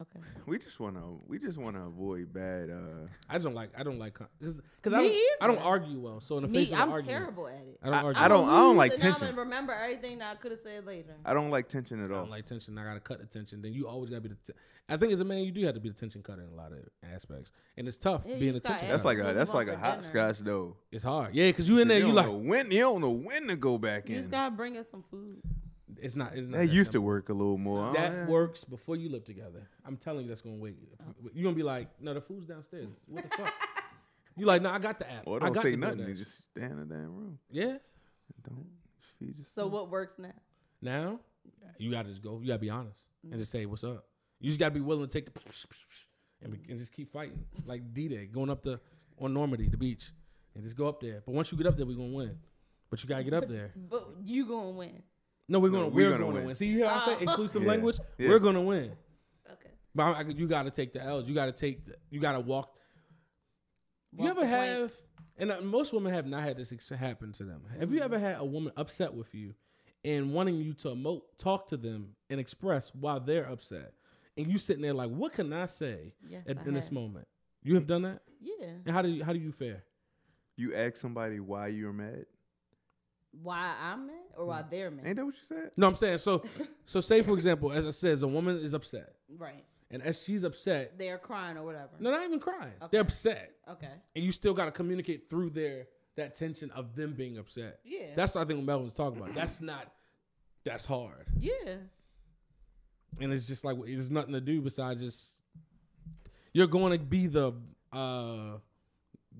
[SPEAKER 4] Okay.
[SPEAKER 5] We just wanna we just wanna avoid bad uh
[SPEAKER 3] I just don't like I don't like because I don't
[SPEAKER 4] Me
[SPEAKER 3] I don't
[SPEAKER 4] either.
[SPEAKER 3] argue well. So in the face
[SPEAKER 4] Me,
[SPEAKER 3] of
[SPEAKER 4] I'm
[SPEAKER 3] arguing,
[SPEAKER 4] terrible at it.
[SPEAKER 3] I don't
[SPEAKER 5] I-
[SPEAKER 3] argue.
[SPEAKER 5] I don't-
[SPEAKER 4] I'ma lose,
[SPEAKER 5] like
[SPEAKER 4] and now I'm
[SPEAKER 5] tension.
[SPEAKER 4] gonna remember everything that I could have said later.
[SPEAKER 5] I don't like tension at
[SPEAKER 3] I
[SPEAKER 5] all.
[SPEAKER 3] don't like tension. I gotta cut the tension. Then you always gotta be the. T- I think as a man, you do have to be the tension cutter in a lot of aspects, and it's tough
[SPEAKER 4] Yeah, you
[SPEAKER 3] being a
[SPEAKER 4] just gotta
[SPEAKER 3] tension.
[SPEAKER 4] ask
[SPEAKER 5] that's
[SPEAKER 3] cutter.
[SPEAKER 5] like a
[SPEAKER 4] Move
[SPEAKER 5] that's
[SPEAKER 4] on
[SPEAKER 5] like
[SPEAKER 4] for
[SPEAKER 5] a
[SPEAKER 4] dinner.
[SPEAKER 5] hopscotch though.
[SPEAKER 3] it's hard. Yeah, cause you in there,
[SPEAKER 5] you
[SPEAKER 3] you
[SPEAKER 5] don't
[SPEAKER 3] like
[SPEAKER 5] know when you don't know when to go back
[SPEAKER 4] You
[SPEAKER 5] in.
[SPEAKER 4] just gotta bring us some food.
[SPEAKER 3] it's not. It's not
[SPEAKER 5] That
[SPEAKER 3] that
[SPEAKER 5] used to
[SPEAKER 3] simple.
[SPEAKER 5] work a little more. Oh, I
[SPEAKER 3] That
[SPEAKER 5] don't-
[SPEAKER 3] works before you live together. I'm telling you, that's gonna wait. You're gonna be like, no, the food's downstairs. What the fuck? You like, no, I got the app.
[SPEAKER 5] Or
[SPEAKER 3] I
[SPEAKER 5] don't
[SPEAKER 3] got
[SPEAKER 5] say
[SPEAKER 3] the
[SPEAKER 5] nothing.
[SPEAKER 3] DoorDash."
[SPEAKER 5] You just stay in the damn room.
[SPEAKER 3] yeah.
[SPEAKER 5] Don't feed yourself.
[SPEAKER 4] So what works now?
[SPEAKER 3] Now, you gotta just go. You gotta be honest and just say what's up. You just gotta be willing to take the and, be, and just keep fighting like D Day going up the on Normandy, the beach, and just go up there. But once you get up there, we're gonna win. But you gotta get up there.
[SPEAKER 4] But you gonna win.
[SPEAKER 3] No, we're
[SPEAKER 5] No,
[SPEAKER 3] gonna
[SPEAKER 5] we
[SPEAKER 3] we are
[SPEAKER 5] gonna
[SPEAKER 3] gonna,
[SPEAKER 5] win.
[SPEAKER 3] win. See, you hear what I say?
[SPEAKER 4] Oh.
[SPEAKER 3] Inclusive
[SPEAKER 5] Yeah.
[SPEAKER 3] language.
[SPEAKER 5] Yeah.
[SPEAKER 3] We're gonna win.
[SPEAKER 4] Okay.
[SPEAKER 3] But I, I- you gotta take the L's. You gotta take. The, you gotta walk. you
[SPEAKER 4] Walk
[SPEAKER 3] ever
[SPEAKER 4] the plank.
[SPEAKER 3] have? And uh, most women have not had this ex- happen to them. Have you ever had a woman upset with you, and wanting you to emote, talk to them, and express why they're upset, and you sitting there like, what can I say
[SPEAKER 4] Yes,
[SPEAKER 3] at,
[SPEAKER 4] I
[SPEAKER 3] in this
[SPEAKER 4] have.
[SPEAKER 3] moment? You have done that.
[SPEAKER 4] Yeah.
[SPEAKER 3] And how do you how do you fare?
[SPEAKER 5] You ask somebody why you're mad.
[SPEAKER 4] Why I'm mad or why they're mad?
[SPEAKER 5] Ain't that what you said?
[SPEAKER 3] No, I'm saying so. so say for example, as I says, a woman is upset,
[SPEAKER 4] Right.
[SPEAKER 3] and as she's upset,
[SPEAKER 4] They're crying or whatever.
[SPEAKER 3] no, not even crying.
[SPEAKER 4] Okay.
[SPEAKER 3] They're upset.
[SPEAKER 4] Okay.
[SPEAKER 3] and you still got to communicate through their that tension of them being upset.
[SPEAKER 4] Yeah.
[SPEAKER 3] That's what I think what Melvin's talking about. That's not that's hard,
[SPEAKER 4] yeah.
[SPEAKER 3] and it's just like there's nothing to do besides just you're going to be the uh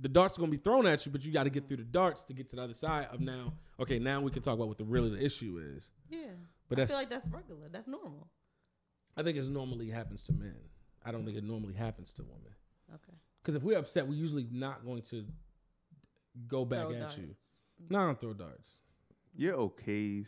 [SPEAKER 3] the darts are going to be thrown at you, but you got to get through the darts to get to the other side of now. Okay, now we can talk about what the really the issue is.
[SPEAKER 4] Yeah.
[SPEAKER 3] But
[SPEAKER 4] I
[SPEAKER 3] that's
[SPEAKER 4] feel like that's regular. That's normal.
[SPEAKER 3] I think it normally happens to men. I don't think it normally happens to women
[SPEAKER 4] Okay.
[SPEAKER 3] because if we're upset, we're usually not going to go back
[SPEAKER 4] Throw
[SPEAKER 3] at
[SPEAKER 4] darts.
[SPEAKER 3] you. No, I don't throw darts.
[SPEAKER 5] You're okays.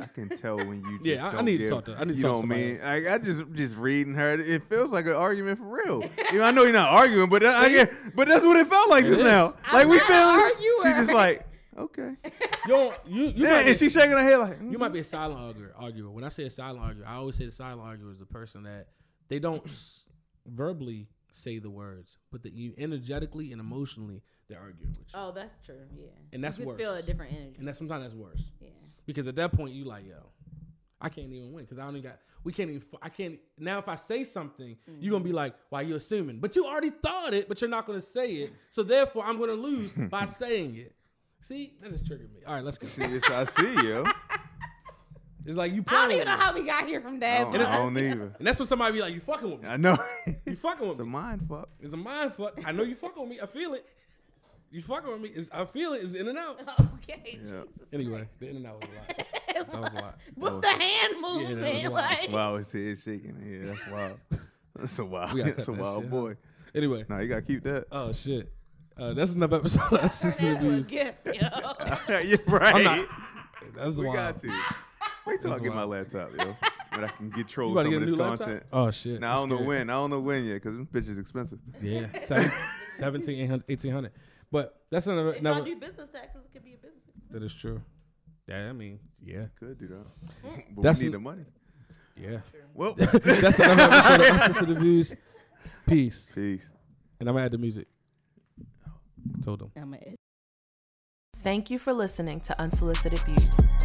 [SPEAKER 5] I can tell when you. Just
[SPEAKER 3] Yeah, I- I
[SPEAKER 5] don't
[SPEAKER 3] need to
[SPEAKER 5] give,
[SPEAKER 3] talk to- I need to
[SPEAKER 5] you
[SPEAKER 3] talk to
[SPEAKER 5] know what I mean?
[SPEAKER 3] somebody
[SPEAKER 5] Like, I just just reading her. It feels like an argument for real. you know, I know you're not arguing, but that, I get, but that's what it felt like just
[SPEAKER 3] is.
[SPEAKER 5] now.
[SPEAKER 4] I'm
[SPEAKER 5] Like we
[SPEAKER 4] not
[SPEAKER 5] been.
[SPEAKER 4] an
[SPEAKER 5] She just
[SPEAKER 4] arguer.
[SPEAKER 5] like okay.
[SPEAKER 3] You don't, you, you
[SPEAKER 5] Yeah,
[SPEAKER 3] might be a-
[SPEAKER 5] and she shaking her head like mm,
[SPEAKER 3] You might be a silent arguer. arguer. When I say a silent arguer, I always say the silent arguer is the person that they don't s- verbally say the words, but that you energetically and emotionally they're arguing with you,
[SPEAKER 4] Oh, that's true. Yeah.
[SPEAKER 3] And that's
[SPEAKER 4] you could feel a
[SPEAKER 3] worse.
[SPEAKER 4] different energy.
[SPEAKER 3] and that sometimes that's worse
[SPEAKER 4] yeah.
[SPEAKER 3] because at that point you like yo, I can't even win because I don't even got we can't even f- I can't now if I say something you're gonna be like why you assuming but you already thought it but you're not gonna say it so therefore I'm gonna lose by saying it. See that just triggered me. All right, let's go.
[SPEAKER 5] She just, I see you.
[SPEAKER 3] It's like you
[SPEAKER 4] I
[SPEAKER 3] playing,
[SPEAKER 4] don't even know
[SPEAKER 3] with me.
[SPEAKER 4] how we got here from
[SPEAKER 5] I
[SPEAKER 4] that.
[SPEAKER 3] Oh,
[SPEAKER 5] don't,
[SPEAKER 4] but-
[SPEAKER 5] I don't either.
[SPEAKER 3] and that's when somebody be like you fucking with me.
[SPEAKER 5] I know.
[SPEAKER 3] You fucking with
[SPEAKER 5] it's a
[SPEAKER 3] me.
[SPEAKER 5] mind fuck.
[SPEAKER 3] It's a mind fuck. I know you fucking with me. I feel it. You fucking with me. It's, I feel it. It's in and out.
[SPEAKER 4] okay.
[SPEAKER 5] Yeah.
[SPEAKER 4] Jesus.
[SPEAKER 3] Anyway, the in and out was a lot. That was a lot.
[SPEAKER 4] With the hand
[SPEAKER 3] that
[SPEAKER 4] movement,
[SPEAKER 3] was a lot.
[SPEAKER 4] like
[SPEAKER 5] Wow, his head shaking. Yeah, that's wild. That's a wild.
[SPEAKER 3] We gotta
[SPEAKER 5] That's a
[SPEAKER 3] cut that
[SPEAKER 5] wild
[SPEAKER 3] shit, huh?
[SPEAKER 5] boy.
[SPEAKER 3] Anyway.
[SPEAKER 5] Nah, you gotta keep that.
[SPEAKER 3] Oh shit. Uh, that's another episode of Assistant
[SPEAKER 4] that was
[SPEAKER 3] Abuse.
[SPEAKER 4] good. yo.
[SPEAKER 5] yeah, right.
[SPEAKER 3] I'm not. That's
[SPEAKER 5] We
[SPEAKER 3] wild.
[SPEAKER 5] got to. Wait till I
[SPEAKER 3] That's
[SPEAKER 5] get my
[SPEAKER 3] wild.
[SPEAKER 5] laptop, yo. But I can
[SPEAKER 3] You
[SPEAKER 5] control
[SPEAKER 3] about to
[SPEAKER 5] some
[SPEAKER 3] get
[SPEAKER 5] of
[SPEAKER 3] a
[SPEAKER 5] this
[SPEAKER 3] new laptop?
[SPEAKER 5] content.
[SPEAKER 3] Oh shit.
[SPEAKER 5] Now I don't
[SPEAKER 3] That's
[SPEAKER 5] know
[SPEAKER 3] good.
[SPEAKER 5] when. I don't know when yet, cause this bitch is expensive.
[SPEAKER 3] Yeah. Seven, 17, 800, 1800. But that's another.
[SPEAKER 4] If
[SPEAKER 3] another
[SPEAKER 4] y'all do business taxes, it could be a business.
[SPEAKER 3] that is true. Yeah, I mean, yeah,
[SPEAKER 5] Could do that. But
[SPEAKER 3] That's
[SPEAKER 5] we
[SPEAKER 3] an-
[SPEAKER 5] need the money.
[SPEAKER 3] yeah.
[SPEAKER 5] Well,
[SPEAKER 3] That's another episode of Assistant Abuse. Peace.
[SPEAKER 5] peace.
[SPEAKER 3] And I'm gonna add the music. I told them.
[SPEAKER 4] I'm a
[SPEAKER 1] Thank you for listening to Unsolicited Views.